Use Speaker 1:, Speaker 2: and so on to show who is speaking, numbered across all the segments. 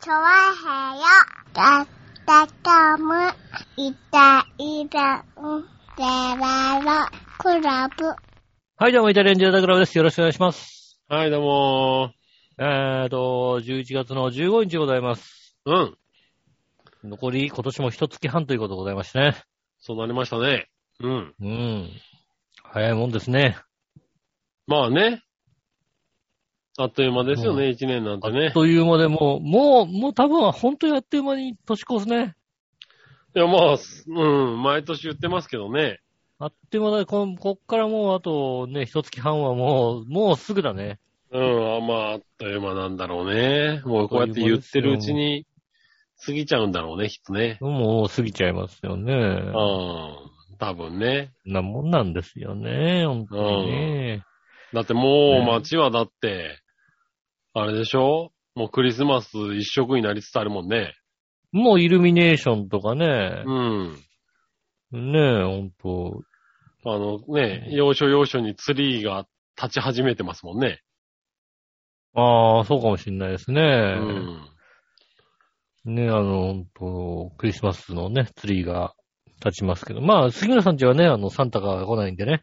Speaker 1: チョワヘヨだったかむいたいたんでららクラブ
Speaker 2: はい、どうも、イタリアンジェラタクラブです。よろしくお願いします。
Speaker 3: はい、どうも
Speaker 2: えーと、11月の15日でございます。
Speaker 3: ー。うん。
Speaker 2: 残り、今年も一月半ということでございましてね。
Speaker 3: そうなりましたね。うん。
Speaker 2: うん。早いもんですね。
Speaker 3: まあね。あっという間ですよ
Speaker 2: う
Speaker 3: ね、一年なんて
Speaker 2: あっ
Speaker 3: ね。
Speaker 2: という間でもう、もう、もう多分、本当にあっという間に年越すね。
Speaker 3: いや、まあ、すうん、毎年言ってますけどね。
Speaker 2: あっという間だ。こんこっからもう、あとね、一月半はもう、もうすぐだね。
Speaker 3: うん、あまあ、あっという間なんだろうね。もうこうやって言ってるうちに過ぎちゃうんだろうね、きっとね。
Speaker 2: もう過ぎちゃいますよね。
Speaker 3: うん。多分ね。
Speaker 2: なもんなんですよね、本当にね。
Speaker 3: だっても
Speaker 2: ね
Speaker 3: う街はだって、あれでしょもうクリスマス一色になりつつあるもんね。
Speaker 2: もうイルミネーションとかね
Speaker 3: う、ん。
Speaker 2: ねえ、ほんと、
Speaker 3: あのね、要所要所にツリーが立ち始めてますもんね。
Speaker 2: ああ、そうかもしんないですね。
Speaker 3: うん。
Speaker 2: ね、あの、ほんと、クリスマスのね、ツリーが立ちますけど。まあ、杉村さんちはね、あの、サンタが来ないんでね。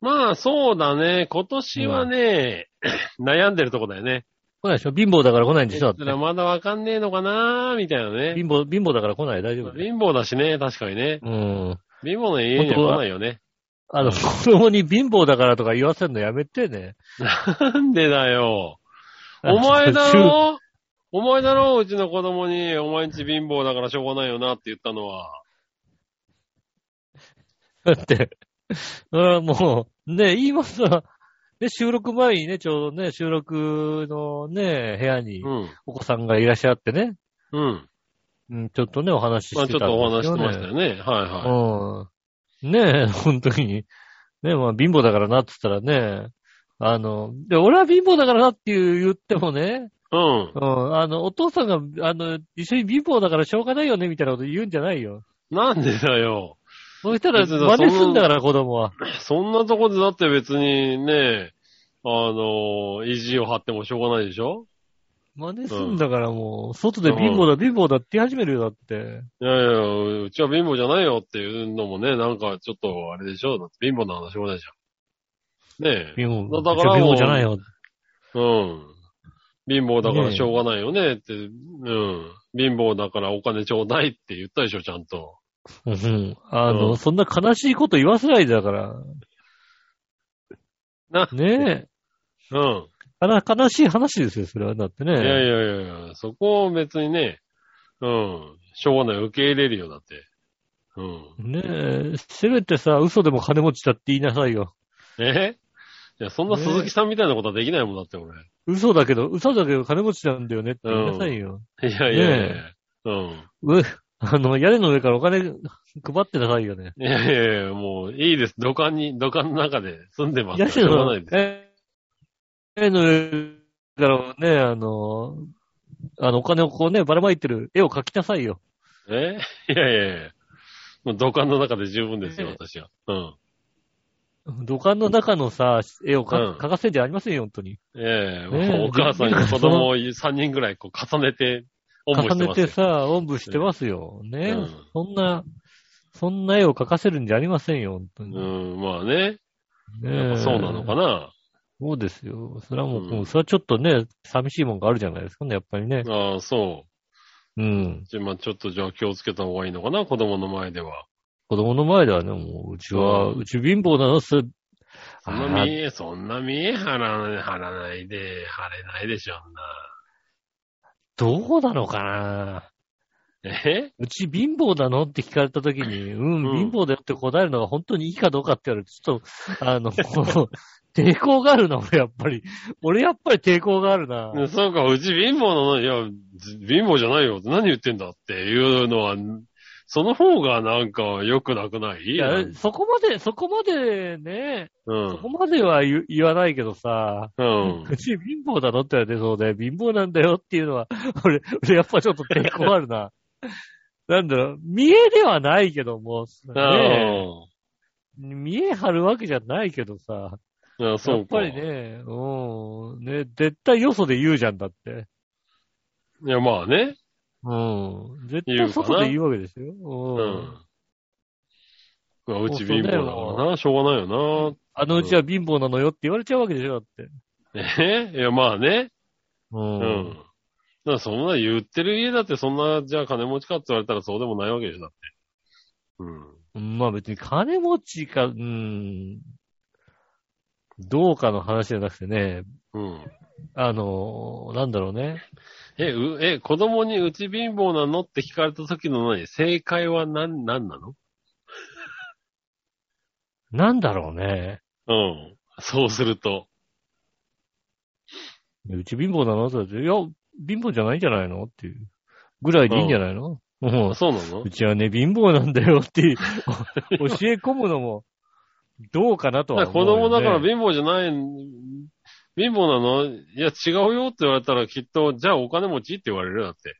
Speaker 3: まあ、そうだね。今年はね、 悩んでるとこだよね。
Speaker 2: 来ないでしょ貧乏だから来ないんでしょだ
Speaker 3: だ
Speaker 2: って
Speaker 3: からまだわかんねえのかなみたいなね。
Speaker 2: 貧乏、貧乏だから来ない大丈夫だよ
Speaker 3: 貧乏だしね、確かにね。
Speaker 2: うん。
Speaker 3: 貧乏の家には来ないよね。
Speaker 2: あの、子供に貧乏だからとか言わせるのやめてね。
Speaker 3: なんでだよ。お前だろ お前だろうちの子供に、お前んち貧乏だからしょうがないよなって言ったのは。
Speaker 2: だって、 それはもう、ね、言いますわ。ね、収録前にね、ちょうどね、収録のね、部屋に
Speaker 3: うん。
Speaker 2: お子さんがいらっしゃってね、
Speaker 3: うん。
Speaker 2: うん、ちょっとね、お話し
Speaker 3: まあ
Speaker 2: し
Speaker 3: ちょ
Speaker 2: て
Speaker 3: った
Speaker 2: ん
Speaker 3: とお
Speaker 2: で
Speaker 3: 話
Speaker 2: す
Speaker 3: しし
Speaker 2: よ
Speaker 3: て
Speaker 2: ね。
Speaker 3: ましたよね。はいは
Speaker 2: うん。
Speaker 3: い。
Speaker 2: ねえ、 本当に。ねえ、まあ貧乏だからなって言ったらね、あの、で、俺は貧乏だからなっていう言ってもね、
Speaker 3: うん。
Speaker 2: うん、あの、お父さんが、あの、一緒に貧乏だからしょうがないよね、みたいなこと言うんじゃないよ。
Speaker 3: なんでだよ。
Speaker 2: そうしたら、
Speaker 3: 別にその
Speaker 2: 真似すんだから、子供は。
Speaker 3: そんなとこでだって別にね、あの、意地を張ってもしょうがないでしょ
Speaker 2: 真似すんだからもう、外で貧乏だ、貧乏だって言い始めるよ、だって。
Speaker 3: いやいや、うちは貧乏じゃないよっていうのもね、なんかちょっとあれでしょだって貧乏な話しょうがないじゃん。ねえ。
Speaker 2: 貧乏。
Speaker 3: だから
Speaker 2: 貧乏じゃないよ。
Speaker 3: うん。貧乏だからしょうがないよねって、うん。貧乏だからお金ちょうだいって言ったでしょ、ちゃんと。
Speaker 2: うん。あの、
Speaker 3: うん
Speaker 2: そんな悲しいこと言わせないでだから。
Speaker 3: な
Speaker 2: ねえ。
Speaker 3: うん。
Speaker 2: かな悲しい話ですよ、それは。だってね。
Speaker 3: いやいやいやいや、そこを別にね、うん。しょうがない。受け入れるよ、だって。うん。
Speaker 2: ねえ、せめてさ、嘘でも金持ちだって言いなさいよ。
Speaker 3: え いや、そんな鈴木さんみたいなことはできないもんだって、俺。
Speaker 2: 嘘だけど、嘘だけど金持ちなんだよねって言いなさいよ。
Speaker 3: いやいやいやいや
Speaker 2: ね
Speaker 3: うん。
Speaker 2: う、あの、屋根の上からお金配ってなさいよね。
Speaker 3: いやいやいや、もういいです。土管に、土管の中で住んでます
Speaker 2: 屋
Speaker 3: から。し
Speaker 2: 根
Speaker 3: ょうが
Speaker 2: の
Speaker 3: ない
Speaker 2: 上
Speaker 3: です。
Speaker 2: え屋根の上からね、あの、あの、お金をこうね、ばらまいてる絵を描きなさいよ。
Speaker 3: え いやいやいや。もう土管の中で十分ですよ、
Speaker 2: ね
Speaker 3: 私は。うん。
Speaker 2: 土管の中のさ、絵をか
Speaker 3: うん
Speaker 2: 描かせんじゃありませんよ、本当に。
Speaker 3: ええ
Speaker 2: ねえ
Speaker 3: もうお母さんに子供を3人ぐらいこう重ねて、おんぶ
Speaker 2: 重
Speaker 3: して
Speaker 2: ね
Speaker 3: ます
Speaker 2: て
Speaker 3: よ。
Speaker 2: さ、おんぶしてますよ。ね、
Speaker 3: うん
Speaker 2: そんな、そんな絵を描かせるんじゃありませんよ、本当に。
Speaker 3: うん、まあね。や
Speaker 2: ね
Speaker 3: っ
Speaker 2: え
Speaker 3: ぱそうなのかな。
Speaker 2: そうですよ。それはもう、
Speaker 3: うん
Speaker 2: それはちょっとね、寂しいもんがあるじゃないですかね、やっぱりね。
Speaker 3: ああ、そ
Speaker 2: うん
Speaker 3: う。。じゃあ、まあちょっとじゃあ気をつけた方がいいのかな、子供の前では。
Speaker 2: 子供の前ではね、もう、うちは、うち貧乏なのっす。
Speaker 3: そんな見え、そんな見え張らない、張らないで、張れないでしょ、あんな。
Speaker 2: どうなのかな
Speaker 3: え
Speaker 2: うち貧乏なのって聞かれた時に、うん、
Speaker 3: う
Speaker 2: 貧
Speaker 3: ん
Speaker 2: 乏だよって答えるのが本当にいいかどうかって言われて、ちょっと、あの、 こう抵抗があるな、俺やっぱり。俺やっぱり抵抗があるな。
Speaker 3: そうか、うち貧乏なの、いや、ず貧乏じゃないよ。何言ってんだっていうのは、その方がなんか良くなくない
Speaker 2: いや、そこまで、そこまでね、
Speaker 3: う
Speaker 2: そこ
Speaker 3: ん。
Speaker 2: までは言言わないけどさ、
Speaker 3: うん。
Speaker 2: うち貧乏だろって言われてそうで、貧乏なんだよっていうのは、 俺、俺やっぱちょっと抵抗あるな。 なんだろう、見栄ではないけども、ねえ、見栄張るわけじゃないけどさ、
Speaker 3: うんあそ
Speaker 2: やっ
Speaker 3: うか。
Speaker 2: ぱりね、うん、ね、絶対よそで言うじゃんだって。
Speaker 3: いや、まあね。
Speaker 2: うん。絶対外で言うわけですよ。
Speaker 3: う。
Speaker 2: うん
Speaker 3: うわうち貧乏だからな、しょうがないよ
Speaker 2: あのうちは貧乏なのよって言われちゃうわけでしょ、だって。
Speaker 3: な。ええいや、まあね。
Speaker 2: う。
Speaker 3: うんん。だからそんな言ってる家だってそんな、じゃあ金持ちかって言われたらそうでもないわけでしょ、だって。うん。
Speaker 2: まあ別に金持ちか、うん、どうかの話じゃなくてね、
Speaker 3: うん。
Speaker 2: あの、なんだろうね。
Speaker 3: え、う、え、子供にうち貧乏なのって聞かれた時の何正解は何、何なの
Speaker 2: なんだろうね。
Speaker 3: うん。そうすると。
Speaker 2: うち貧乏だなとて言われて、いや、貧乏じゃないんじゃないのっていう。ぐらいでいいんじゃないの、うん
Speaker 3: あ、そうなの
Speaker 2: うちはね、貧乏なんだよっていう 教え込むのも、どうかなとは
Speaker 3: だから
Speaker 2: 思
Speaker 3: 子
Speaker 2: うよね、
Speaker 3: 供だから貧乏じゃない、貧乏なのいや、違うよって言われたらきっと、じゃあお金持ちって言われるだって。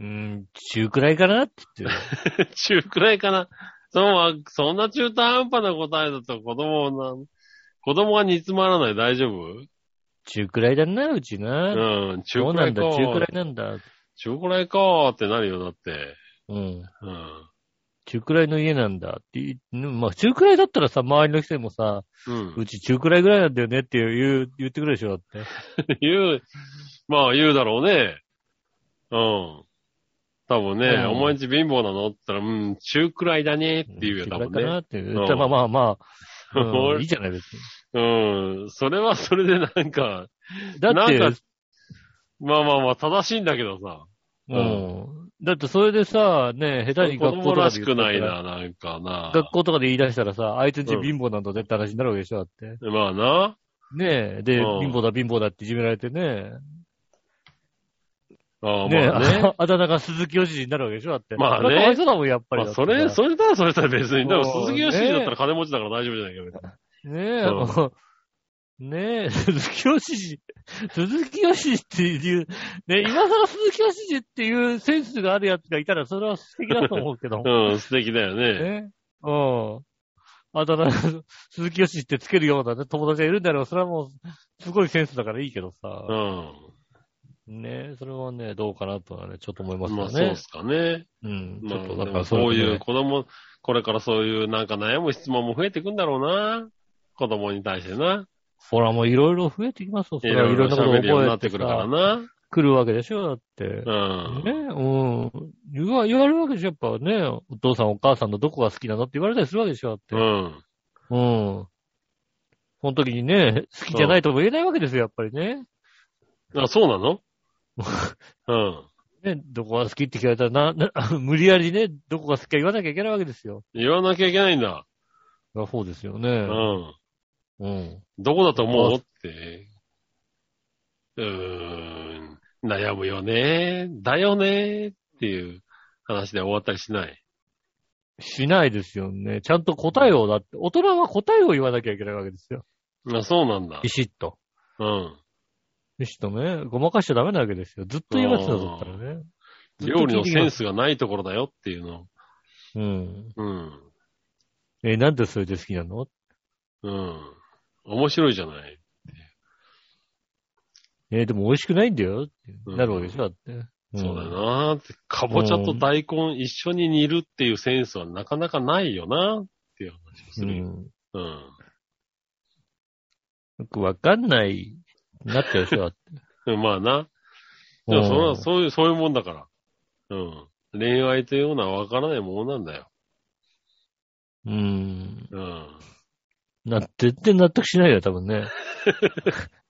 Speaker 2: うん、中くらいかなって言ってる。
Speaker 3: 中くらいかな。そう、そんな中途半端な答えだと子供な、子供が煮詰まらない。大丈夫
Speaker 2: 中くらいだな、うちな。
Speaker 3: うん、中
Speaker 2: そう
Speaker 3: く
Speaker 2: な
Speaker 3: ら
Speaker 2: ん
Speaker 3: いか。
Speaker 2: だ、中くらいなんだ。
Speaker 3: 中くらいかーってなるよ、だって。
Speaker 2: うん。
Speaker 3: うん。
Speaker 2: 中くらいの家なんだって言う、まあ、中くらいだったらさ、周りの人にもさ、
Speaker 3: うん。
Speaker 2: うち中くらいぐらいなんだよねっていう言う、言ってくるでしょ、だって。
Speaker 3: 言う、まあ言うだろうね。うん。多分ね、
Speaker 2: うん
Speaker 3: お前んち貧乏なのって言ったら、うん、中くらいだねって言うよ、
Speaker 2: 中
Speaker 3: 多分
Speaker 2: くらいかな
Speaker 3: ね。
Speaker 2: っていう。
Speaker 3: うん
Speaker 2: まあまあま あ、うんいい
Speaker 3: 俺
Speaker 2: じゃない別
Speaker 3: うん、それはそれでなんか、
Speaker 2: に。だって、
Speaker 3: なんかまあまあまあ正しいんだけどさ、
Speaker 2: う。
Speaker 3: うん
Speaker 2: だってそれでさ、ね、下手に
Speaker 3: 子
Speaker 2: 学校
Speaker 3: 供
Speaker 2: とからで
Speaker 3: し
Speaker 2: 言っ
Speaker 3: く
Speaker 2: たら
Speaker 3: ないな、なんかな。
Speaker 2: 学校とかで言い出したらさ、あいつんち
Speaker 3: うん
Speaker 2: 貧乏なんだねって話になるわけでしょ、だって。
Speaker 3: まあな。
Speaker 2: ねえ、で、
Speaker 3: う
Speaker 2: 貧
Speaker 3: ん
Speaker 2: 乏だ貧乏だっていじめられてね。
Speaker 3: ああ
Speaker 2: ねえ、
Speaker 3: まあね。
Speaker 2: あだ名が鈴木よしになるわけでしょ、だって。
Speaker 3: まあね
Speaker 2: それかわいそうだもん、やっぱ
Speaker 3: ま
Speaker 2: り。
Speaker 3: あ、それ、それならそれとは別に。でも、
Speaker 2: そう
Speaker 3: 鈴木よしだったら金持ちだから大丈夫じゃないか、 別に
Speaker 2: ねえ、
Speaker 3: う
Speaker 2: あ
Speaker 3: ん
Speaker 2: のねえ、鈴木よし、鈴木よしっていう、ね、今更鈴木よしっていうセンスがあるやつがいたら、それは素敵だと思うけども。
Speaker 3: うん、素敵だよね。
Speaker 2: ね。うん。あだ名、鈴木よしってつけるようなね、友達がいるんだろう。それはもう、すごいセンスだからいいけどさ
Speaker 3: う。ん。
Speaker 2: ねそれはね、どうかなとはね、ちょっと思います
Speaker 3: まあ、
Speaker 2: よ
Speaker 3: そうっ
Speaker 2: ね。
Speaker 3: すかね。
Speaker 2: うん。ちょ
Speaker 3: まあ
Speaker 2: っと、だ
Speaker 3: で
Speaker 2: か
Speaker 3: も
Speaker 2: ら
Speaker 3: そういう
Speaker 2: こ
Speaker 3: 子供、これからそういうなんか悩む質問も増えていくんだろうな。子供に対してな。
Speaker 2: ほら、もういろいろ増えてきますよ。そ
Speaker 3: い
Speaker 2: れは
Speaker 3: ろ
Speaker 2: い
Speaker 3: い
Speaker 2: ろ
Speaker 3: ろ
Speaker 2: んなことを
Speaker 3: 喋るように
Speaker 2: 覚
Speaker 3: なっ
Speaker 2: えて
Speaker 3: て
Speaker 2: く
Speaker 3: く
Speaker 2: る
Speaker 3: る
Speaker 2: か
Speaker 3: からら
Speaker 2: な。
Speaker 3: な。
Speaker 2: 来るわけでしょ、だって
Speaker 3: う。ん。
Speaker 2: ね、うん。言わ言われるわけでしょ、やっぱね、お父さんお母さんのどこが好きなのって言われたりするわけでしょ、だって。
Speaker 3: うん。
Speaker 2: うん。その時にね、好きじゃないとも言えないわけですよ、やっぱりね。
Speaker 3: あ、そう なのうん。
Speaker 2: ね、どこが好きって聞かれたら、な、 な、無理やりね、どこが好きか言わなきゃいけないわけですよ。
Speaker 3: 言わなきゃいけないんだ。
Speaker 2: あそうですよ
Speaker 3: う
Speaker 2: ね。
Speaker 3: ん。
Speaker 2: うん。
Speaker 3: どこだと思うって。うーん。悩むよね。だよね。っていう話で終わったりしない。
Speaker 2: しないですよね。ちゃんと答えを、だって、大人は答えを言わなきゃいけないわけですよ。
Speaker 3: あ、そうなんだ
Speaker 2: ビ。シッと。
Speaker 3: うん。
Speaker 2: ビシッとね、ごまかしちゃダメなわけですよ。ずっと言いますよ、だったらね。ずっと聞い
Speaker 3: 料理
Speaker 2: て
Speaker 3: の
Speaker 2: き
Speaker 3: セ
Speaker 2: ま
Speaker 3: ン
Speaker 2: す。
Speaker 3: スがないところだよっていうの。
Speaker 2: うん。
Speaker 3: うん。
Speaker 2: え、なんでそれで好きなの
Speaker 3: うん。面白いじゃない。
Speaker 2: え、でも美味しくないんだよ。
Speaker 3: うん
Speaker 2: なるわけでしょ、だって。
Speaker 3: そうだよ
Speaker 2: な。
Speaker 3: なって。かぼちゃと大根一緒に煮るっていうセンスはなかなかないよなっていう話をす
Speaker 2: う
Speaker 3: る
Speaker 2: ん。
Speaker 3: よ。うん。
Speaker 2: よくわかんない、なってるでしょ、だって。
Speaker 3: うんまあな。で もそれ
Speaker 2: うん
Speaker 3: はそういう、そういうもんだから。うん。恋愛というのはわからないものなんだよ。
Speaker 2: うん。
Speaker 3: うん。
Speaker 2: な、全然納得しないよ、多分 ね。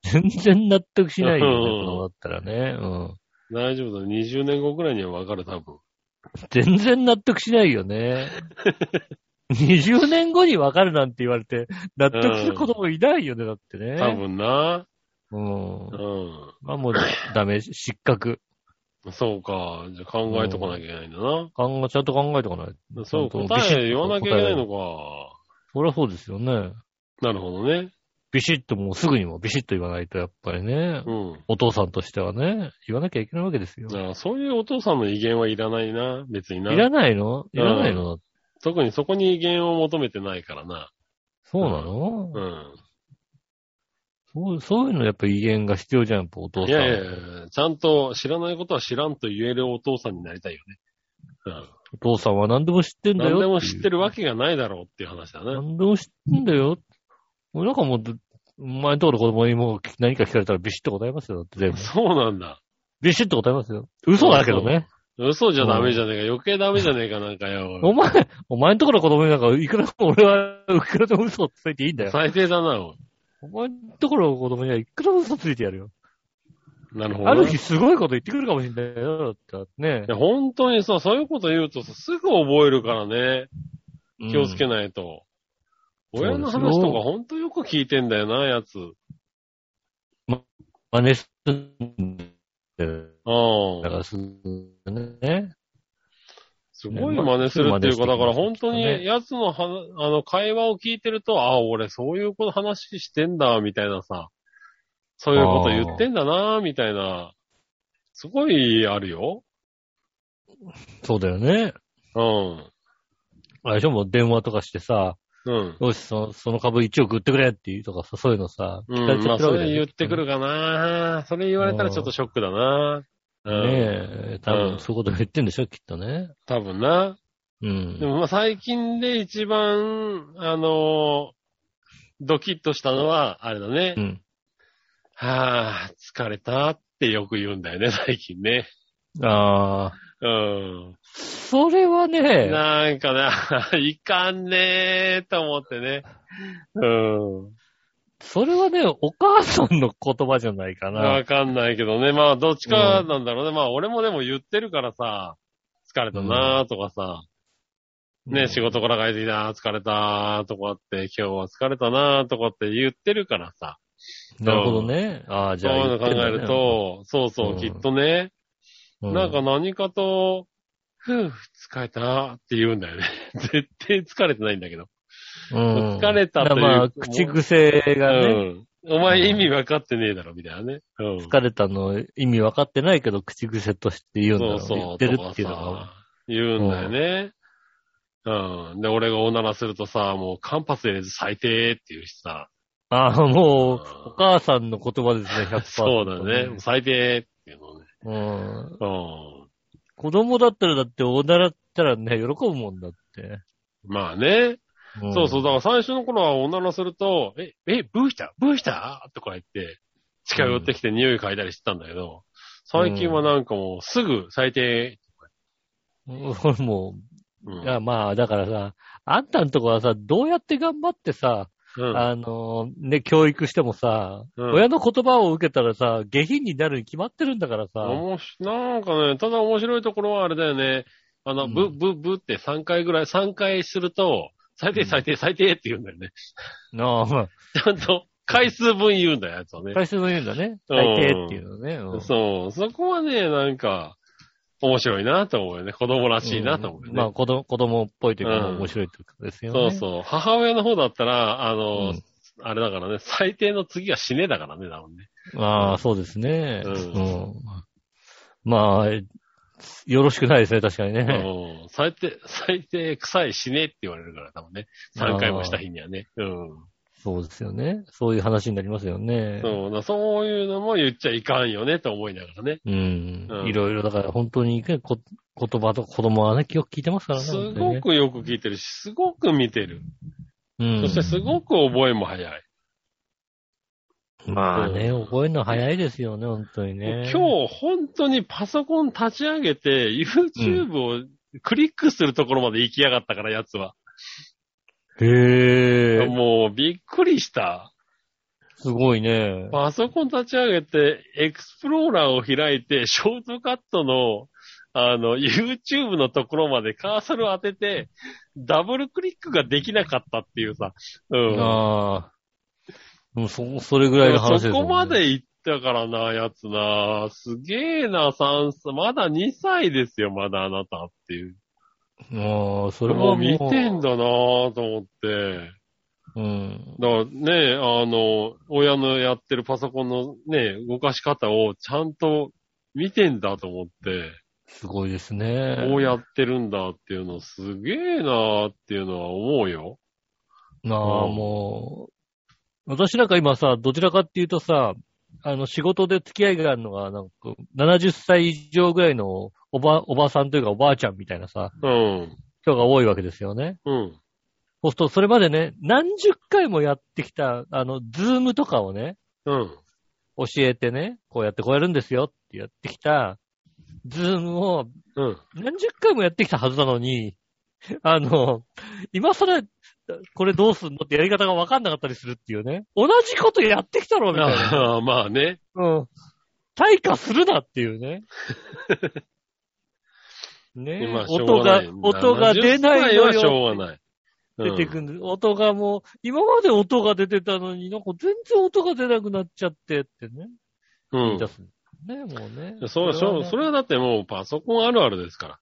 Speaker 2: 全然納得しないよね、
Speaker 3: うん
Speaker 2: そうだったらね。うん。
Speaker 3: 大丈夫だ。20年後くらいにはわかる、多分。
Speaker 2: 全然納得しないよ ね。20年後にわかるなんて言われて、納得する子供いないよね、だってね。
Speaker 3: 多分な。
Speaker 2: うん。
Speaker 3: う
Speaker 2: まあもう、ダメ、失格。
Speaker 3: ん。そうか。じゃあ考えとかなきゃいけないんだな。
Speaker 2: 考え、ちゃんと考えておかない。
Speaker 3: そう、
Speaker 2: ちゃんと
Speaker 3: 答え言わなきゃいけない
Speaker 2: ビシッと
Speaker 3: の
Speaker 2: 答えを
Speaker 3: か。
Speaker 2: そりゃそうですよね。
Speaker 3: なるほどね。
Speaker 2: ビシッともうすぐにもビシッと言わないと、やっぱりね。
Speaker 3: うん。
Speaker 2: お父さんとしてはね、言わなきゃいけないわけですよ。
Speaker 3: ああそういうお父さんの威厳はいらないな、別にな。
Speaker 2: いらないのいらないの、
Speaker 3: 特にそこに威厳を求めてないからな。
Speaker 2: そうなの、
Speaker 3: うん。
Speaker 2: そうそういうのやっぱ威厳が必要じゃん、やっぱお父
Speaker 3: い
Speaker 2: さん。
Speaker 3: やいやいやちゃんと知らないことは知らんと言えるお父さんになりたいよね。うん。
Speaker 2: お父さんは何でも知ってんだよ。
Speaker 3: 何でも知って
Speaker 2: る。
Speaker 3: るわけがないだろうっていう話だね。
Speaker 2: 何でも知ってんだよ。俺なんかもう、お前のところ子供にもう何か聞かれたらビシッと答えますよ。だって全部。
Speaker 3: そうなんだ。
Speaker 2: ビシッと答えますよ。嘘だけどね。
Speaker 3: 嘘じゃダメじゃねえか。余計ダメじゃねえかなんか
Speaker 2: お
Speaker 3: よ。
Speaker 2: 前、お前のところ子供になんか、いくらでも俺は、いくらでも嘘をついていいんだよ。
Speaker 3: 最低だな、おい
Speaker 2: お前のところ子供にはいくらでも嘘ついてやるよ。
Speaker 3: なるほどね。
Speaker 2: ある日すごいこと言ってくるかもしれないよ。だってね
Speaker 3: い。や本当にさ、そういうこと言うとさすぐ覚えるからね。気をつけ
Speaker 2: い。
Speaker 3: ないと。
Speaker 2: うん
Speaker 3: 親の
Speaker 2: そうで
Speaker 3: 話
Speaker 2: すよ
Speaker 3: とか本当よく聞いてんだよな、やつ。うん。
Speaker 2: 真似するんだよ。だからすね。
Speaker 3: すごい
Speaker 2: ねまあ
Speaker 3: 真似するってい
Speaker 2: すぐ真似してきま
Speaker 3: うか、
Speaker 2: す
Speaker 3: だから本当
Speaker 2: ね
Speaker 3: に、やつのは、あの、会話を聞いてると、ああ、俺そういうこと話してんだ、みたいなさ、そういうこと言ってんだな、みたいな、すごいあるよ。
Speaker 2: そうだよね。
Speaker 3: うん。
Speaker 2: あれでしょ、もう電話とかしてさ、
Speaker 3: うん。
Speaker 2: よし、そのその株1億売ってくれって言うとかさ、そういうのさ、聞か
Speaker 3: う
Speaker 2: れ
Speaker 3: ん、
Speaker 2: ち
Speaker 3: ま
Speaker 2: ゃ
Speaker 3: あ、
Speaker 2: ってるわ
Speaker 3: そ
Speaker 2: けだよ
Speaker 3: れ
Speaker 2: ね
Speaker 3: 言ってくるかな。それ言われたらちょっとショックだな。うん。
Speaker 2: ねえ、多分そういうこと言ってんでしょ、きっとね。
Speaker 3: 多分な。
Speaker 2: うん
Speaker 3: で。もまあ最近で一番、あのドキッとしたのは、あれだね。
Speaker 2: うん。
Speaker 3: はぁ、疲れたってよく言うんだよね、 最近ね。
Speaker 2: ああ、
Speaker 3: うん。
Speaker 2: それはね、
Speaker 3: なん かな、いかんねーと思ってね。う
Speaker 2: それはね、お母さんの言葉じゃないか
Speaker 3: ん。
Speaker 2: な。
Speaker 3: わかんないけどね。まあ、どっちかなんだろうね。まあ、俺もでも言ってるからさ、疲れたなーとかさ、ね、仕事から帰ってきた、あー疲れたーとかって、今日は疲れたなーとかって言ってるからさ。
Speaker 2: なるほどね。ああ、じ
Speaker 3: そう
Speaker 2: ゃあ
Speaker 3: い
Speaker 2: 言っ
Speaker 3: うの
Speaker 2: て
Speaker 3: 考
Speaker 2: んだ
Speaker 3: え
Speaker 2: ね、
Speaker 3: ると、そうそうう、
Speaker 2: ん
Speaker 3: きっとね、
Speaker 2: う、
Speaker 3: なんか何かと、ふぅ、疲れたって言うんだよね。 絶対疲れてないんだけど。
Speaker 2: うん、
Speaker 3: 疲れたという
Speaker 2: まあ、口癖がね、
Speaker 3: うん。お前意味分かってねえだろ、みたいなね。うん。
Speaker 2: 疲れたの意味分かってないけど、口癖として言うんだろ
Speaker 3: そうう
Speaker 2: ね
Speaker 3: そう。
Speaker 2: 言って
Speaker 3: と
Speaker 2: る
Speaker 3: か
Speaker 2: っていうのが。
Speaker 3: さ、言うんだよね。うん。で、俺がおならするとさ、もう間髪入れず最低っていうしさ。
Speaker 2: ああ、もう、
Speaker 3: うん
Speaker 2: お母さんの言葉です ね、100%。
Speaker 3: そうだね。。最低っていうのね。
Speaker 2: うん。
Speaker 3: うん。
Speaker 2: 子供だったらだって、おならったらね、喜ぶもんだって。
Speaker 3: まあね。
Speaker 2: ん
Speaker 3: そうそう。だから最初の頃はおならすると、え、え、ブーしたブーしたとか言って、近寄ってきて匂い嗅いだりしてたんだけど、最近はなんかもうすぐ最低、
Speaker 2: うん。 も
Speaker 3: う
Speaker 2: う、
Speaker 3: ん。
Speaker 2: いやまあ、だからさ、あんたのとこはさ、どうやって頑張ってさ、
Speaker 3: うん
Speaker 2: あのーね、教育してもさ、
Speaker 3: うん
Speaker 2: 親の言葉を受けたらさ、下品になるに決まってるんだからさ、
Speaker 3: おもしなんかね、ただ面白いところはあれだよね。あ
Speaker 2: う
Speaker 3: の、
Speaker 2: ん
Speaker 3: ブ、ブ、ブって3回ぐらい、3回すると、最
Speaker 2: う
Speaker 3: 低
Speaker 2: ん
Speaker 3: 最低最低って言うんだよね。
Speaker 2: なあ、
Speaker 3: ちゃんと回数分言うんだよ、やつはね。
Speaker 2: 最初の言うんだね。
Speaker 3: うん
Speaker 2: 最低っていうのね。うん
Speaker 3: そう、そこはね、なんか、面白いなと思うよね。子供らしいなと思うよね。
Speaker 2: まあ、子供、子供っぽいというか、
Speaker 3: うん
Speaker 2: 面白いということですよ
Speaker 3: そ
Speaker 2: ね。
Speaker 3: うそう。母親の方だったら、あの、
Speaker 2: うん
Speaker 3: あれだからね、最低の次は死ねだからね、だもんね。
Speaker 2: ああ、そうですね。う
Speaker 3: うんん。
Speaker 2: まあ、よろしくないですね、確かにね。
Speaker 3: うん最低、最低、臭い死ねって言われるから、だもんね。3回もした日にはね。うん。
Speaker 2: そうですよね。そういう話になりますよね。
Speaker 3: そうだ、そういうのも言っちゃいかんよね、と思いながらね。
Speaker 2: うん
Speaker 3: う。ん
Speaker 2: いろいろ、だから本当にね、こ言葉とか子供はね、よく聞いてますからね。
Speaker 3: す
Speaker 2: 本当に
Speaker 3: ご
Speaker 2: ね、
Speaker 3: くよく聞いてるし、すごく見てる。
Speaker 2: うん。
Speaker 3: そしてすごく覚えも早い。
Speaker 2: まあね、覚えるの早いですよね、本当にね。
Speaker 3: 今日本当にパソコン立ち上げて、YouTube をクリックするところまで行きやがったから、やつは。
Speaker 2: 日。へえ、
Speaker 3: もうびっくりした。
Speaker 2: すごいね。
Speaker 3: パソコン立ち上げて、エクスプローラーを開いて、ショートカットの、あの、YouTube のところまでカーソルを当てて、ダブルクリックができなかったっていうさ。うん。
Speaker 2: ああ。もうそ、それぐらいの話です
Speaker 3: そ
Speaker 2: もんね、
Speaker 3: こまで行ったからな、やつな。すげえな、3歳。まだ2歳ですよ、まだあなたっていう。
Speaker 2: ああ、それは
Speaker 3: も
Speaker 2: も
Speaker 3: う
Speaker 2: う
Speaker 3: 見てんだなと思って。
Speaker 2: うん。
Speaker 3: だからね、あの、親のやってるパソコンのね、動かし方をちゃんと見てんだと思って、
Speaker 2: すごいですね。
Speaker 3: こうやってるんだっていうのすげえなっていうのは思うよ。
Speaker 2: なあ、
Speaker 3: うん
Speaker 2: も私なんか今さ、どちらかっていうとさ、あの、仕事で付き合いがあるのが、なんか、70歳以上ぐらいのおば、おばさんというかおばあちゃんみたいなさ、
Speaker 3: うん。
Speaker 2: 人が多いわけですよね。
Speaker 3: うん。
Speaker 2: そうすると、それまでね、何十回もやってきた、あの、ズームとかをね、
Speaker 3: うん。
Speaker 2: 教えてね、こうやってこうやるんですよってやってきた、ズームを
Speaker 3: うん。
Speaker 2: 何十回もやってきたはずなのに、あの、今更、これどうすんのってやり方がわかんなかったりするっていうね。同じことやってきたろ、みたいな。
Speaker 3: ああまあね。
Speaker 2: うん。対価するなっていう ね。ね
Speaker 3: まあしょ
Speaker 2: 音
Speaker 3: う
Speaker 2: が
Speaker 3: ない、
Speaker 2: 音が出ないの
Speaker 3: 70歳はし
Speaker 2: よ。
Speaker 3: ょうがない。
Speaker 2: 出てくる、音がもう、今まで音が出てたのになんか全然音が出なくなっちゃってってね。
Speaker 3: うん
Speaker 2: 言い出。すね、もうね。
Speaker 3: そう、そう、それはだってもうパソコンあるあるですから。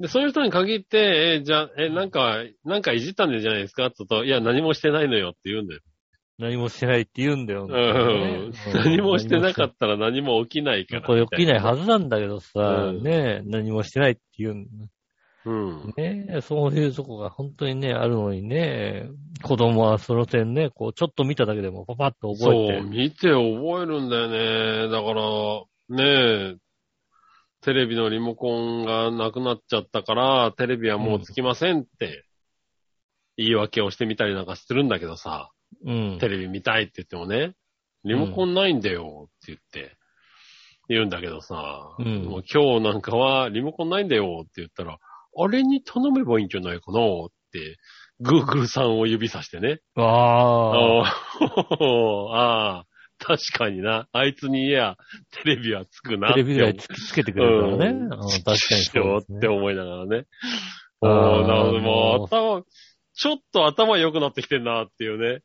Speaker 3: で、そういう人に限って、えーじゃあ、えーなんか、なんかいじったんじゃないですかって言うと、いや、何もしてないのよって言うんだよ。
Speaker 2: 何もしてないって言うんだよ。
Speaker 3: うん。 何もしてなかったら何も起きないから。
Speaker 2: これ起きないはずなんだけどさ、
Speaker 3: うん
Speaker 2: ねえ、何もしてないっていうん
Speaker 3: うん。
Speaker 2: ねえ、そういうとこが本当にね、あるのにね、子供はその点ね、こう、ちょっと見ただけでもパパッと
Speaker 3: そ
Speaker 2: 覚
Speaker 3: う、
Speaker 2: えて。
Speaker 3: 見て覚えるんだよね。だから、ねえ、テレビのリモコンがなくなっちゃったから、テレビはもうつきませんって、言い訳をしてみたりなんかするんだけどさ。
Speaker 2: うん。
Speaker 3: テレビ見たいって言ってもね、リモコンないんだよって言って、言うんだけどさ、
Speaker 2: うん
Speaker 3: もう今日なんかはリモコンないんだよって言ったら、あれに頼めばいいんじゃないかなって、グーグーさんを指さしてね。
Speaker 2: ああ。
Speaker 3: あーあー、確かにな。あいつに言えや、テレビはつくなっ
Speaker 2: テレ
Speaker 3: て思う。
Speaker 2: ビぐらいつつけてくれるからね。
Speaker 3: うん
Speaker 2: うん、確かに
Speaker 3: し
Speaker 2: そう
Speaker 3: よ
Speaker 2: です
Speaker 3: う
Speaker 2: ね、
Speaker 3: って思いながらね。
Speaker 2: あ
Speaker 3: お
Speaker 2: ー
Speaker 3: ーなるほど。もう頭、ちょっと頭良くなってきてんなっていうね。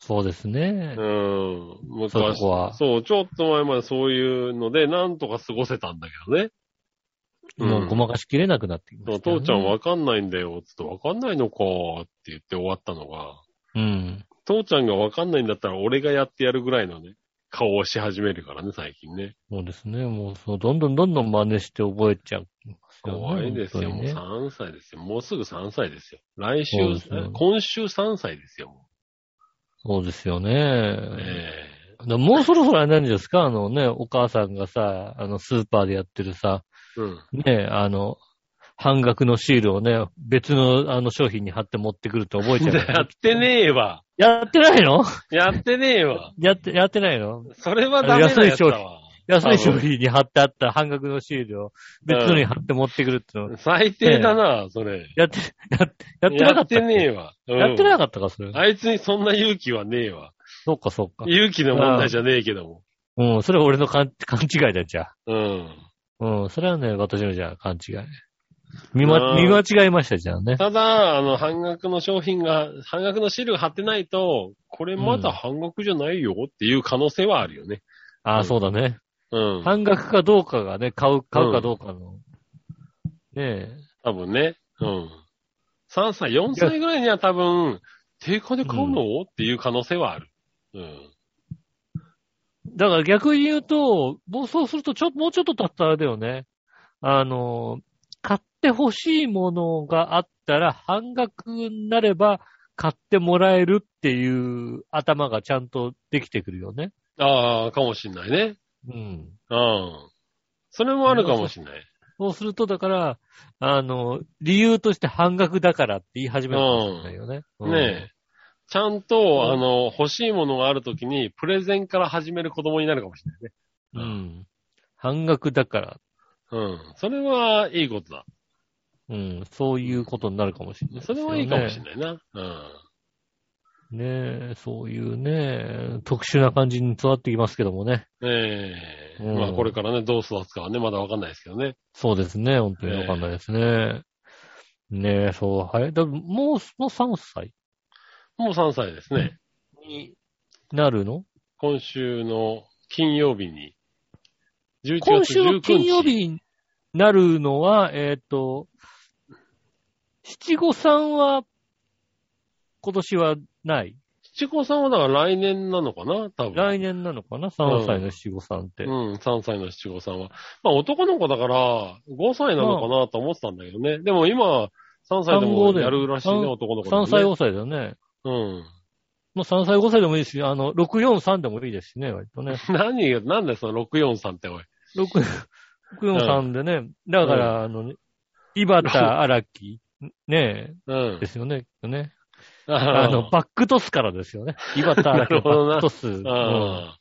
Speaker 2: そうですね。
Speaker 3: うん。
Speaker 2: そういう
Speaker 3: 昔
Speaker 2: とこは。
Speaker 3: そう、ちょっと前までそういうので、なんとか過ごせたんだけどね。うん
Speaker 2: もうごまかしきれなくなってきま
Speaker 3: そう
Speaker 2: したね、
Speaker 3: 父ちゃんわかんないんだよ、つってわかんないのか、って言って終わったのが、
Speaker 2: うん。
Speaker 3: 父ちゃんがわかんないんだったら俺がやってやるぐらいのね、顔をし始めるからね、最近ね。
Speaker 2: そうですね。もう、そう、どんどんどんどん真似して覚えちゃう。
Speaker 3: 怖いです
Speaker 2: 本
Speaker 3: よ、も
Speaker 2: 当
Speaker 3: う
Speaker 2: にね
Speaker 3: 3歳ですよ。もうすぐ3歳ですよ。来週
Speaker 2: そうです、ね
Speaker 3: 今週3歳ですよ、も
Speaker 2: そうですよ
Speaker 3: う。
Speaker 2: ね。
Speaker 3: ええ
Speaker 2: だもうそろそろあれなんですかあのね、お母さんがさ、あの、スーパーでやってるさ、
Speaker 3: うん。
Speaker 2: ね、あの、半額のシールをね、別のあの商品に貼って持ってくるって覚えちゃうか
Speaker 3: や
Speaker 2: ら
Speaker 3: っ。てねえわ。
Speaker 2: やってないの
Speaker 3: やってねえわ。
Speaker 2: やって、やってないの
Speaker 3: それはダメなやつだ
Speaker 2: 安い
Speaker 3: わ。
Speaker 2: 安い商品に貼ってあった半額のシールを別のに貼って持ってくるっての、
Speaker 3: 最低だな、それ。
Speaker 2: やって、やって、やってなかった
Speaker 3: や
Speaker 2: っ
Speaker 3: って
Speaker 2: け
Speaker 3: ねえわ。うん
Speaker 2: やってなかったか、それ。
Speaker 3: あいつにそんな勇気はねえわ。
Speaker 2: そうか、そうか。
Speaker 3: 勇気の問題じゃねえけども。
Speaker 2: うん、それは俺の勘勘違いだ、じゃあ。
Speaker 3: うん。
Speaker 2: うん、それはね、私のじゃあ、勘違い。見ま、
Speaker 3: うん
Speaker 2: 見間違えました、じゃあね。
Speaker 3: ただ、あの、半額の商品が、半額のシールが貼ってないと、これまだ半額じゃないよっていう可能性はあるよね。
Speaker 2: あ
Speaker 3: うん
Speaker 2: あ、そうだね。
Speaker 3: うん。
Speaker 2: 半額かどうかがね、買う、買うかどうかの。ねえ。
Speaker 3: 多分ね。うん。3歳、4歳ぐらいには多分、定価で買うの、っていう可能性はある。うん。
Speaker 2: だから逆に言うと、もうそうすると、ちょ、もうちょっと経ったらあれだよね。あの、買ってほしいものがあったら、半額になれば買ってもらえるっていう頭がちゃんとできてくるよね。
Speaker 3: ああ、かもしんないね。
Speaker 2: うん。
Speaker 3: うん。それもあるかもしんない。
Speaker 2: そうすると、だから、あの、理由として半額だからって言い始めるかもしれないよね。うん
Speaker 3: ねえ。ちゃんと、あの、欲しいものがあるときに、プレゼンから始める子供になるかもしれないね。
Speaker 2: うん。半額だから、
Speaker 3: うん。それはいいことだ。
Speaker 2: うん、そういうことになるかもしれない、
Speaker 3: それはいいかもしれ
Speaker 2: い。
Speaker 3: ないな。うん。
Speaker 2: ねえ、そういうね、特殊な感じに育ってきますけどもね。
Speaker 3: ええ
Speaker 2: うん
Speaker 3: まあこれからね、どう育つかはね、まだわかんないですけどね。
Speaker 2: そうですね、本当にわかんないですね。ねえ、そう、はい。だもう、もう3歳
Speaker 3: もう3歳ですね。
Speaker 2: になるの
Speaker 3: 今週の金曜日に、11
Speaker 2: 今
Speaker 3: 月
Speaker 2: 週
Speaker 3: 19
Speaker 2: の
Speaker 3: 日。
Speaker 2: 金曜日になるのは、えっ、と、七五三は、今年はない。
Speaker 3: 七五三はだから来年なのかな多分。
Speaker 2: 来年なのかな ?3 歳の七五三って。
Speaker 3: うん、3歳の七五三は。まあ男の子だから、5歳なのかなと思ってたんだけどね。でも今、3歳で
Speaker 2: 単語
Speaker 3: も
Speaker 2: で
Speaker 3: やるらしいね、
Speaker 2: 単
Speaker 3: 男の子でも
Speaker 2: 3
Speaker 3: ね。
Speaker 2: 歳、5歳だよね。
Speaker 3: うん。
Speaker 2: まあ3歳5歳でもいいし、あの、643でもいいですしね、割とね。
Speaker 3: 何よ、なんでその643っておい。
Speaker 2: 6 643でね、だから、あの、井端荒木、ね
Speaker 3: う
Speaker 2: え、
Speaker 3: ん
Speaker 2: で。すよね、きっとね。
Speaker 3: あ
Speaker 2: あの、バックトスからですよね。井端荒木のバックトスうん
Speaker 3: あ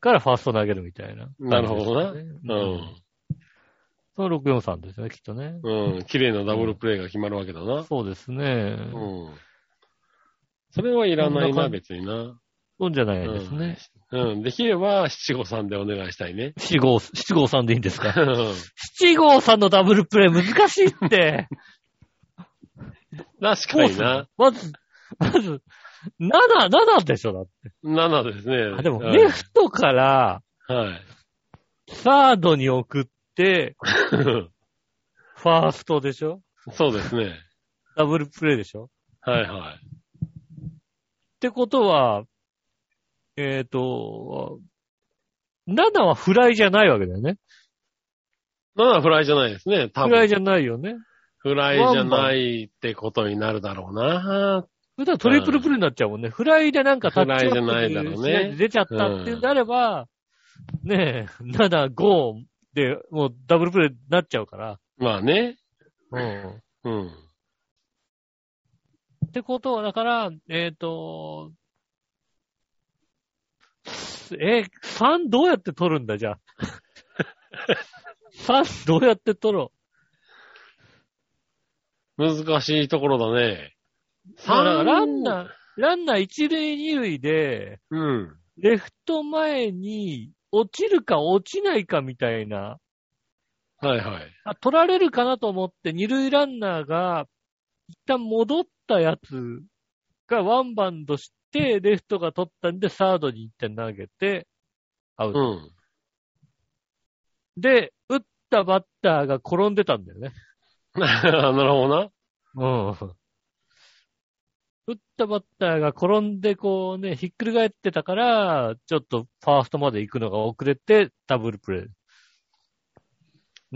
Speaker 2: からファースト投げるみたいな、
Speaker 3: なるほど
Speaker 2: ね。
Speaker 3: う
Speaker 2: うん。その643ですよね、きっとね。
Speaker 3: ん。うん。綺麗なダブルプレーが決まるわけだな。
Speaker 2: そうですね。
Speaker 3: うん。それはいらないな、別にな。
Speaker 2: そうじゃないですね。
Speaker 3: うん。できれば、七五三でお願いしたい ね。
Speaker 2: 七五、七五三でいいんですか
Speaker 3: うん
Speaker 2: 七号さんのダブルプレイ難しいって。
Speaker 3: 確かにな。
Speaker 2: まず、まず、7、7でしょ、だって。
Speaker 3: 7ですね。
Speaker 2: あ、でも、
Speaker 3: うん
Speaker 2: レフトから、
Speaker 3: はい。
Speaker 2: サードに送って、ファーストでしょ
Speaker 3: そうですね。
Speaker 2: ダブルプレイでしょっ
Speaker 3: はいはい。
Speaker 2: てことは、えっ、と、7はフライじゃないわけだよね。
Speaker 3: 7はフライじゃないですね。多
Speaker 2: フ
Speaker 3: 分。
Speaker 2: ライじゃないよね。
Speaker 3: フライじゃないってことになるだろうな。
Speaker 2: 普段トリプルプレイになっちゃうもんね。フライでなんかタッチ
Speaker 3: フライじゃないだろうね
Speaker 2: 試合で出ちゃったっていうんであれば、ねえ、7、5でもうダブルプレイになっちゃうから。
Speaker 3: まあね。
Speaker 2: うん。
Speaker 3: うん。
Speaker 2: ってことは、だから、えっ、と、えー、3どうやって取るんだ、じゃあ。3どうやって取ろ
Speaker 3: 難しいところだね。
Speaker 2: う。だからランナー、ランナー1塁2塁で、
Speaker 3: ー。うん。
Speaker 2: レフト前に落ちるか落ちないかみたいな、
Speaker 3: はいはい。
Speaker 2: あ取られるかなと思って2塁ランナーが一旦戻ったやつがワンバウンドして、レフトが取ったんでサードに一点投げて、アウト
Speaker 3: う。ん。
Speaker 2: で、打ったバッターが転んでたんだよね。
Speaker 3: なるほどな。
Speaker 2: うん。打ったバッターが転んで、こうね、ひっくり返ってたから、ちょっとファーストまで行くのが遅れて、ダブルプレー。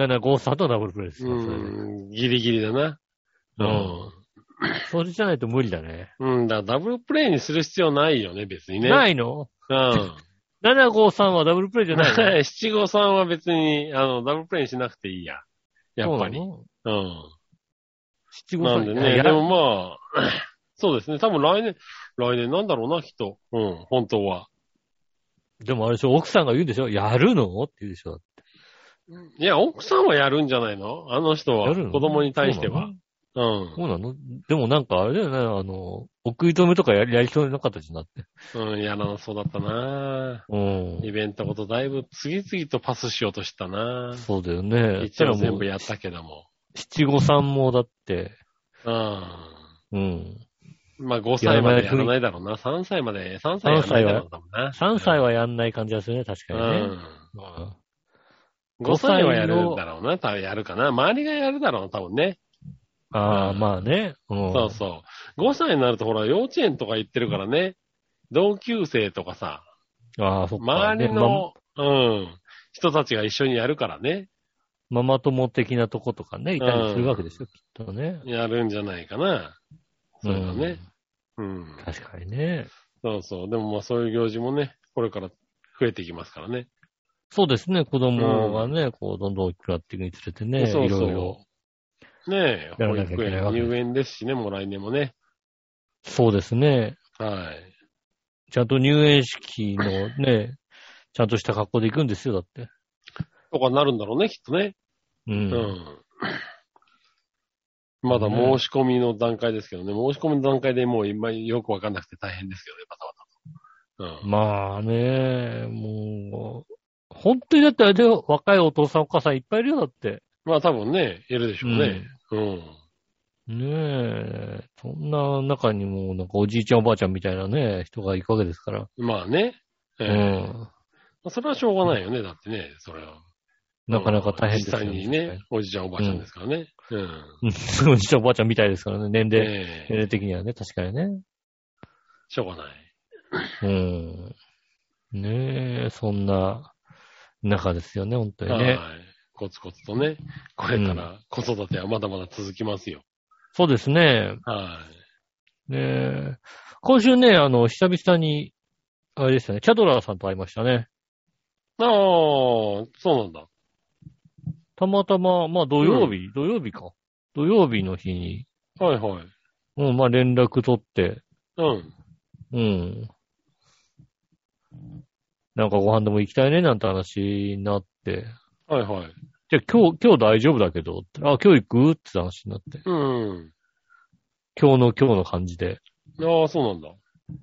Speaker 2: 753とダブルプレーですよ、それで
Speaker 3: うん。ギリギリだな。うん。
Speaker 2: それじゃないと無理だね。
Speaker 3: うん、だからダブルプレイにする必要ないよね、別にね。い。
Speaker 2: ないの
Speaker 3: うん。
Speaker 2: ?753 はダブルプレーじゃ ないの
Speaker 3: 七五三は別に、あの、ダブルプレイにしなくていいや。やっぱり。う
Speaker 2: そ
Speaker 3: ん。
Speaker 2: うな
Speaker 3: な
Speaker 2: の。753
Speaker 3: んで
Speaker 2: い
Speaker 3: ね、
Speaker 2: や
Speaker 3: でもまあ、 そうですね、多分来年、来年なんだろうな、きっと。うん、本当は。
Speaker 2: でもあれでしょ、奥さんが言うんでしょやるのって言うでしょ。
Speaker 3: いや、奥さんはやるんじゃないのあの人
Speaker 2: や
Speaker 3: は、
Speaker 2: るの
Speaker 3: 子供に対しては。。う
Speaker 2: そうなのでもなんかあれだよね、あの、お食い止めとかやりやりそうな形になって。
Speaker 3: ん。うん、やらなそうだったな
Speaker 2: うん。
Speaker 3: イベントごとだいぶ次々とパスしようとしたな
Speaker 2: そうだよね。
Speaker 3: 一応
Speaker 2: そしたら
Speaker 3: 全
Speaker 2: もう
Speaker 3: 部やったけども。
Speaker 2: 七五三もだって、
Speaker 3: うん。
Speaker 2: うん。
Speaker 3: まあ5歳までやらないだろうな。3歳まで、3歳やらないだろう多分な。
Speaker 2: 3歳はやんない感じがするね、確かにね。うん
Speaker 3: うん。5歳はやるんだろうな。多分やるかな。周りがやるだろうな、多分ね。
Speaker 2: ああ、
Speaker 3: うん
Speaker 2: まあね。うん
Speaker 3: そうそう。5歳になるとほら、幼稚園とか行ってるからね。同級生とかさ、
Speaker 2: ああ、そっか。
Speaker 3: 周り
Speaker 2: ねま
Speaker 3: の、うん、人たちが一緒にやるからね。
Speaker 2: ママ友的なとことかね、いたりするわけですよ、きっとね。
Speaker 3: やるんじゃないかな。そうだね。うん
Speaker 2: うん。。確かにね。
Speaker 3: そうそう。でもまあそういう行事もね、これから増えていきますからね。
Speaker 2: そうですね、子供がね、こう、どんどん大きくなっていくにつれてね、
Speaker 3: そう
Speaker 2: い
Speaker 3: そう
Speaker 2: ろいろ。
Speaker 3: ねえ、
Speaker 2: やら
Speaker 3: 保
Speaker 2: なきゃい
Speaker 3: 育
Speaker 2: けない
Speaker 3: 園
Speaker 2: わけです
Speaker 3: 入園ですしね、もう来年もね。
Speaker 2: そうですね。
Speaker 3: はい。
Speaker 2: ちゃんと入園式のね、ちゃんとした格好で行くんですよ、だって。
Speaker 3: とかなるんだろうね、きっとね。
Speaker 2: うん。
Speaker 3: うん。まだ申し込みの段階ですけどね、申し込みの段階でもう今よくわかんなくて大変ですけどね、バタバタと。うん。
Speaker 2: まあね、もう、本当にだってあれだよ、若いお父さんお母さんいっぱいいるよ、だって。
Speaker 3: まあ多分ね、いるでしょうね。うん。
Speaker 2: ねえ、そんな中にも、なんかおじいちゃんおばあちゃんみたいなね、人が行くわけですから。
Speaker 3: まあね。え
Speaker 2: う
Speaker 3: え
Speaker 2: ん。
Speaker 3: まあそれはしょうがないよね、だってね、それは。
Speaker 2: なかなか大変ですよ
Speaker 3: うん実際にね、おじちゃんおばあちゃんですからね。うん。
Speaker 2: うん おじいちゃんおばあちゃんみたいですからね、年齢、
Speaker 3: え
Speaker 2: 年
Speaker 3: え
Speaker 2: 齢的にはね、確かにね。
Speaker 3: しょうがない。
Speaker 2: うん。ねえ、そんな中ですよね、本当にね。
Speaker 3: はい。コツコツとね、これから子育てはまだまだ続きますよ。
Speaker 2: そうですね。
Speaker 3: はい。
Speaker 2: ねえ。今週ね、あの、久々に、あれでしたね、キャドラーさんと会いましたね。
Speaker 3: ああ、そうなんだ。
Speaker 2: たまたま、まあ土曜日、土曜日か。土曜日の日に、
Speaker 3: はいはい。
Speaker 2: うん、まあ連絡取って、
Speaker 3: うん。
Speaker 2: うん。なんかご飯でも行きたいね、なんて話になって。
Speaker 3: はいはい。
Speaker 2: じゃあ今日、今日大丈夫だけど、ってあ、今日行くって話になって。
Speaker 3: うん。
Speaker 2: 今日の今日の感じで。
Speaker 3: ああ、そうなんだ。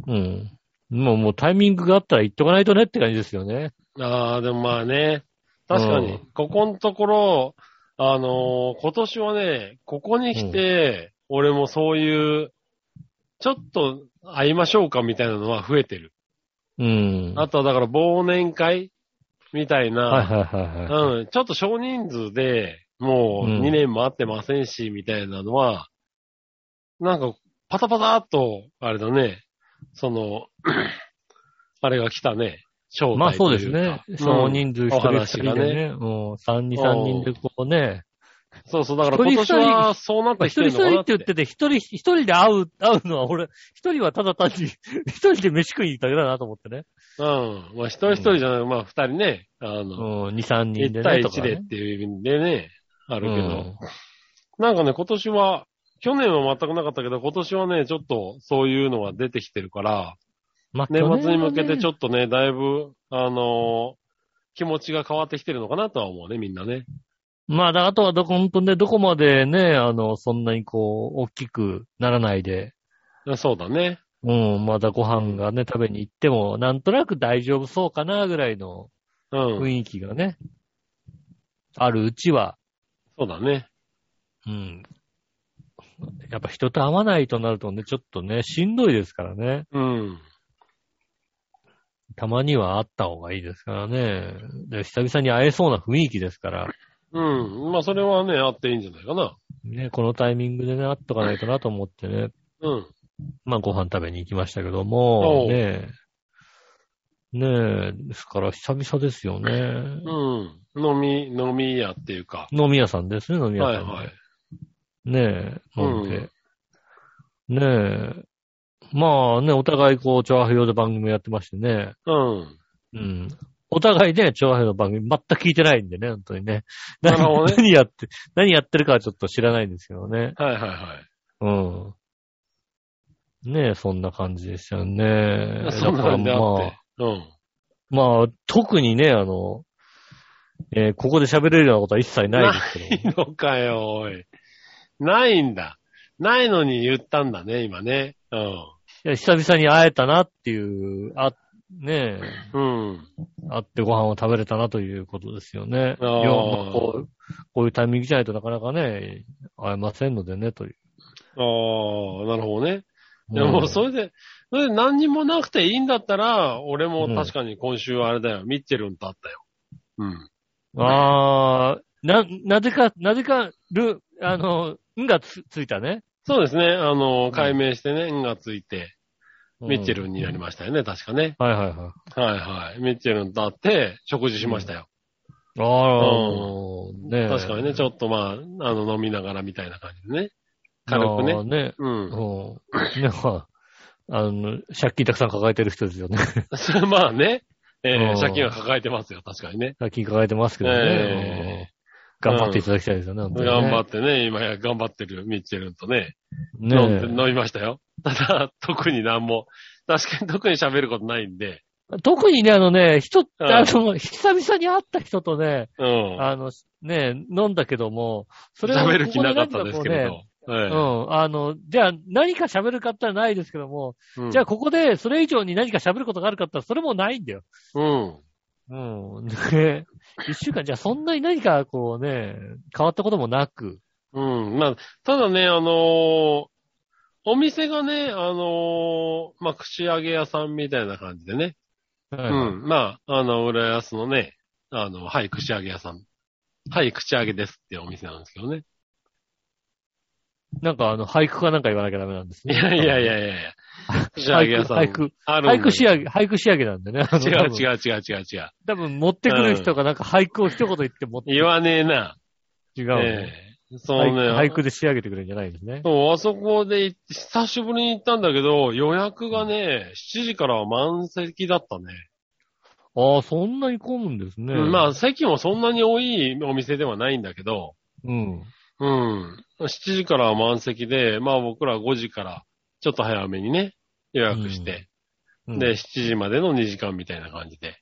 Speaker 2: うん。もう、もうタイミングがあったら行っとかないとねって感じですよね。
Speaker 3: ああ、でもまあね。確か
Speaker 2: う
Speaker 3: に、ここのところ、あのー今年はね、ここに来て、俺もそういう、ちょっと会いましょうかみたいなのは増えてる。
Speaker 2: うん。
Speaker 3: あとはだから忘年会みたいな、
Speaker 2: はいはいはいはい。
Speaker 3: うん、 ちょっと少人数で、もう
Speaker 2: うん
Speaker 3: 2年も会ってませんし、みたいなのは、なんか、パタパタっと、あれだね、その、 あれが来たね、招
Speaker 2: まあ
Speaker 3: 待
Speaker 2: そ
Speaker 3: と
Speaker 2: う
Speaker 3: い
Speaker 2: です
Speaker 3: うか。
Speaker 2: ね。
Speaker 3: ん
Speaker 2: その人数一
Speaker 3: お
Speaker 2: 人二
Speaker 3: 話
Speaker 2: 人で
Speaker 3: がね。
Speaker 2: ね、うん、三二三人でこうね、
Speaker 3: そうそう、だから今年はそうなっ
Speaker 2: まあ
Speaker 3: てきて
Speaker 2: 一人一
Speaker 3: る
Speaker 2: 人
Speaker 3: のかな
Speaker 2: っ
Speaker 3: って
Speaker 2: 言
Speaker 3: て。
Speaker 2: ってて、一人、一人で会う、会うのは俺、一人はただ単に、 一人で飯食いに行っただけだなと思ってね。
Speaker 3: うん。まあ一人一人じゃない、まあ二人ね、あの、
Speaker 2: うん、二三人でね。
Speaker 3: 1対
Speaker 2: とか
Speaker 3: 1でっ
Speaker 2: ね
Speaker 3: ていう意味でね、ある
Speaker 2: う
Speaker 3: けど、
Speaker 2: ん
Speaker 3: なんかね、今年は、去年は全くなかったけど、今年はね、ちょっとそういうのが出てきてるから、
Speaker 2: まあ
Speaker 3: 年末に向けてち
Speaker 2: ょっ
Speaker 3: ょっとね、だいぶ、あのー気持ちが変わってきてるのかなとは思うね、みんなね。
Speaker 2: と。まあだ、あとはどこ、本当ね、どこまでね、あの、そんなにこう、大きくならないで、
Speaker 3: そうだね。
Speaker 2: うん、まだご飯がね、食べに行っても、なんとなく大丈夫そうかな、ぐらいの
Speaker 3: うん。
Speaker 2: 雰囲気がね、あるうちは、
Speaker 3: そうだね。
Speaker 2: うん。やっぱ人と会わないとなるとね、ちょっとね、しんどいですからね。
Speaker 3: うん。
Speaker 2: たまには会った方がいいですからね。で久々に会えそうな雰囲気ですから、
Speaker 3: うん。まあ、それはね、あっていいんじゃないかな。
Speaker 2: ね、このタイミングでね、会っとかないとなと思ってね、
Speaker 3: うん。
Speaker 2: まあご飯食べに行きましたけども
Speaker 3: お、う
Speaker 2: ねえ、ねえ、ですから久々ですよね。
Speaker 3: うん。飲み、飲み屋っていうか。
Speaker 2: 飲み屋さんですね、飲み屋
Speaker 3: は
Speaker 2: さ
Speaker 3: い
Speaker 2: んで。
Speaker 3: はい。
Speaker 2: ねえ、飲んで。ねえ。まあね、お互いこう、調和表で番組やってましてね。
Speaker 3: うん。
Speaker 2: うん。お互いね、調和表の番組全く聞いてないんでね、本当にね。
Speaker 3: なるほどね
Speaker 2: 何やって、何やってるかはちょっと知らないんですけどね。
Speaker 3: はいはいはい。
Speaker 2: うん。ねえ、そんな感じでしたよね。
Speaker 3: そんなんで
Speaker 2: だ
Speaker 3: あ
Speaker 2: からま
Speaker 3: っ
Speaker 2: あ
Speaker 3: て。うん。
Speaker 2: まあ、特にね、あの、えーここで喋れるようなことは一切ないですけど。
Speaker 3: いいのかよ、おい。ないんだ。ないのに言ったんだね、今ね。
Speaker 2: いや久々に会えたなっていう、あ、ねえ、
Speaker 3: うん。うん。
Speaker 2: 会ってご飯を食べれたなということですよね。
Speaker 3: あー
Speaker 2: いやまあこうこういうタイミングじゃないとなかなかね、会えませんのでね、という。
Speaker 3: ああ、なるほどね。でも、そ
Speaker 2: い
Speaker 3: れで、それで何にもなくていいんだったら、俺も確かに今週あれだよ、ミッチェルンと会ったよ。うん。
Speaker 2: うん。ああ、な、なぜか、なぜか、る、あの、んがつついたね。
Speaker 3: そうですね、あの、解明してね、んがついて、
Speaker 2: うん
Speaker 3: ミッチェルンになりましたよね、確かね。
Speaker 2: はいはいはい。
Speaker 3: はいはい。ミッチェルンと会って、食事しましたよ。
Speaker 2: ああ、ねえ
Speaker 3: 確かにね、ちょっとまあ、あの、飲みながらみたいな感じでね。軽く
Speaker 2: あー
Speaker 3: ね。
Speaker 2: ねう
Speaker 3: う。
Speaker 2: んん。ね、まあ、あの、借金たくさん抱えてる人ですよね。
Speaker 3: まあね、え
Speaker 2: うん
Speaker 3: ー、借金は抱えてますよ、確かにね。
Speaker 2: 借金抱えてますけどね。
Speaker 3: え
Speaker 2: うん頑張っていただきたいですよね、本当にね
Speaker 3: 頑張ってね、今や頑張ってるミッチェルンとね。飲んで
Speaker 2: ね
Speaker 3: 飲みましたよ。ただ、特になんも、確かに特に喋ることないんで、
Speaker 2: え特にね、あのね、人、
Speaker 3: うん
Speaker 2: あの、久々に会った人とね、
Speaker 3: うん。
Speaker 2: あの、ね、飲んだけども、それを
Speaker 3: 喋る
Speaker 2: こ
Speaker 3: 気
Speaker 2: こ
Speaker 3: なかったですけれ
Speaker 2: 何か
Speaker 3: ど。
Speaker 2: こうね
Speaker 3: は
Speaker 2: うん。あの、じゃあ何か喋るかったらないですけども、
Speaker 3: いうん
Speaker 2: じゃあここでそれ以上に何か喋ることがあるかったらそれもないんだよ。
Speaker 3: うん。
Speaker 2: うん。ね。一週間、じゃあそんなに何かこうね、変わったこともなく。
Speaker 3: うん。まあ、ただね、あのーお店がね、あのーまあ、串揚げ屋さんみたいな感じでね。
Speaker 2: う
Speaker 3: う。ん。まあ、あの、浦安のね、あの、はい、串揚げ屋さん。はい、口揚げですっていうお店なんですけどね。
Speaker 2: なんかあの、俳句かなんか言わなきゃダメなんです
Speaker 3: い
Speaker 2: ね。
Speaker 3: やいやい
Speaker 2: や。
Speaker 3: やいやいや。串揚げ屋さん。
Speaker 2: 俳句
Speaker 3: あるん
Speaker 2: 俳
Speaker 3: だ
Speaker 2: 句仕
Speaker 3: 違う
Speaker 2: 上げ、俳句仕上げなんでね。あの多分
Speaker 3: 違う違う違う違う。
Speaker 2: 多分持ってくる人がなんか俳句を一言言って持って
Speaker 3: 言わねえな。
Speaker 2: 違う、
Speaker 3: ええそうね。
Speaker 2: 俳句で仕上げてくれるんじゃないですね。
Speaker 3: そう、あそこで行って、久しぶりに行ったんだけど、予約がね、7時からは満席だったね。
Speaker 2: ああ、そんなに混むんですね。
Speaker 3: うんまあ、席もそんなに多いお店ではないんだけど、
Speaker 2: うん。
Speaker 3: うん。7時からは満席で、まあ僕ら5時から、ちょっと早めにね、予約して、
Speaker 2: うん。
Speaker 3: で、7時までの2時間みたいな感じで、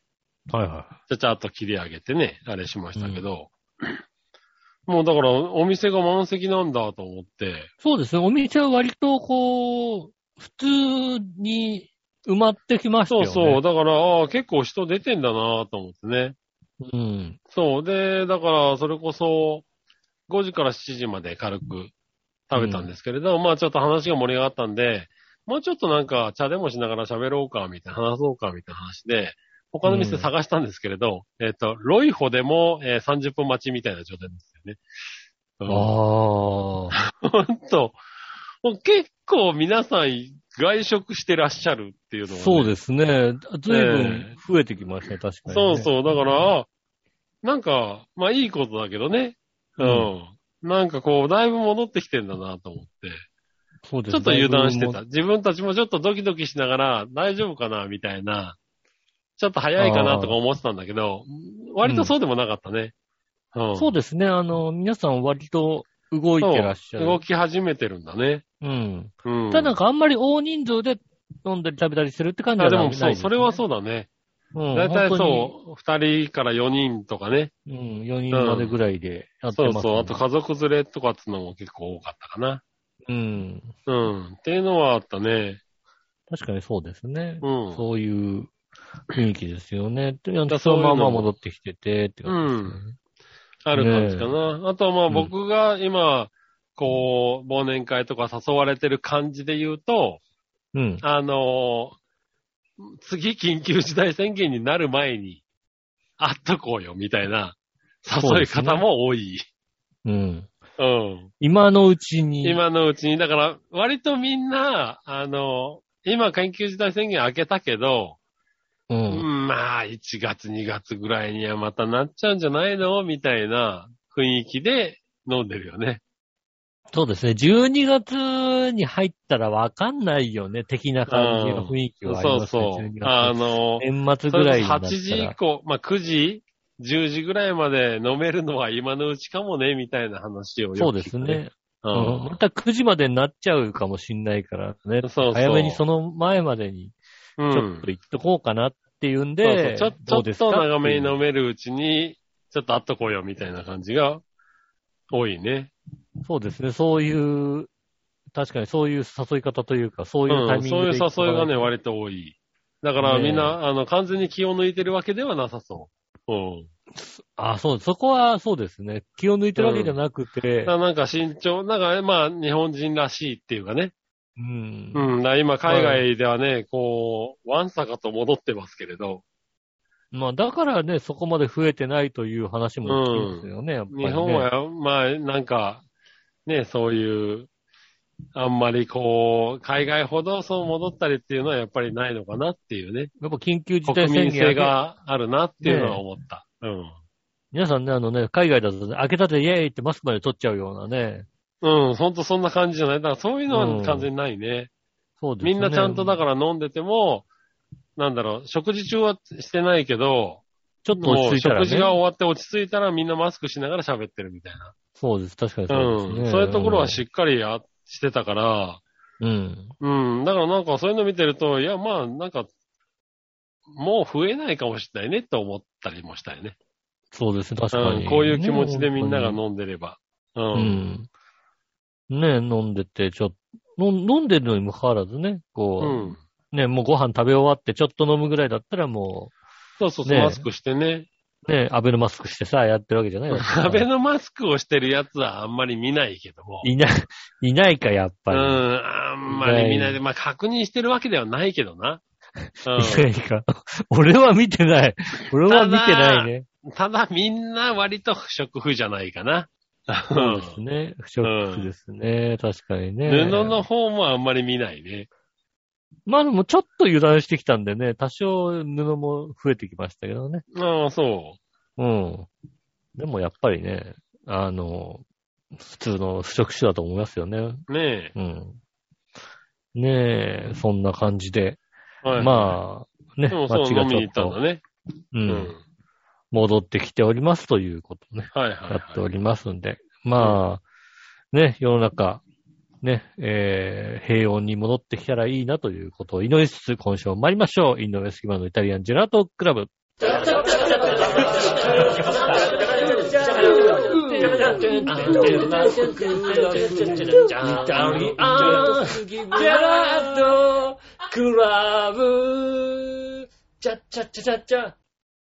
Speaker 2: はいは
Speaker 3: ちゃちゃっと切り上げてね、あれしましたけど、もうだから、お店が満席なんだと思って、
Speaker 2: い。そうですね。お店は割と、こう、普通に埋まってきましたよ
Speaker 3: そう
Speaker 2: ね。
Speaker 3: そう、だから、ああ、結構人出てんだなと思ってね。
Speaker 2: う。うん。
Speaker 3: そう、で、だから、それこそ、5時から7時まで軽く食べたんですけれど、まあちょっと話が盛り上がったんで、もうちょっとなんか茶でもしながら喋ろうか、みたいな、話そうか、みたいな話で、他の店探したんですけれど、えっ、と、ロイホでも、えー30分待ちみたいな状態ですよね。あ。
Speaker 2: ああ。
Speaker 3: ほんと、もう結構皆さん外食してらっしゃるっていうのが、
Speaker 2: そうですね。ずいぶ
Speaker 3: え
Speaker 2: ん増えてきましたね、確かに、
Speaker 3: そう
Speaker 2: う。
Speaker 3: そう。だから、あなんか、まあいいことだけどね。う。
Speaker 2: うんん
Speaker 3: なんかこう、だいぶ戻ってきてんだなと思って。
Speaker 2: そうです
Speaker 3: ちょっと油断してた。
Speaker 2: だい
Speaker 3: 自分たちもちょっとドキドキしながら、大丈夫かなみたいな。ちょっと早いかなとか思ってたんだけど、割とそうでもなかったね。うん。
Speaker 2: ぶそうですね。あの、皆さん割と動いてらっしゃ
Speaker 3: そう動
Speaker 2: る。
Speaker 3: き始めてるんだね。
Speaker 2: うん。
Speaker 3: うん。
Speaker 2: ただなんかあんまり大人数で飲んだり食べたりするって感じ
Speaker 3: あ、
Speaker 2: は
Speaker 3: で
Speaker 2: ない
Speaker 3: も
Speaker 2: ですね、
Speaker 3: そう、それはそうだね。
Speaker 2: うん。
Speaker 3: だいたい
Speaker 2: 本
Speaker 3: そう、二人から四人とかね。
Speaker 2: 当にうん。4人までぐらいでやって
Speaker 3: そ
Speaker 2: ま
Speaker 3: う
Speaker 2: す、
Speaker 3: そう。あと家族連れとかってのも結構多かったかな。
Speaker 2: うん。
Speaker 3: うん。っていうのはあったね。
Speaker 2: 確かにそうですね。
Speaker 3: うん。
Speaker 2: そういう雰囲気ですよね。という
Speaker 3: だ
Speaker 2: そのまま
Speaker 3: そういうのも
Speaker 2: 戻ってきてて、って感じですね。
Speaker 3: ある感じかな。あとはまあ僕が今、こう、忘年会とか誘われてる感じで言うと、
Speaker 2: うん。
Speaker 3: あのー次緊急事態宣言になる前に、会っとこうよ、みたいな誘い方も多い。
Speaker 2: うん。
Speaker 3: うん。
Speaker 2: 今のうちに。
Speaker 3: 今のうちに、だから、割とみんな、あのー今緊急事態宣言明けたけど、
Speaker 2: う。
Speaker 3: うんんまあ、1月、2月ぐらいにはまたなっちゃうんじゃないのみたいな雰囲気で飲んでるよね。
Speaker 2: そうですね。12月に入ったらわかんないよね、的な感じの雰囲気はあり
Speaker 3: そう
Speaker 2: ますね。
Speaker 3: そう
Speaker 2: 12。月
Speaker 3: あの、
Speaker 2: 年末
Speaker 3: そ
Speaker 2: ぐらい
Speaker 3: れ
Speaker 2: にな
Speaker 3: こそ
Speaker 2: ったら。
Speaker 3: 8時以降、まあ9時、10時ぐらいまで飲めるのは今のうちかもね、みたいな話をよく聞く、
Speaker 2: そうですね。
Speaker 3: う。
Speaker 2: うんん。また9時までになっちゃうかもしんないからね。
Speaker 3: そうそう
Speaker 2: 早めにその前までに、
Speaker 3: う
Speaker 2: ち
Speaker 3: ん。
Speaker 2: ょっと行っとこうかなっていうん
Speaker 3: そう
Speaker 2: で、
Speaker 3: そうち
Speaker 2: ど
Speaker 3: ょ
Speaker 2: うです
Speaker 3: ちょっと
Speaker 2: か
Speaker 3: 長めに飲めるうちに、ちょっと会っとこうよ、みたいな感じが多いね。
Speaker 2: そうですね、そういう、確かにそういう誘い方というか、そうういうタイ
Speaker 3: ん、
Speaker 2: ミン
Speaker 3: そう
Speaker 2: グ
Speaker 3: い
Speaker 2: で、
Speaker 3: う誘いがね、、割と多い。だから
Speaker 2: ねえ
Speaker 3: みんな、あの、完全に気を抜いてるわけではなさそう。うん。
Speaker 2: あ、そう、そこはそうですね。気を抜いてるわけじゃなくて
Speaker 3: だか、らなんか慎重、なんか、まあ、日本人らしいっていうかね。
Speaker 2: うん。
Speaker 3: うん。だから今、海外ではね、こう、ワンサカと戻ってますけれど、
Speaker 2: まあ、だからね、そこまで増えてないという話も聞きますよね、やっぱり、ね。
Speaker 3: 日本は、まあ、なんか、ね、そういう、あんまりこう、海外ほどそう戻ったりっていうのはやっぱりないのかなっていうね。
Speaker 2: やっぱ緊急事態
Speaker 3: 国
Speaker 2: 宣
Speaker 3: 民
Speaker 2: 言明
Speaker 3: 性
Speaker 2: け
Speaker 3: があるなっていうのは思った。うん。
Speaker 2: 皆さんね、あのね、海外だと、ね、開けたてイエーイってマスクまで取っちゃうようなね。
Speaker 3: うん、ほんとそんな感じじゃない。だからそういうの
Speaker 2: う
Speaker 3: は
Speaker 2: ん
Speaker 3: 完全にないね。
Speaker 2: そうですね。
Speaker 3: みんなちゃんとだ
Speaker 2: ら、
Speaker 3: から飲んでても、なんだろう、食事中はしてないけど、
Speaker 2: ちょっと落ち着いたら、
Speaker 3: もう
Speaker 2: ね。
Speaker 3: 食事が終わって落ち着いたらみんなマスクしながら喋ってるみたいな。
Speaker 2: そうです、確かにそうです、ね
Speaker 3: うん。そういうところはしっかりやしてたから、
Speaker 2: うん。
Speaker 3: うん。だからなんかそういうの見てると、いや、まあ、なんか、もう増えないかもしれないねって思ったりもしたよね。
Speaker 2: そうですね、確か
Speaker 3: う
Speaker 2: に。
Speaker 3: ん。こういう気持ちでみんなが
Speaker 2: ね
Speaker 3: 飲んでれば。う。
Speaker 2: うんん。ね飲んでて、ちょっと、飲ん飲んでるのにもかかわらずね、
Speaker 3: う
Speaker 2: こ
Speaker 3: ん。
Speaker 2: う、ね、もうご飯食べ終わってちょっと飲むぐらいだったらも
Speaker 3: そうそうそう、
Speaker 2: ねえ
Speaker 3: マスクしてね。
Speaker 2: う、ね、アベノマスクしてさ、やってるわけじゃないです か
Speaker 3: 壁のマスクをしてるやつはあんまり見ないけども。
Speaker 2: いない、いないか、やっ
Speaker 3: う
Speaker 2: ぱ
Speaker 3: ん、
Speaker 2: り。
Speaker 3: あんまり見ないで、まあ確認してるわけではないけどな。
Speaker 2: いないか。 俺は見てない。俺は見てないね。
Speaker 3: うん。 ただみんな割と不織布じゃないかな。
Speaker 2: そうですね。不織布ですね。確かにね。
Speaker 3: 布の。方もあんまり見ないね。
Speaker 2: まあでもちょっと油断してきたんでね、多少布も増えてきましたけどね。
Speaker 3: ああ、そう。
Speaker 2: うん。でもやっぱりね、あの、普通の不職種だと思いますよね。
Speaker 3: ね
Speaker 2: うん。ねえ、そんな感じで。
Speaker 3: え。はい、
Speaker 2: まあ、ね、
Speaker 3: あでもそう
Speaker 2: 街
Speaker 3: 飲
Speaker 2: が
Speaker 3: み
Speaker 2: ち
Speaker 3: に
Speaker 2: ょ
Speaker 3: 行
Speaker 2: っ
Speaker 3: ったんだ
Speaker 2: と、
Speaker 3: ね。
Speaker 2: う
Speaker 3: うん
Speaker 2: ん、。戻ってきておりますということね。
Speaker 3: はいはい、
Speaker 2: や
Speaker 3: は
Speaker 2: っておりますんで。まあ、ね、世の中、ね、えー、平穏に戻ってきたらいいなということを祈りつつ、今週も参りましょう。インドネスキマのイタリアンジェラートクラブ。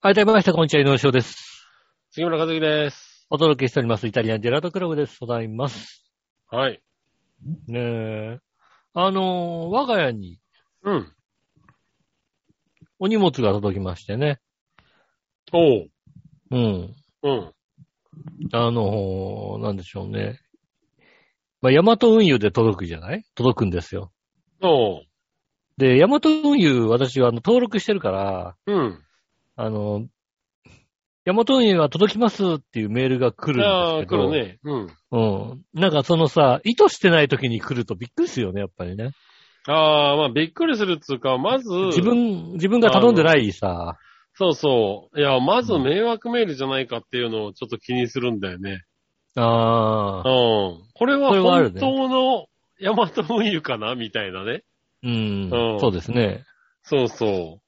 Speaker 2: はい、どうもみなさんこんにちは、井上翔です。
Speaker 3: 杉村和樹です。
Speaker 2: お届けしております。イタリアンジェラートクラブです。ございます。
Speaker 3: はい。
Speaker 2: ねえ。あのー我が家に
Speaker 3: うん。
Speaker 2: お荷物が届きましてね。
Speaker 3: おう。
Speaker 2: うん。
Speaker 3: うん。
Speaker 2: あのーなんでしょうね。まあ、ヤマト運輸で届くじゃない届くんですよ。
Speaker 3: おう。
Speaker 2: で、ヤマト運輸、私はあの登録してるから、
Speaker 3: うん。
Speaker 2: あの、ヤマト運輸が届きますっていうメールが来るん
Speaker 3: あ
Speaker 2: で
Speaker 3: あ、
Speaker 2: すけ
Speaker 3: 来
Speaker 2: ど。
Speaker 3: るね。うん。
Speaker 2: うん。なんかそのさ、意図してない時に来るとびっくりするよね、やっぱりね。
Speaker 3: ああ、まあ、びっくりするっつうか、まず、
Speaker 2: 自分、自分が頼んでないさ、
Speaker 3: そうそう。いや、まず迷惑メールじゃないかっていうのをちょっと気にするんだよね。
Speaker 2: あ
Speaker 3: う
Speaker 2: あ、
Speaker 3: ん。これは
Speaker 2: それはある
Speaker 3: 本
Speaker 2: ね
Speaker 3: 当のヤマト運輸かなみたいなね。
Speaker 2: うん、
Speaker 3: うん
Speaker 2: そうですね。
Speaker 3: そうそ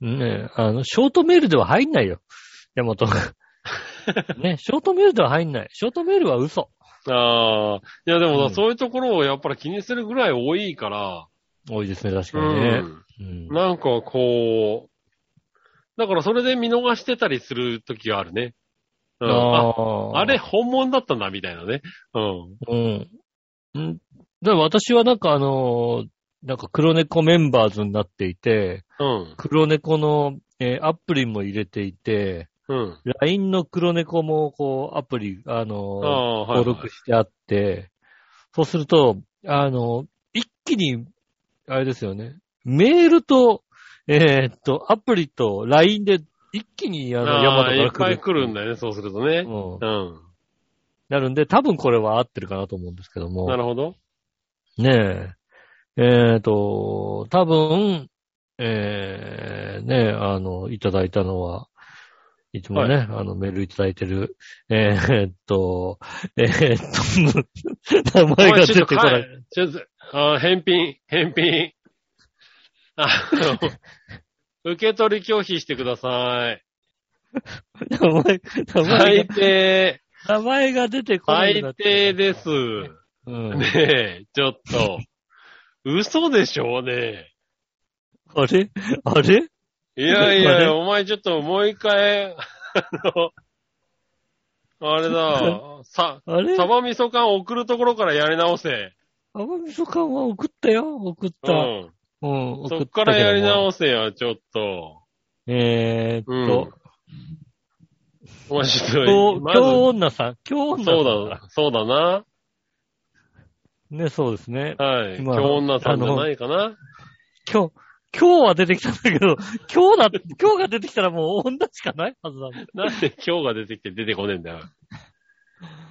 Speaker 2: ねあの、ショートメールでは入んないよ。ヤマトが。 ね、ショートメールでは入んない。ショートメールは嘘。
Speaker 3: う。ああ。いや、でもさ、
Speaker 2: うん
Speaker 3: そういうところをやっぱり気にするぐらい多いから。
Speaker 2: 多いですね、確か
Speaker 3: う
Speaker 2: にね。
Speaker 3: ん。
Speaker 2: うん
Speaker 3: なんかこう、だからそれで見逃してたりするときがあるね。うん、あ
Speaker 2: あ
Speaker 3: あれ本物だったんだ、みたいなね。うん。
Speaker 2: うん。んだから私はなんかあのーなんか黒猫メンバーズになっていて、
Speaker 3: うん。
Speaker 2: 黒猫の、えーアプリも入れていて、
Speaker 3: うん。
Speaker 2: LINE の黒猫もこう、アプリ、あ
Speaker 3: あ
Speaker 2: のー
Speaker 3: あ、はい、
Speaker 2: 登
Speaker 3: はい
Speaker 2: 録。してあって、そうすると、あの、一気に、あれですよね、メールと、えーっと、アプリと LINE で一気にあの、ヤマ
Speaker 3: ああ、いっ
Speaker 2: トか
Speaker 3: ぱ
Speaker 2: ら来る。
Speaker 3: い来るんだよね、そうするとね。
Speaker 2: うん
Speaker 3: うん。
Speaker 2: なるんで、多分これは合ってるかなと思うんですけども。
Speaker 3: なるほど。
Speaker 2: ねえ。えーっと、多分、えー、ねえ、あの、いただいたのは、いつもね、あの、メールいただいてる、えーっと、えーっと、名前
Speaker 3: お
Speaker 2: が
Speaker 3: い
Speaker 2: 出
Speaker 3: ち
Speaker 2: て
Speaker 3: ょっ
Speaker 2: ことな
Speaker 3: か
Speaker 2: い
Speaker 3: え。ちょっと、あー返品、返品。あの、受け取り拒否してください。
Speaker 2: 名前、名前
Speaker 3: 最
Speaker 2: が、
Speaker 3: 低、
Speaker 2: 名前が出てこないんだ
Speaker 3: 最
Speaker 2: って。
Speaker 3: 低です。
Speaker 2: うん。
Speaker 3: ねえ、ちょっと。嘘でしょうね。
Speaker 2: あれあれ
Speaker 3: いやい
Speaker 2: あ
Speaker 3: やい
Speaker 2: れ
Speaker 3: や、お前ちょっともう一回、あの、あれだ、さ、
Speaker 2: あれ
Speaker 3: サバ味噌缶送るところからやり直せ。
Speaker 2: 甘味噌缶は送ったよ。送っ
Speaker 3: う
Speaker 2: た。
Speaker 3: ん。
Speaker 2: うん、送った
Speaker 3: そっからやり
Speaker 2: す。
Speaker 3: 直せや、ちょっと。
Speaker 2: えー、っと、
Speaker 3: お前ちょっと、
Speaker 2: 今
Speaker 3: ま
Speaker 2: 日
Speaker 3: ず、
Speaker 2: 女さん、今日女さん。
Speaker 3: そうだ、そうだな。
Speaker 2: ね、そうですね。
Speaker 3: はい。
Speaker 2: ま
Speaker 3: 今
Speaker 2: あ
Speaker 3: 日女さんじゃないかな。
Speaker 2: 今日、今日は出てきたんだけど、 今日だ、今日が出てきたらもう女しかないはず なんだ。
Speaker 3: なんで今日が出てきて出てこねえんだよ。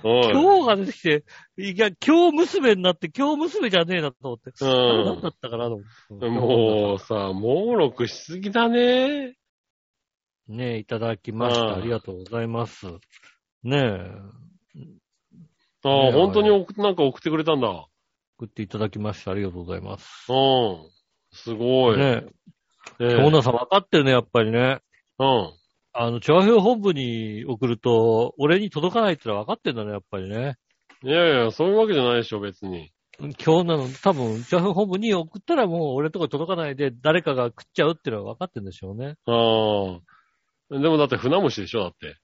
Speaker 3: おい。
Speaker 2: 今日が出てきて、いや、今日娘になって、今日娘じゃねえなと思って。
Speaker 3: う
Speaker 2: あれ
Speaker 3: ん
Speaker 2: 何だったかなと思って。
Speaker 3: もうさ、猛録しすぎだね。
Speaker 2: ねえ、いただきまし
Speaker 3: うん
Speaker 2: た。ありがとうございます。ねえ、
Speaker 3: あ
Speaker 2: ね
Speaker 3: あ、本当に送っなんか送ってくれたんだ。
Speaker 2: 送っていただきました。ありがとうございます。
Speaker 3: うん。すごい。
Speaker 2: ねえ、
Speaker 3: ええ
Speaker 2: 今日のさん分かってるね、やっぱりね。
Speaker 3: うん。
Speaker 2: あの、調和表本部に送ると、俺に届かないってのは分かってんだね、やっぱりね。
Speaker 3: いやいや、そういうわけじゃないでしょ、別に。
Speaker 2: 今日なの、多分、調和表本部に送ったらもう俺のとこ届かないで、誰かが食っちゃうってのは分かってんでしょうね。
Speaker 3: ああ。でもだって船虫でしょ、だって。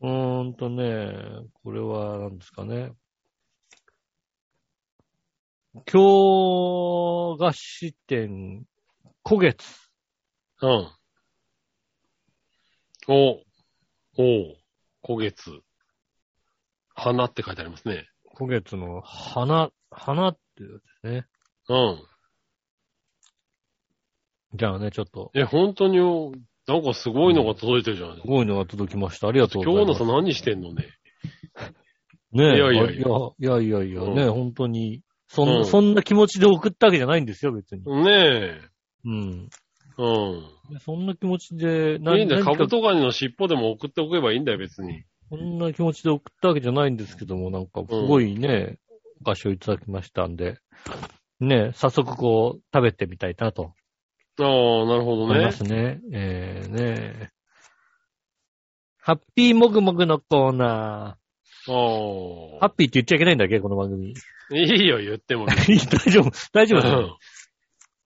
Speaker 2: うーんとね、これは何ですかね。今日が支店、古月。
Speaker 3: うん。お、お、古月。花って書いてありますね。
Speaker 2: 古月の花、花っていうですね。
Speaker 3: うん。
Speaker 2: じゃあね、ちょっと、
Speaker 3: え、本当に、なんかすごいのが届いてるじゃないです
Speaker 2: す
Speaker 3: か。
Speaker 2: ごいのが届きました。ありがとうござ
Speaker 3: 今
Speaker 2: い
Speaker 3: 日の
Speaker 2: ま
Speaker 3: さ
Speaker 2: す。
Speaker 3: 何してんのね。
Speaker 2: ねえ。
Speaker 3: いやいやい
Speaker 2: や。いやいやいや、
Speaker 3: うん
Speaker 2: ねえ本当に。そん,、
Speaker 3: うん
Speaker 2: そんな気持ちで送ったわけじゃないんですよ、別に。
Speaker 3: ねえ。
Speaker 2: うん。
Speaker 3: うん。
Speaker 2: そんな気持ちで、
Speaker 3: いいんだよ。カ
Speaker 2: 何か
Speaker 3: ブトガニの尻尾でも送っておけばいいんだよ、別に。
Speaker 2: そんな気持ちで送ったわけじゃないんですけども、なんか、すごいね、お菓子をいただきましたんで、ねえ、早速こう、食べてみたいなと
Speaker 3: ああ、なるほど
Speaker 2: 思いま
Speaker 3: ね。
Speaker 2: すね。えー、ねえハッピーもぐもぐのコーナー。
Speaker 3: あ
Speaker 2: ハッ
Speaker 3: あ。
Speaker 2: ピーって言っちゃいけないんだっけこの番組。いい
Speaker 3: いいよ、言っても。
Speaker 2: 大丈夫大丈夫だよ。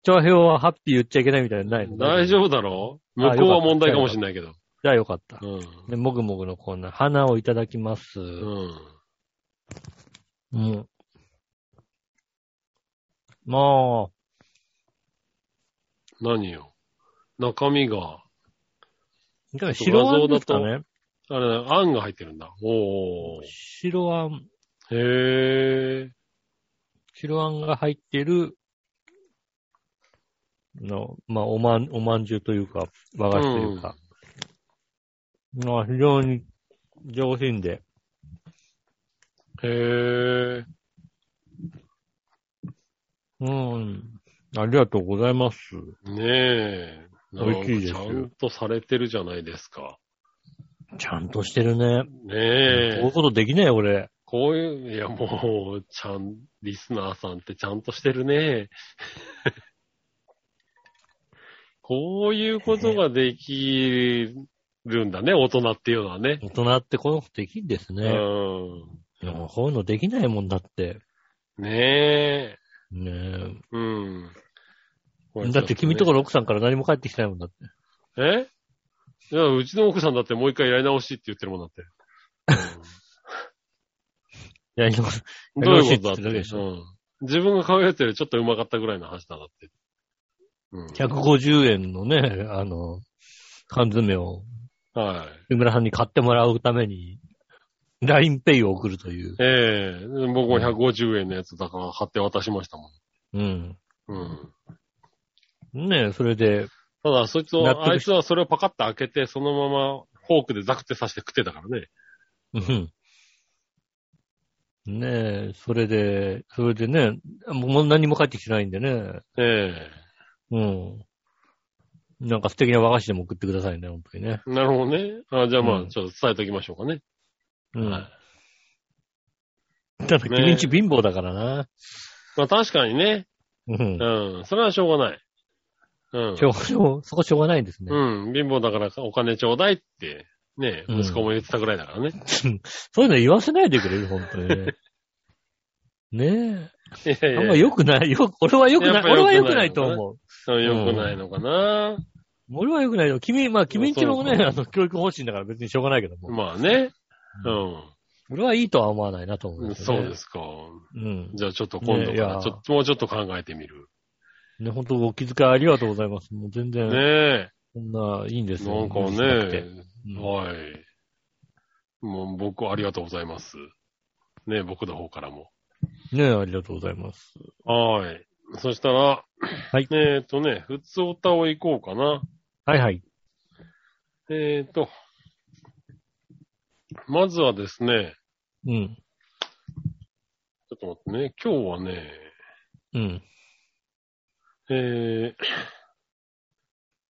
Speaker 2: 長編はハッピー言っちゃいけないみたいなのないの
Speaker 3: 大丈夫だろ向こうは問題かもしれないけど。
Speaker 2: じゃあよかった
Speaker 3: う。ん。
Speaker 2: で、もぐもぐのコーナー、花をいただきます。
Speaker 3: うん。
Speaker 2: うん。も
Speaker 3: 何よ。中身が、
Speaker 2: う、白
Speaker 3: 画
Speaker 2: あ
Speaker 3: 像
Speaker 2: んで
Speaker 3: だ
Speaker 2: すか
Speaker 3: と
Speaker 2: ね。
Speaker 3: あれだ、あんが入ってるんだ。おー。
Speaker 2: 白あん、
Speaker 3: へえ。
Speaker 2: 白あんが入ってる、の、まあ、おまん、おまんじゅうというか、和菓子というか。まあ、非常に上品で。
Speaker 3: へえ。
Speaker 2: うん。ありがとうございます。
Speaker 3: ねえ。
Speaker 2: 美味しいですよ
Speaker 3: なんかちゃんとされてるじゃないですか。
Speaker 2: ちゃんとしてるね。
Speaker 3: ね
Speaker 2: こうい
Speaker 3: え
Speaker 2: う。ことできないよ、俺。
Speaker 3: こういう、いやもう、ちゃん、リスナーさんってちゃんとしてるね。 こういうことができるんだね、大人っていうのはね。
Speaker 2: 大人ってこういうことできんですね。いやもうこういうのできないもんだって。
Speaker 3: うん。ねえ。
Speaker 2: ねえ。
Speaker 3: うん。これちょ
Speaker 2: だって君とこ
Speaker 3: ろ。
Speaker 2: の奥さんから何も返ってきてないもんだって。
Speaker 3: えいや、うちの奥さんだってもう一回やり直しって言ってるもんだって。
Speaker 2: いや、今、
Speaker 3: うんどう
Speaker 2: やり直
Speaker 3: いうことだっ
Speaker 2: しって言ってるで
Speaker 3: て。
Speaker 2: し
Speaker 3: う
Speaker 2: ょ
Speaker 3: ん。自分が輝いてるちょっと上手かったぐらいの話だなって。うん。
Speaker 2: 150円のね、あの、缶詰を、
Speaker 3: は
Speaker 2: 木
Speaker 3: い。
Speaker 2: 村さんに買ってもらうために、LINEPay を送るという。
Speaker 3: ええ僕も150円のやつだから買って渡しましたも
Speaker 2: うん。
Speaker 3: ん。うん。
Speaker 2: ねえ、それで、
Speaker 3: ただ、そいつを
Speaker 2: 納得し
Speaker 3: あいつはそれをパカッと開けて、そのままフォークでザクって刺して食ってたからね。
Speaker 2: うん。ねえ、それで、それでね、もう何も返ってきてないんでね。
Speaker 3: え
Speaker 2: うん。なんか素敵な和菓子でも送ってくださいね、本当にね。
Speaker 3: えなるほどね。あじゃあま
Speaker 2: う
Speaker 3: あ、
Speaker 2: ん
Speaker 3: ちょっと伝えておきましょうかね。
Speaker 2: うん。
Speaker 3: はい
Speaker 2: ただ、君んち貧乏だからな。
Speaker 3: まあ確かにね。
Speaker 2: うん。
Speaker 3: うん。それはしょうがない。うん。
Speaker 2: しょうしょう、そこしょうがないですね。
Speaker 3: うん。貧乏だからお金ちょうだいって、ね、
Speaker 2: うん
Speaker 3: 息子も言ってたぐらいだからね。
Speaker 2: そういうの言わせないでくれる、本当に ね。ね
Speaker 3: いやい
Speaker 2: え。
Speaker 3: や
Speaker 2: あんま良くない。よく、俺は良くな
Speaker 3: や
Speaker 2: い。
Speaker 3: っぱ良くない
Speaker 2: 俺は良くないと思う。
Speaker 3: うん良くないのかな。
Speaker 2: 俺は良くないよ。君、まあ、君んちの
Speaker 3: そう
Speaker 2: ね、あの、教育方針だから別にしょうがないけども。
Speaker 3: まあね。
Speaker 2: う
Speaker 3: うん。
Speaker 2: 俺はいいとは思わないなと思う、。
Speaker 3: そうですすか。
Speaker 2: うん。
Speaker 3: じゃあちょっと今度
Speaker 2: ねい
Speaker 3: か
Speaker 2: や
Speaker 3: ら、ちょっと、もうちょっと考えてみる。
Speaker 2: ね、本当お気遣いありがとうございます。もう全然、
Speaker 3: ね
Speaker 2: こんな、いいんで
Speaker 3: え。
Speaker 2: す
Speaker 3: な
Speaker 2: よ。
Speaker 3: んか
Speaker 2: 無理しなくて
Speaker 3: ね、
Speaker 2: うん
Speaker 3: はい。もう僕ありがとうございます。ねえ、僕の方からも。
Speaker 2: ねありがとうございます。
Speaker 3: はい。そしたら、
Speaker 2: はい
Speaker 3: えっとね、普通おたを行こうかな。
Speaker 2: はいはい。
Speaker 3: えっ、と、まずはですね、
Speaker 2: うん。
Speaker 3: ちょっと待ってね、今日はね、
Speaker 2: うん。
Speaker 3: えー、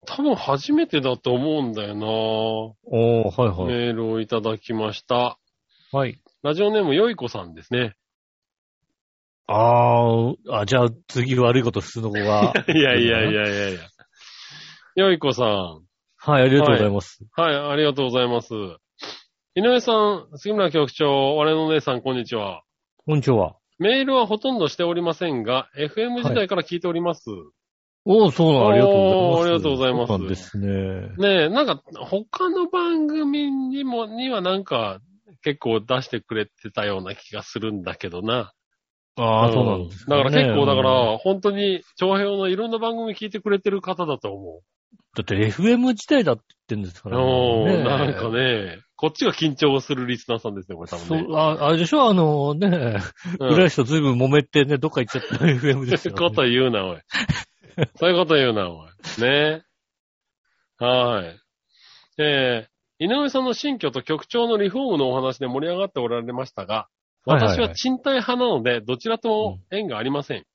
Speaker 3: 多分初めてだと思うんだよ
Speaker 2: おー、
Speaker 3: な
Speaker 2: はいはい。
Speaker 3: メールをいただきました。
Speaker 2: はい。
Speaker 3: ラジオネームよいこさんですね。
Speaker 2: あー、あ、じゃあ次悪いことするの子が。
Speaker 3: いやいやいやいやいや。 よいこさん。
Speaker 2: はい、ありがとうございます。
Speaker 3: はい、ありがとうございます。井上さん、杉村局長、我の姉さん、こんにちは。
Speaker 2: こんにちは。
Speaker 3: メールはほとんどしておりませんが、FM 時代から聞いております。
Speaker 2: おー、そうなの、ありがとうございます。
Speaker 3: おーありがとうございます
Speaker 2: そうなんですね。
Speaker 3: ねえ、なんか、他の番組にも、にはなんか、結構出してくれてたような気がするんだけどな。
Speaker 2: ああ、
Speaker 3: ん
Speaker 2: そうなんです、ね。
Speaker 3: だから結構、だか、ら、本当に、長編のいろんな番組聞いてくれてる方だと思
Speaker 2: だって FM 自体だって言ってんですか
Speaker 3: う。
Speaker 2: ら
Speaker 3: おー、なんか
Speaker 2: ね
Speaker 3: ね、こっちが緊張するリスナーさんですね、これ多
Speaker 2: そ
Speaker 3: 分ね。
Speaker 2: う、あ、あれでしょあのね、
Speaker 3: うん
Speaker 2: 浦安とずいぶん揉めてね、どっか行っちゃった FM です
Speaker 3: そうい
Speaker 2: よ、
Speaker 3: うこと
Speaker 2: ね。
Speaker 3: 言う な、おい。そういうこと言うな、おい。ねえ。はい。えー、井上さんの新居と局長のリフォームのお話で盛り上がっておられましたが、
Speaker 2: はいはいはい
Speaker 3: 私は賃貸派なので、どちらとも縁がありません。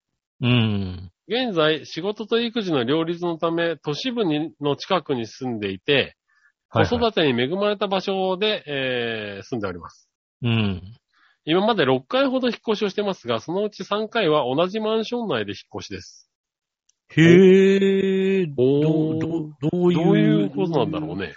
Speaker 2: うん。
Speaker 3: 現在、仕事と育児の両立のため、都市部にの近くに住んでいて、子
Speaker 2: はいはい
Speaker 3: 育てに恵まれた場所で、えー住んでおります。
Speaker 2: うん。
Speaker 3: 今まで6回ほど引っ越しをしてますが、そのうち3回は同じマンション内で引っ越しです。
Speaker 2: へえ、
Speaker 3: お
Speaker 2: ど
Speaker 3: ー
Speaker 2: う、どう、どういう。
Speaker 3: どういうことなんだろうね。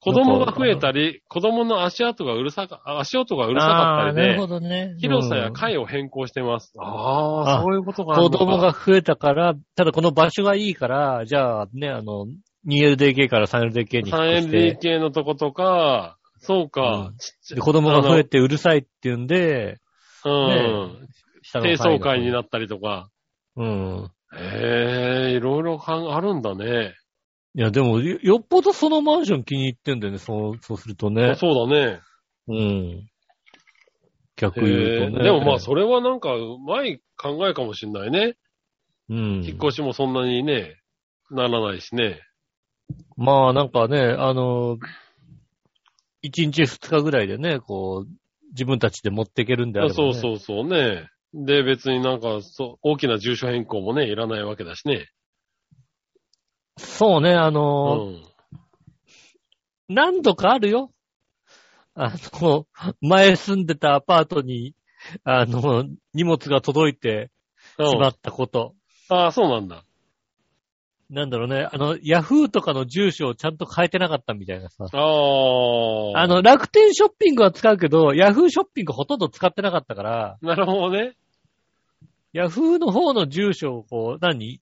Speaker 3: 子供が増えたり、子供の足跡がうるさか、足音がう
Speaker 2: う
Speaker 3: るさかった
Speaker 2: な
Speaker 3: り
Speaker 2: る
Speaker 3: で
Speaker 2: ほ、どね。
Speaker 3: 広さ
Speaker 2: う
Speaker 3: や
Speaker 2: ん
Speaker 3: 階を変更してます。ああ、
Speaker 2: あ
Speaker 3: そういうことがある
Speaker 2: 子
Speaker 3: のか
Speaker 2: 供が増えたから、ただこの場所がいいから、じゃあね、あの、2LDK から 3LDK に引っ越して、
Speaker 3: 3LDK のとことか、そうか、
Speaker 2: うん
Speaker 3: ちっちゃ
Speaker 2: で子供が増えてうるさいって言うんで、
Speaker 3: あのうん。
Speaker 2: 下の
Speaker 3: 低層階に
Speaker 2: っ
Speaker 3: なったりとか。
Speaker 2: うん。
Speaker 3: へえ、いろいろかんあるんだね。
Speaker 2: いや、でも、よよっぽどそのマンション気に入ってんだよね、そう、そうするとね。
Speaker 3: そうだね。
Speaker 2: うん。逆
Speaker 3: へ
Speaker 2: 言
Speaker 3: え
Speaker 2: うとね。
Speaker 3: でもまあ、それはなんか、うまい考えかもしんないね。
Speaker 2: うん。
Speaker 3: 引っ越しもそんなにね、ならないしね。
Speaker 2: まあ、なんかね、あの、1日2日ぐらいでね、こう、自分たちで持っていけるんであれば、ね。
Speaker 3: そう
Speaker 2: う。
Speaker 3: そうそうね。で、別になんか、そう、大きな住所変更もね、いらないわけだしね。
Speaker 2: そうね、あ
Speaker 3: う
Speaker 2: の、
Speaker 3: ん。
Speaker 2: 何度かあるよ。あの、前住んでたアパートに、あの、荷物が届いて
Speaker 3: うん
Speaker 2: しまったこと。
Speaker 3: ああ、そうなんだ。
Speaker 2: なんだろうね、あの、ヤフーとかの住所をちゃんと変えてなかったみたいなさ。
Speaker 3: ああ。
Speaker 2: あの、、楽天ショッピングは使うけど、ヤフーショッピングほとんど使ってなかったから、
Speaker 3: なるほどね。
Speaker 2: ヤフーの方の住所をこう、何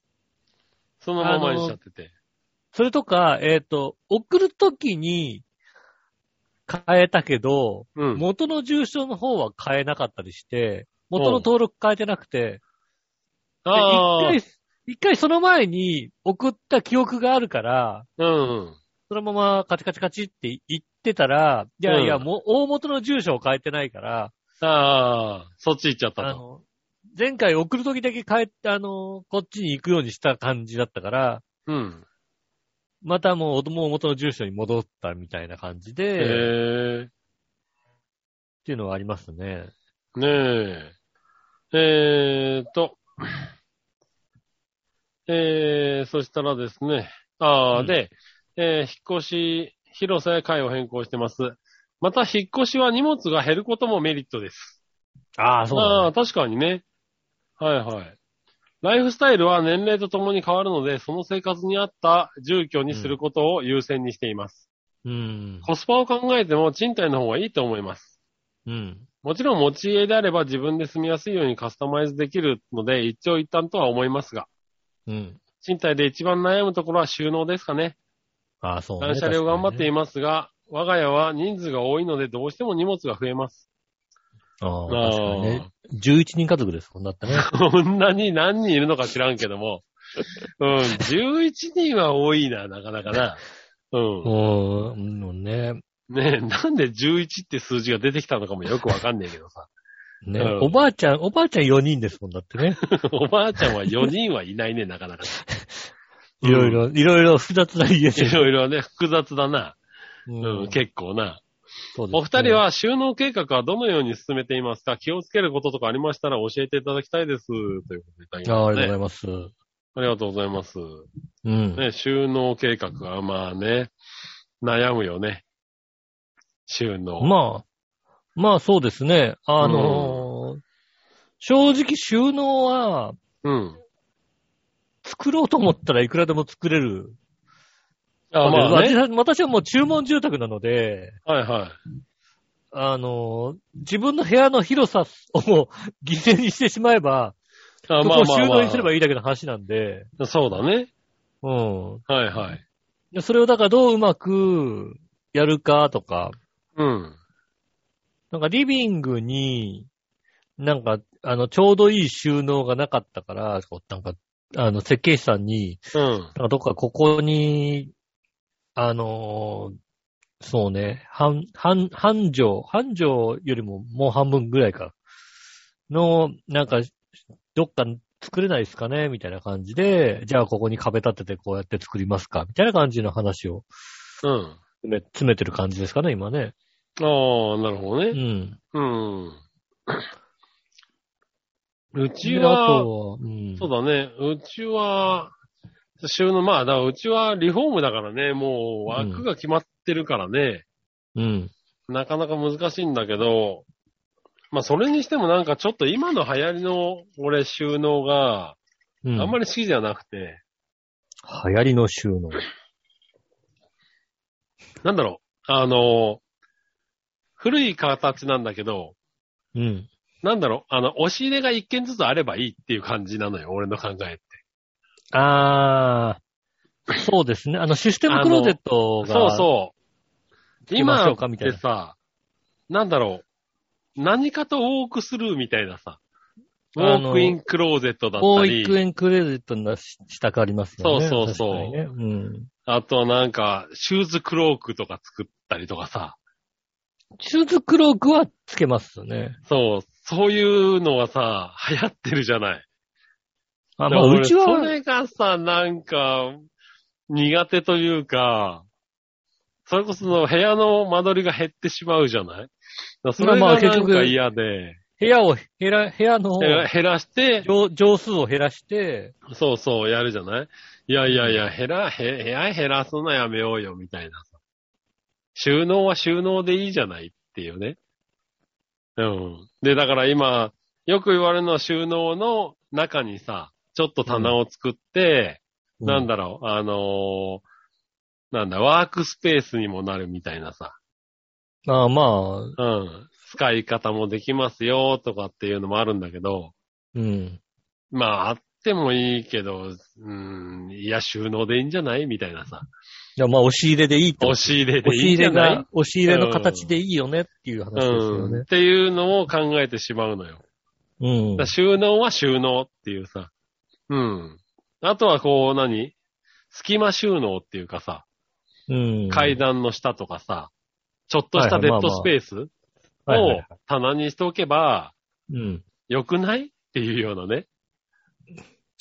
Speaker 3: そのままにしちゃってて。
Speaker 2: それとか、えっ、と、送るときに変えたけど、
Speaker 3: うん。
Speaker 2: 元の住所の方は変えなかったりして、元の登録変えてなくて、で一
Speaker 3: ああ。
Speaker 2: 回、一回その前に送った記憶があるから、
Speaker 3: うん。
Speaker 2: そのままカチカチカチって言ってたら、いやいや、
Speaker 3: うん
Speaker 2: もう大元の住所を変えてないから、
Speaker 3: ああ、そっち行っちゃった
Speaker 2: あ
Speaker 3: と。
Speaker 2: の、前回送るときだけ帰って、あの、こっちに行くようにした感じだったから、
Speaker 3: うん。
Speaker 2: またもう、もう元の住所に戻ったみたいな感じ
Speaker 3: へ
Speaker 2: で、っ
Speaker 3: え。
Speaker 2: ていうのはありますね。
Speaker 3: ねえ。えーっと。えー、そしたらですね。ああ、
Speaker 2: うん
Speaker 3: で、えー、引っ越し、広さや階を変更してます。また、引っ越しは荷物が減ることもメリットです。
Speaker 2: ああ、そう
Speaker 3: あ
Speaker 2: だ、
Speaker 3: あ、確かにね。はいはい。ライフスタイルは年齢とともに変わるので、その生活に合った住居にすることを優先にしています。
Speaker 2: うん。
Speaker 3: コスパを考えても賃貸の方がいいと思います。
Speaker 2: うん。
Speaker 3: もちろん持ち家であれば自分で住みやすいようにカスタマイズできるので、一長一短とは思いますが、
Speaker 2: うん。
Speaker 3: 賃貸で一番悩むところは収納ですかね。
Speaker 2: ああ、そうね。
Speaker 3: 断捨離を頑張ってい
Speaker 2: ま
Speaker 3: ますが、我が家は人数が多いのでどうしても荷物が増えます。
Speaker 2: す。ああ、確かにね
Speaker 3: あ。
Speaker 2: 11人家族です、こんなったね。
Speaker 3: こんなに何人いるのか知らんけども。うん、11人は多いな、なかなかな。う
Speaker 2: うーん、もうね。
Speaker 3: ん。ねえ、なんで11って数字が出てきたのかもよくわかんねえけどさ。
Speaker 2: ね、
Speaker 3: うん
Speaker 2: おばあちゃん、おばあちゃん4人ですもんだってね。
Speaker 3: おばあちゃんは4人はいないね、なかなか。うん
Speaker 2: いろいろ、いろいろ複雑な家
Speaker 3: い
Speaker 2: で。
Speaker 3: ろいろね、複雑だな。
Speaker 2: う
Speaker 3: うん、結構な。
Speaker 2: そうですね
Speaker 3: お二人、は収納計画はどのように進めていますか気をつけることとかありましたら教えていただきたいです。ということでいただき
Speaker 2: ああ、あ
Speaker 3: ま
Speaker 2: り
Speaker 3: し
Speaker 2: がとうござ
Speaker 3: たね。
Speaker 2: います。
Speaker 3: ありがとうございます。
Speaker 2: うん。
Speaker 3: ね、収納計画はまあね、悩むよね。収納。
Speaker 2: まあ、まあそうですね。あのー正直収納は
Speaker 3: うん。
Speaker 2: 作ろうと思ったらいくらでも作れる。
Speaker 3: あまあね。
Speaker 2: 私私はもう注文住宅なので、
Speaker 3: はいは
Speaker 2: あのー自分の部屋の広さを犠牲にしてしまえば、
Speaker 3: い。あ
Speaker 2: そ
Speaker 3: ま
Speaker 2: こ
Speaker 3: あ
Speaker 2: を
Speaker 3: まあ
Speaker 2: 収
Speaker 3: ま
Speaker 2: 納
Speaker 3: あ
Speaker 2: にすればいいだけの話なんで、
Speaker 3: そうだね。
Speaker 2: うん
Speaker 3: はいはい。
Speaker 2: で。それをだからどううまくやるかとか、
Speaker 3: うん。
Speaker 2: なんかリビングに、なんか、あの、ちょうどいい収納がなかったから、こうなんか、あの、設計士さんに、
Speaker 3: うん。
Speaker 2: なんかどっかここに、あのーそうね、半、半、半畳、半畳よりももう半分ぐらいか、の、なんか、どっか作れないですかねみたいな感じで、じゃあここに壁立ててこうやって作りますかみたいな感じの話を
Speaker 3: うん。
Speaker 2: 詰め詰めてる感じですかね、今ね。
Speaker 3: ああ、なるほど
Speaker 2: う
Speaker 3: ね。
Speaker 2: ん。
Speaker 3: うん。うち
Speaker 2: であ
Speaker 3: は、
Speaker 2: とは、うん。
Speaker 3: そうだね。うちは、収納、まあ、だからうちはリフォームだからね、もう枠が決まってるからね、
Speaker 2: うん。
Speaker 3: なかなか難しいんだけど、まあ、それにしてもなんかちょっと今の流行りの、俺、収納が、
Speaker 2: うん。
Speaker 3: あんま
Speaker 2: り。
Speaker 3: り好きじゃなくて、
Speaker 2: 流行りの収納。
Speaker 3: なんだろう、あの、古い形なんだけど、
Speaker 2: うん。
Speaker 3: なんだろう、あの、押し入れが一軒ずつあればいいっていう感じなのよ、俺の考え。
Speaker 2: あー、そうですね。あの、システムクローゼットが。
Speaker 3: そうそう。
Speaker 2: 行きまし
Speaker 3: 今
Speaker 2: ょうか
Speaker 3: っ
Speaker 2: みたい
Speaker 3: て
Speaker 2: な
Speaker 3: さ、なんだろう、何かとウォークスルーみたいなさ、ウ
Speaker 2: あ
Speaker 3: ォ
Speaker 2: の
Speaker 3: ークインクローゼットだった
Speaker 2: 保育
Speaker 3: り、
Speaker 2: 園クレジットにしたくありますよね。
Speaker 3: そうそうそう
Speaker 2: 確かにねうん。
Speaker 3: あとはなんか、シューズクロークとか作ったりとかさ、
Speaker 2: シューズクロークはつけますよね。
Speaker 3: そう、そういうのがさ、流行ってるじゃない。
Speaker 2: あ、まあ、
Speaker 3: だから
Speaker 2: う
Speaker 3: 俺
Speaker 2: ち
Speaker 3: そ
Speaker 2: は、
Speaker 3: れがさ、なんか、苦手というか、それこその部屋の間取りが減ってしまうじゃないだからそれ
Speaker 2: まあま
Speaker 3: が
Speaker 2: あ結
Speaker 3: なん
Speaker 2: 局
Speaker 3: か嫌で、
Speaker 2: 部屋を減ら、部屋の
Speaker 3: 減ら減らして、
Speaker 2: 上上数を減らして、
Speaker 3: そうそう、やるじゃないいやいやいや、減ら、へ、部屋減らすのやめようよ、みたいなさ。収納は収納でいいじゃないっていうね。うん。で、だから今、よく言われるのは収納の中にさ、ちょっと棚を作って、なんだろう、あのーなんだ、ワークスペースにもなるみたいなさ、
Speaker 2: あまあ、
Speaker 3: うん。使い方もできますよ、とかっていうのもあるんだけど、
Speaker 2: うん。
Speaker 3: まあ、あってもいいけど、うーん、いや、収納でいいんじゃないみたいなさ。
Speaker 2: いやまあ、押し入れでいいと。
Speaker 3: 押し入れで
Speaker 2: 押し
Speaker 3: い
Speaker 2: 入
Speaker 3: いんじ
Speaker 2: れ
Speaker 3: ゃない
Speaker 2: が、押し入れの形でいいよねっていう話ですよ
Speaker 3: うん。
Speaker 2: ね
Speaker 3: っ。ていうのを考えてしまうのよ。
Speaker 2: うん。
Speaker 3: だから収納は収納っていうさ。うん。あとはこう何、隙間収納っていうかさ、
Speaker 2: うん。
Speaker 3: 階段の下とかさ、ちょっとしたデッドスペースを
Speaker 2: はいはいはい
Speaker 3: 棚にしておけば、
Speaker 2: うん。
Speaker 3: 良くないっていうようなね。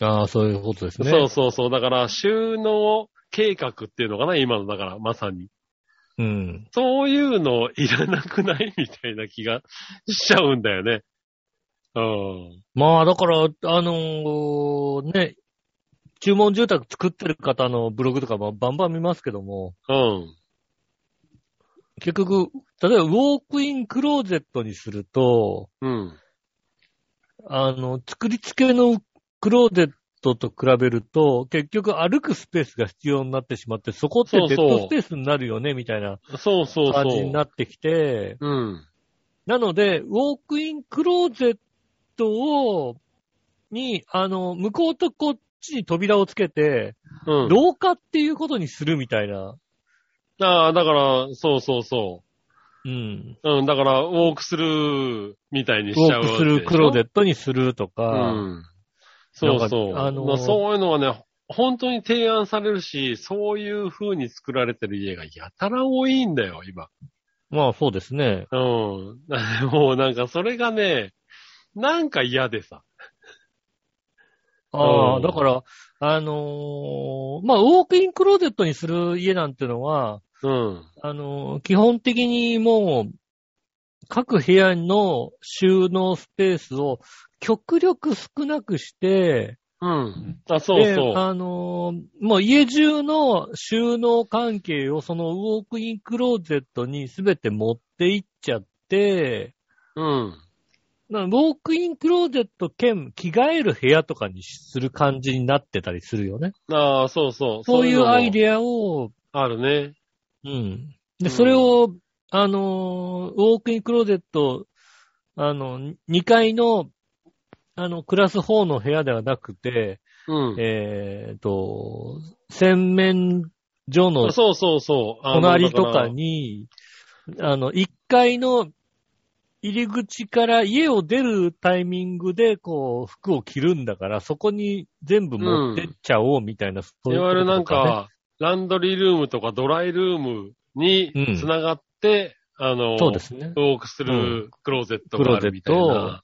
Speaker 2: ああ、そういうことですね。
Speaker 3: そうそうそう。だから、収納計画っていうのかな今の、だから、まさに。
Speaker 2: うん。
Speaker 3: そういうのいらなくないみたいな気がしちゃうんだよね。うん。
Speaker 2: まあ、だから、あのーね、注文住宅作ってる方のブログとかもバンバン見ますけども、
Speaker 3: うん。
Speaker 2: 結局、例えばウォークインクローゼットにすると、
Speaker 3: うん。
Speaker 2: あの、作り付けのクローゼットと比べると、結局歩くスペースが必要になってしまって、そこって
Speaker 3: そう
Speaker 2: デ
Speaker 3: そ
Speaker 2: ッ
Speaker 3: う
Speaker 2: ドスペースになるよね、みたいな
Speaker 3: そうそう
Speaker 2: 感
Speaker 3: そ
Speaker 2: じに
Speaker 3: う。
Speaker 2: なってきて、
Speaker 3: うん。
Speaker 2: なので、ウォークインクローゼットを、に、あの、向こうとこっちに扉をつけて、
Speaker 3: うん。
Speaker 2: 廊下っていうことにするみたいな。
Speaker 3: ああ、だから、そうそうそ
Speaker 2: うん。
Speaker 3: う。うん、だから、ウォークスルーみたいに
Speaker 2: ウ
Speaker 3: しち
Speaker 2: ォ
Speaker 3: ゃう
Speaker 2: ークするクローゼ
Speaker 3: ッ
Speaker 2: ットにすると
Speaker 3: ト
Speaker 2: か、
Speaker 3: うん。そうそう。
Speaker 2: なんかあのー
Speaker 3: まあそういうのはね、本当に提案されるし、そういう風に作られてる家がやたら多いんだよ、今。
Speaker 2: まあそうですね。
Speaker 3: うん。 もうなんかそれがね、なんか嫌でさ。
Speaker 2: あ
Speaker 3: う
Speaker 2: あ、
Speaker 3: ん
Speaker 2: だから、あのーまあ、ウォークインクローゼットにする家なんてのは、
Speaker 3: うん。
Speaker 2: あのー基本的にもう、各部屋の収納スペースを極力少なくして、
Speaker 3: うん。あ、そう
Speaker 2: で
Speaker 3: そう。
Speaker 2: あのーもう家中の収納関係をそのウォークインクローゼットにすべて持っていっちゃって、
Speaker 3: うん。
Speaker 2: なウォークインクローゼット兼着替える部屋とかにする感じになってたりするよね。
Speaker 3: ああ、そうそう。
Speaker 2: そういうアイ
Speaker 3: ア。
Speaker 2: デアを、
Speaker 3: あるね。
Speaker 2: うん。
Speaker 3: うん
Speaker 2: で、それを、あのー、ウォークインクローゼット、あの、2階の、あの、暮らす方の部屋ではなくて、
Speaker 3: うん。
Speaker 2: えっ、と、洗面所の
Speaker 3: あそうそうそう。あの
Speaker 2: 隣とか。に、あの、1階の入り口から家を出るタイミングで、こう、服を着るんだから、そこに全部持ってっちゃおうみたいな、そうい
Speaker 3: だいうわゆる
Speaker 2: こと
Speaker 3: なん
Speaker 2: とね
Speaker 3: か、ランドリールームとかドライルームに
Speaker 2: うん
Speaker 3: 繋がって、あの、
Speaker 2: そうですね
Speaker 3: ウ。ォークするクローゼットがあるみたい
Speaker 2: クローゼッ
Speaker 3: な。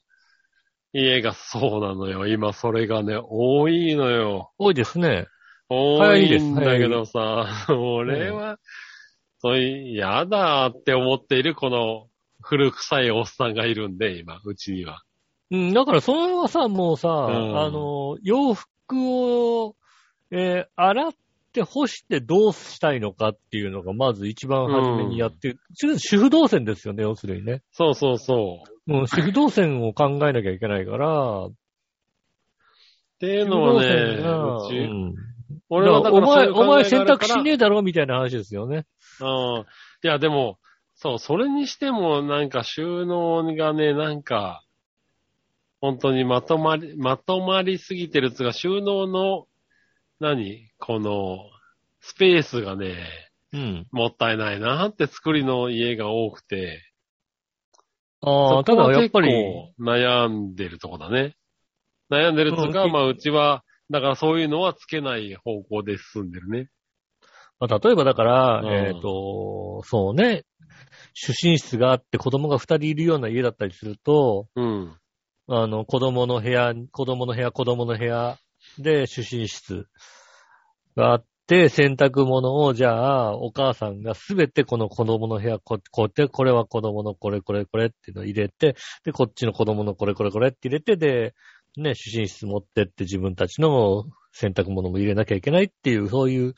Speaker 3: 家がそうなのよ。今それがね、多いのよ。
Speaker 2: 多いですね。
Speaker 3: 多
Speaker 2: 流行りで
Speaker 3: い
Speaker 2: す
Speaker 3: んだけどさ、俺は、そういう、やだって思っているこの古臭いおっさんがいるんで、今、うちには。
Speaker 2: うん、だからその辺はさ、もうさ、
Speaker 3: ん
Speaker 2: あの、洋服を、えー洗って干してどうしたいのかっていうのが、まず一番初めにやってる、主婦動線ですよね、要するにね。
Speaker 3: そうそうそう。
Speaker 2: もう主婦動線を考えなきゃいけない から、
Speaker 3: っていう
Speaker 2: 主婦
Speaker 3: のは
Speaker 2: 動
Speaker 3: ね、
Speaker 2: 線が
Speaker 3: う
Speaker 2: う
Speaker 3: ち、
Speaker 2: ん
Speaker 3: 俺はだから
Speaker 2: だからお前、お前
Speaker 3: 選
Speaker 2: 選
Speaker 3: 択
Speaker 2: 択しねえだろみたいな話ですよね。
Speaker 3: うん。いや、でも、そう、それにしても、なんか収納がね、なんか、本当にまとまり、まとまりすぎてるつうか、収納の、何この、スペースがね、
Speaker 2: うん。
Speaker 3: もったいないなって作りの家が多くて、
Speaker 2: ああ、
Speaker 3: そ
Speaker 2: た
Speaker 3: こ
Speaker 2: だ
Speaker 3: は
Speaker 2: やっ
Speaker 3: 結
Speaker 2: ぱ
Speaker 3: 構
Speaker 2: り、
Speaker 3: 悩んでるとこだね。悩んでるつうか、
Speaker 2: うん
Speaker 3: まあ、うちは、だからそういうのはつけない方向で進んでるね。
Speaker 2: まあ、例えばだから、
Speaker 3: うん
Speaker 2: えっ、と、そうね、主寝室があって子供が二人いるような家だったりすると、
Speaker 3: うん。
Speaker 2: あの、子供の部屋、子供の部屋、子供の部屋で主寝室があって、洗濯物を、じゃあ、お母さんがすべてこの子供の部屋、ここうやって、これは子供のこれこれこれっていうのを入れて、で、こっちの子供のこれこれこれって入れて、で、ね、主寝室持ってって自分たちの洗濯物も入れなきゃいけないっていう、そういう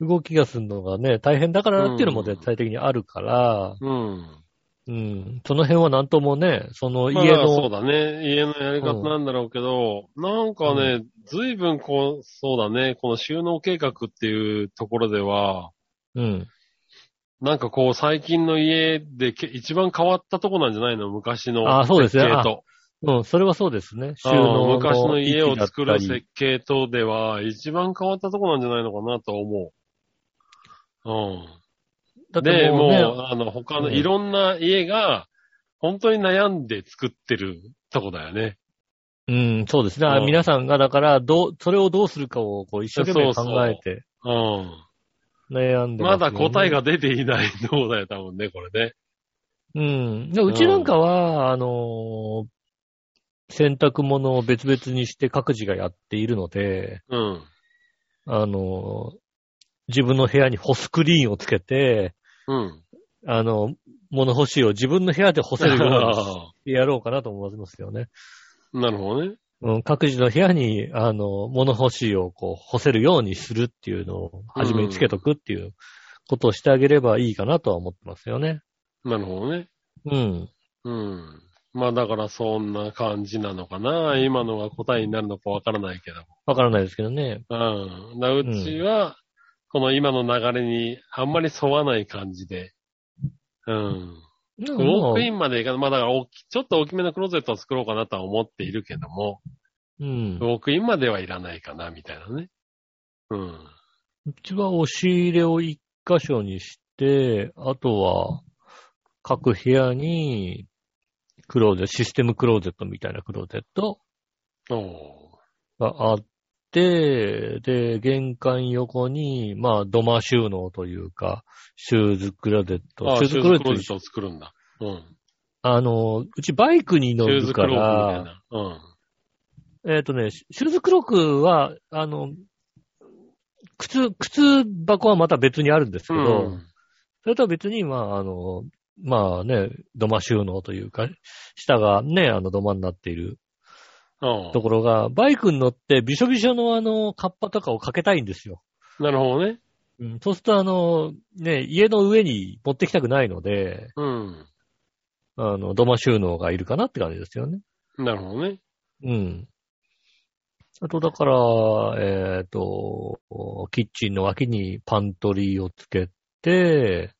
Speaker 2: 動きがするのがね、大変だからっていうのも絶対的にあるから、
Speaker 3: うん。
Speaker 2: うん、その辺はなんともね、その家
Speaker 3: まあそ
Speaker 2: の
Speaker 3: う、だね。家のやり方なんだろうけど、なんかね、ずいぶんこう、そうだね、この収納計画っていうところでは、
Speaker 2: うん。
Speaker 3: なんかこう、最近の家でけ一番変わったとこなんじゃないの昔の
Speaker 2: あそうですね
Speaker 3: 設計と。
Speaker 2: うん、それはそうですね。収
Speaker 3: うん
Speaker 2: 納の
Speaker 3: 昔の家を作る
Speaker 2: 位置だったり
Speaker 3: 設計とでは、一番変わったとこなんじゃないのかなと思う。うん。
Speaker 2: だって
Speaker 3: で、
Speaker 2: もう
Speaker 3: もう、
Speaker 2: ね、
Speaker 3: あの、他の
Speaker 2: うん
Speaker 3: いろんな家が、本当に悩んで作ってるとこだよね。
Speaker 2: うん、そうですね。
Speaker 3: うん
Speaker 2: 皆さんが、だから、どう、それをどうするかを、こう、一生懸命考えて、
Speaker 3: うん。
Speaker 2: 悩んで
Speaker 3: ま
Speaker 2: ますよね
Speaker 3: だ答え。が出ていないとこだよ、多分ね、これね。
Speaker 2: うん。でうちなんかは、あのー洗濯物を別々にして各自がやっているので、
Speaker 3: うん。
Speaker 2: あのー自分の部屋に干すクリーンをつけて、
Speaker 3: うん。
Speaker 2: あの、物干しを自分の部屋で干せるよ うにやろうかなと思いますよね。
Speaker 3: なるほどね。
Speaker 2: うん、各自の部屋に、あの、物干しをこう、干せるようにするっていうのを、初めにつけとくっていうことをしてあげればいいかなとは思ってますよね。
Speaker 3: なるほどね。
Speaker 2: うん。
Speaker 3: うん。まあだからそんな感じなのかな。今のが答えになるのかわからないけど。
Speaker 2: わからないですけどね。
Speaker 3: うん。だからうちは、この今の流れにあんまり沿わない感じで。うん。
Speaker 2: ウ
Speaker 3: ウォークインまでいかない。まあだから大き、ちょっと大きめのクローゼットを作ろうかなとは思っているけども、
Speaker 2: うん
Speaker 3: ウ。ォークインまではいらないかな、みたいなね。うん。
Speaker 2: うちは押し入れを一箇所にして、あとは、各部屋に、クローゼット、システムクローゼットみたいなクローゼット
Speaker 3: おー
Speaker 2: があって、で、玄関横に、まあ、土間収納というか、シューズクローゼット。
Speaker 3: あシューズクローゼッ
Speaker 2: ト。
Speaker 3: トを作るんだ。うん。
Speaker 2: あの、うちバイクに乗
Speaker 3: シュー
Speaker 2: る
Speaker 3: ズ
Speaker 2: か
Speaker 3: クロークみたい
Speaker 2: ら、
Speaker 3: な。うん。
Speaker 2: えっ、とね、シューズクロークは、あの、靴、靴箱はまた別にあるんですけど、
Speaker 3: うん
Speaker 2: それとは別に、まあ、あの、まあね、土間収納というか、下がね、あの土間になっている
Speaker 3: うん
Speaker 2: ところが、バイクに乗ってびしょびしょのあの、カッパとかをかけたいんですよ。
Speaker 3: なるほどね。
Speaker 2: うん、そうするとあの、ね、家の上に持ってきたくないので、
Speaker 3: うん。
Speaker 2: あの、土間収納がいるかなって感じですよね。
Speaker 3: なるほどね。
Speaker 2: うん。あと、だから、えっ、と、キッチンの脇にパントリーをつけて、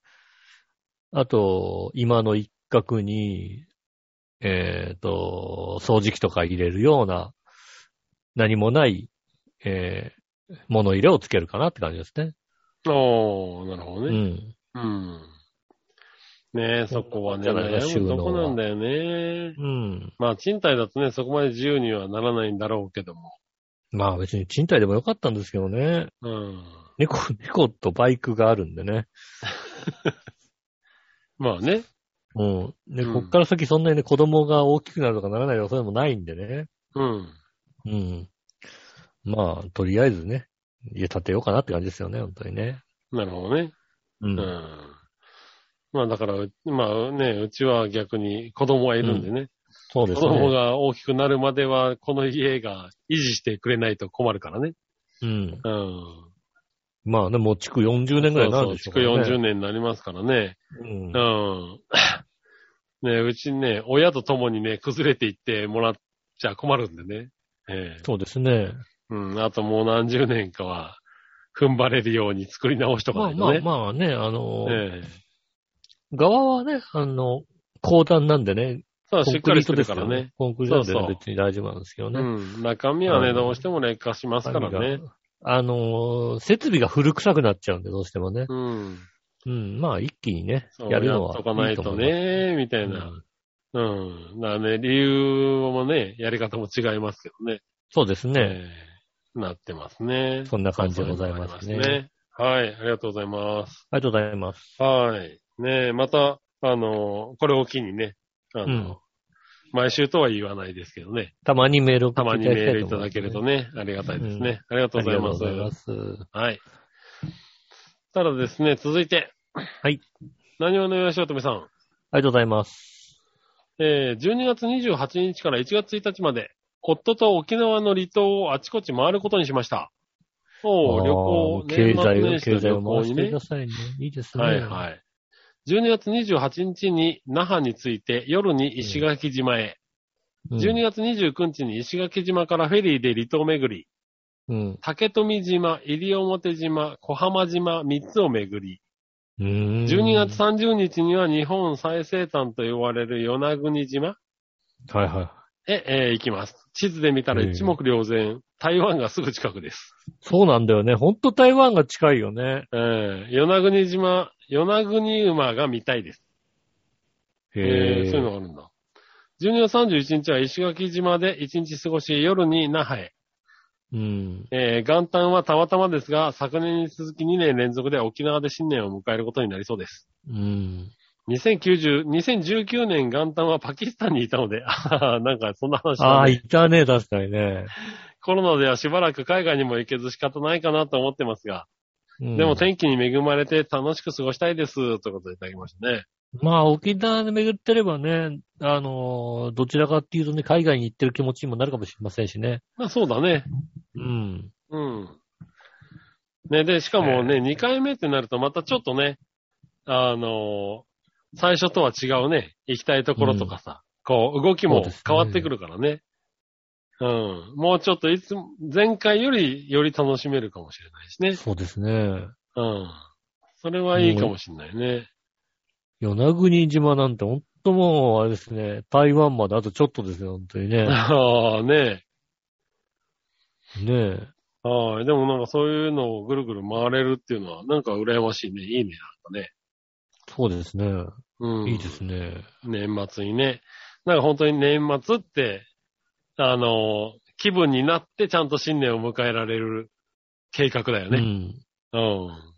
Speaker 2: あと、今の一角に、えっ、と、掃除機とか入れるような、何もない、えー物入れをつけるかなって感じですね。
Speaker 3: おー、なるほ
Speaker 2: う
Speaker 3: どね。
Speaker 2: ん。
Speaker 3: うん。ねえ、そこはね、
Speaker 2: そうなんだよね
Speaker 3: 悩むとこなんだよね。
Speaker 2: うん。
Speaker 3: まあ、賃貸だとね、そこまで自由にはならないんだろうけども。
Speaker 2: まあ別に賃貸でもよかったんですけどね。
Speaker 3: うん。
Speaker 2: 猫、 猫とバイクがあるんでね。
Speaker 3: まあね。
Speaker 2: うん。で、
Speaker 3: うん
Speaker 2: こっから先そんなにね、子供が大きくなるとかならないとかそういうのもないんでね。
Speaker 3: うん。
Speaker 2: うん。まあ、とりあえずね、家建てようかなって感じですよね、本当にね。
Speaker 3: なるほどね。
Speaker 2: う。
Speaker 3: うんん。まあだから、うまあね、うちは逆に子供がいるんでね。
Speaker 2: そうです
Speaker 3: 子供
Speaker 2: ね。
Speaker 3: が大きくなるまでは、この家が維持してくれないと困るからね。
Speaker 2: うん。
Speaker 3: うん。
Speaker 2: まあね、もう築40年ぐらいになるでしょ
Speaker 3: そうそう築40年になりますからね。
Speaker 2: 年。う
Speaker 3: う
Speaker 2: ん。
Speaker 3: ん。ね、うちね、親と共にね、崩れていってもらっちゃ困るんでね。ええ
Speaker 2: そうですね。
Speaker 3: うん。あともう何十年かは、踏ん張れるように作り直しとか
Speaker 2: まあ
Speaker 3: ない
Speaker 2: ま
Speaker 3: と
Speaker 2: あ
Speaker 3: ね。
Speaker 2: まあね、あの、
Speaker 3: ええ
Speaker 2: 側はね、あの、高段なんでね、
Speaker 3: そう、
Speaker 2: コ
Speaker 3: しっ
Speaker 2: ン
Speaker 3: か
Speaker 2: ク
Speaker 3: り
Speaker 2: リー
Speaker 3: して
Speaker 2: ト
Speaker 3: る
Speaker 2: です
Speaker 3: か
Speaker 2: からら
Speaker 3: ね
Speaker 2: ね。。コンクリート
Speaker 3: そう
Speaker 2: なん
Speaker 3: そう
Speaker 2: で別に大丈夫なんですけど
Speaker 3: う
Speaker 2: ね。
Speaker 3: ん。中身は
Speaker 2: う
Speaker 3: ね、
Speaker 2: ん
Speaker 3: どうしても劣化しますからね。
Speaker 2: あの、設備が古臭くなっちゃうんで、どうしてもね。
Speaker 3: うん。
Speaker 2: うん、まあ一気にね、
Speaker 3: そう
Speaker 2: やるの
Speaker 3: や
Speaker 2: は
Speaker 3: っとかない
Speaker 2: い
Speaker 3: い
Speaker 2: いと
Speaker 3: と
Speaker 2: 思います。
Speaker 3: ね、みたいな。うん。だからね、理由もね、やり方も違いますけどね。
Speaker 2: そうですね。
Speaker 3: ええなってますね。
Speaker 2: そんな感じでございますね。
Speaker 3: そううのがありますねはい、ありがとうございます。
Speaker 2: ありがとうございます。
Speaker 3: はい。ねえまた、あの、これを機にね、あの、
Speaker 2: うん
Speaker 3: 毎週とは言わないですけどね、
Speaker 2: たまにメールを送
Speaker 3: た
Speaker 2: っ
Speaker 3: ま
Speaker 2: て
Speaker 3: に
Speaker 2: いた
Speaker 3: メ
Speaker 2: だきたい
Speaker 3: ール
Speaker 2: と
Speaker 3: いた
Speaker 2: 思いますね
Speaker 3: だけるとね、ありがたいですね。ありがと
Speaker 2: あ
Speaker 3: う
Speaker 2: り
Speaker 3: ご
Speaker 2: が
Speaker 3: ざ
Speaker 2: と
Speaker 3: いうま
Speaker 2: ご
Speaker 3: す。
Speaker 2: ざいます。
Speaker 3: はい。ただですね、続いて。
Speaker 2: い
Speaker 3: 何をのよしおとめさん。
Speaker 2: ありがとうございます。
Speaker 3: えー、12月28日から1月1日まで、夫と沖縄の離島をあちこち回ることにしました。
Speaker 2: あ
Speaker 3: おう
Speaker 2: ー
Speaker 3: 旅行、
Speaker 2: 経済を、
Speaker 3: 年
Speaker 2: 経
Speaker 3: 末年始
Speaker 2: 済
Speaker 3: の
Speaker 2: を回
Speaker 3: 旅行
Speaker 2: し
Speaker 3: に
Speaker 2: て
Speaker 3: ね
Speaker 2: くだ。さいね。いいですね。
Speaker 3: はいはい。12月28日に那覇に着いて夜に石垣島へ。
Speaker 2: うん
Speaker 3: 12月29日に石垣島からフェリーで離島巡り。
Speaker 2: うん。
Speaker 3: 竹富島、西表島、小浜島3つを巡り。
Speaker 2: うーん
Speaker 3: 12月30日には日本最西端と呼ばれる与那国島
Speaker 2: はいはい。
Speaker 3: へ、えー行きます。地図で見たら一目瞭然、台湾がすぐ近くです。
Speaker 2: そうなんだよね。ほんと台湾が近いよね。
Speaker 3: えー与那国島、与那国馬が見たいです。えーそういうのがあるんだ。12月31日は石垣島で1日過ごし、夜に那覇へ。
Speaker 2: うん。
Speaker 3: えー元旦はたまたまですが、昨年に続き2年連続で沖縄で新年を迎えることになりそうです。
Speaker 2: うん。
Speaker 3: 2090 2019年元旦はパキスタンにいたので、あーなんかそんな話
Speaker 2: あ
Speaker 3: だ
Speaker 2: あ、
Speaker 3: ね
Speaker 2: いたね、確かにね。
Speaker 3: コロナではしばらく海外にも行けず仕方ないかなと思ってますが、
Speaker 2: うん
Speaker 3: でも天気に恵まれて楽しく過ごしたいです、ということでいただきましたね。
Speaker 2: まあ、沖縄で巡ってればね、あのーどちらかっていうとね、海外に行ってる気持ちにもなるかもしれませんしね。
Speaker 3: まあそうだね。
Speaker 2: うん。
Speaker 3: うん。ね、で、しかもね、2回目ってなるとまたちょっとね、あのー最初とは違うね、行きたいところとかさ、こう、動き
Speaker 2: そう
Speaker 3: も
Speaker 2: ですね
Speaker 3: 変わってくるからね。うん。もうちょっといつも、前回よりより楽しめるかもしれないしね。
Speaker 2: そうですね。
Speaker 3: うん。それはいいかもしれないね。
Speaker 2: 与那国島なんて、ほんともう、あれですね、台湾まであとちょっとですよ、本当にね。
Speaker 3: ああ、ね
Speaker 2: ねえ。
Speaker 3: え。はい。でもなんかそういうのをぐるぐる回れるっていうのは、なんか羨ましいね。いいね。なんかね。
Speaker 2: そうですね。
Speaker 3: うん。
Speaker 2: いいですね。
Speaker 3: 年末にね。なんか本当に年末って、あの、気分になってちゃんと新年を迎えられる計画だよ
Speaker 2: う
Speaker 3: ね。
Speaker 2: ん。
Speaker 3: うん。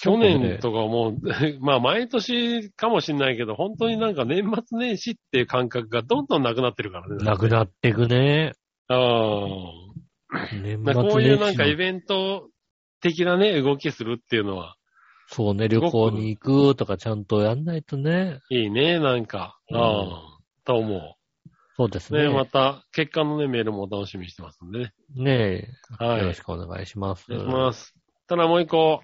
Speaker 3: 去年とかもう、 まあ毎年かもしんないけど、本当になんか年末年始っていう感覚がどんどんなくなってるからね。
Speaker 2: なくなってくね。
Speaker 3: うん。
Speaker 2: 年末年
Speaker 3: なこ
Speaker 2: 始
Speaker 3: ういうなんかイ
Speaker 2: の。
Speaker 3: ベント的なね、動きするっていうのは、
Speaker 2: そうね、旅行に行くとかちゃんとやんないとね。
Speaker 3: いいね、なんか。
Speaker 2: うん
Speaker 3: ああ、と思
Speaker 2: そうです
Speaker 3: う。ね、
Speaker 2: ね。
Speaker 3: また、結果のね、メールも楽しみにしてますんでね。
Speaker 2: ねえ。
Speaker 3: はい。
Speaker 2: よろし
Speaker 3: 失
Speaker 2: くお願いします。
Speaker 3: 礼します。ただもう一個、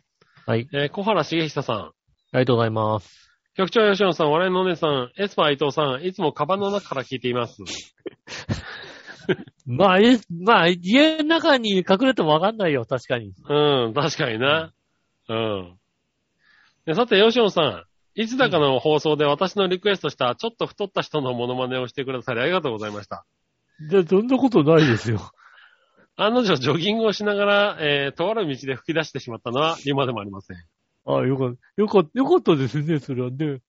Speaker 2: はい。
Speaker 3: えー小原茂久さん。
Speaker 2: ありがとうございます。
Speaker 3: 局長吉野さん、我々のお姉さん、エスパー伊藤さん、いつもカバンの中から聞いています。
Speaker 2: まあ、えまあ、家の中に隠れてもわかんないよ、確かに。
Speaker 3: うん、確かにな。うん。でさて、吉野さん、いつだかの放送で私のリクエストした、ちょっと太った人のモノマネをしてくださりありがとうございました。
Speaker 2: で、そんなことないですよ。
Speaker 3: 案の定、ジョギングをしながら、えー、とある道で吹き出してしまったのは今でもありません。
Speaker 2: あよかった。よかった、よかったですね、それはね。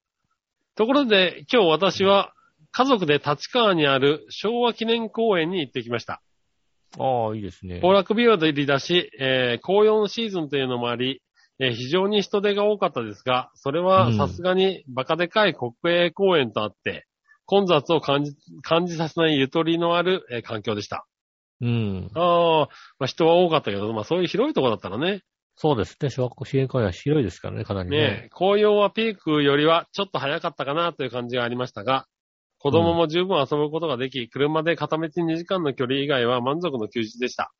Speaker 3: ところで、今日私は、家族で立川にある昭和記念公園に行ってきました。
Speaker 2: ああ、いいですね。
Speaker 3: 行楽日和で入り出し、えー、紅葉のシーズンというのもあり、えー非常に人手が多かったですが、それはさすがにバカでかい国営公園とあって、混雑を感じ、感じさせないゆとりのある、えー環境でした。
Speaker 2: うん。
Speaker 3: ああ、まあ、人は多かったけど、まあそういう広いところだったらね、
Speaker 2: そうですね。小学校支援会は広いですからね、かなりね。
Speaker 3: ねえ、紅葉はピークよりはちょっと早かったかなという感じがありましたが、子供も十分遊ぶことができ、車で片道2時間の距離以外は満足の休日でした。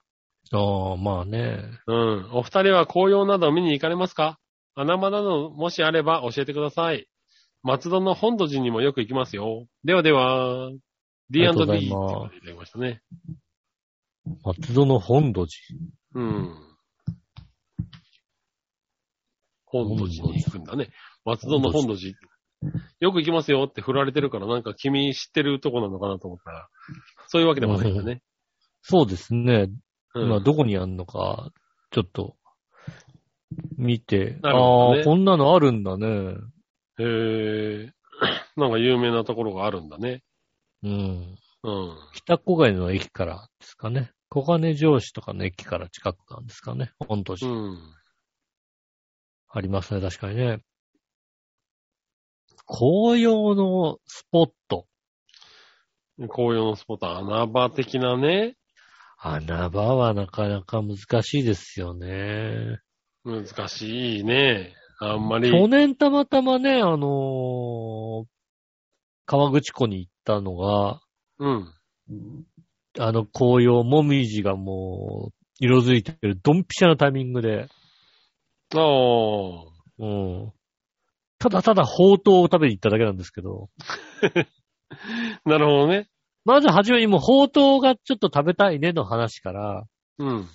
Speaker 2: ああ、まあね。
Speaker 3: うん。お二人は紅葉など見に行かれますか穴場などもしあれば教えてください。松戸の本土寺にもよく行きますよ。ではでは、D&D
Speaker 2: あ
Speaker 3: っ
Speaker 2: り
Speaker 3: て
Speaker 2: がと
Speaker 3: い
Speaker 2: う
Speaker 3: うこ
Speaker 2: ご
Speaker 3: と
Speaker 2: ざ
Speaker 3: でい
Speaker 2: います
Speaker 3: ただきましたね。
Speaker 2: 松戸の本土寺。
Speaker 3: うん。本土寺に行くんだね。松戸の本土寺。よく行きますよって振られてるから、なんか君知ってるとこなのかなと思ったら、そういうわけでもないんだね。
Speaker 2: そうですね。
Speaker 3: うん。
Speaker 2: 今どこにあんのか、ちょっと、見て。
Speaker 3: なるほどね
Speaker 2: ああ、こんなのあるんだね。
Speaker 3: へえ。なんか有名なところがあるんだね。
Speaker 2: うん。
Speaker 3: うん。
Speaker 2: 北小金の駅からですかね。小金城市とかの駅から近くなんですかね。本土
Speaker 3: う
Speaker 2: 寺。
Speaker 3: ん。
Speaker 2: ありますね、確かにね。紅葉のスポット。
Speaker 3: 紅葉のスポット、穴場的なね、
Speaker 2: 穴場はなかなか難しいですよね。
Speaker 3: 難しいね。あんまり。
Speaker 2: 去年たまたまね、あのー川口湖に行ったのが、
Speaker 3: うん。
Speaker 2: あの紅葉、もみじがもう、色づいてる、ドンピシャなタイミングで、
Speaker 3: ああ。
Speaker 2: うん。ただただ宝刀を食べに行っただけなんですけど、
Speaker 3: なるほどね。
Speaker 2: まずはじめにもう宝刀がちょっと食べたいねの話から、
Speaker 3: うん。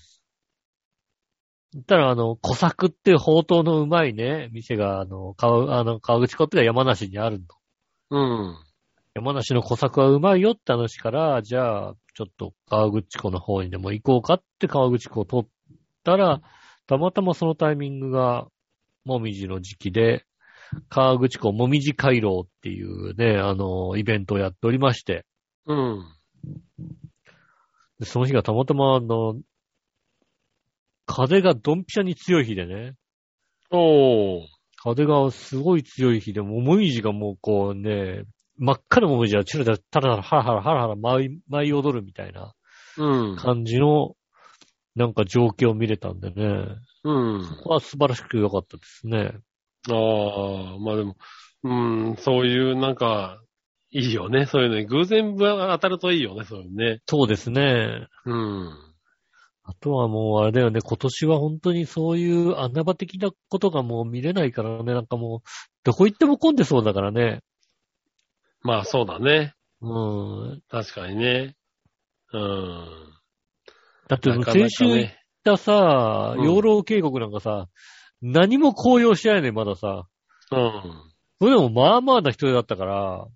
Speaker 2: 言ったらあの、小作っていう宝刀のうまいね、店が、あの、川、あの、川口湖っていうのは山梨にあるの。
Speaker 3: うん。
Speaker 2: 山梨の小作はうまいよって話から、じゃあ、ちょっと川口湖の方にでも行こうかって川口湖を取ったら、たまたまそのタイミングが、もみじの時期で、川口湖もみじ回廊っていうね、あの、イベントをやっておりまして、
Speaker 3: うん。
Speaker 2: でその日がたまたま、あの、風がドンピシャに強い日でね、
Speaker 3: おー。
Speaker 2: 風がすごい強い日で、もみじがもうこうね、真っ赤なもみじがチラチラ、タラタラ、ハラハラ、ハラハラ舞い、舞い踊るみたいな。
Speaker 3: うん。
Speaker 2: 感じの、なんか情景を見れたんでね。
Speaker 3: うん。
Speaker 2: これは素晴らしく良かったですね。
Speaker 3: ああ、まあでも、うん、そういう、なんか、いいよね。そういうのに偶然当たるといいよね、そういうのね。
Speaker 2: そうですね。
Speaker 3: うん。
Speaker 2: あとはもうあれだよね、今年は本当にそういう穴場的なことがもう見れないからね、なんかもう、どこ行っても混んでそうだからね。
Speaker 3: まあそうだね。
Speaker 2: うん。
Speaker 3: 確かにね。うん。
Speaker 2: だって
Speaker 3: なかなか
Speaker 2: 先週行っ
Speaker 3: ね
Speaker 2: たさ、
Speaker 3: うん
Speaker 2: 養老渓谷なんかさ、何も紅葉してないね、まださ。
Speaker 3: うん。
Speaker 2: それでもまあまあな人だったから、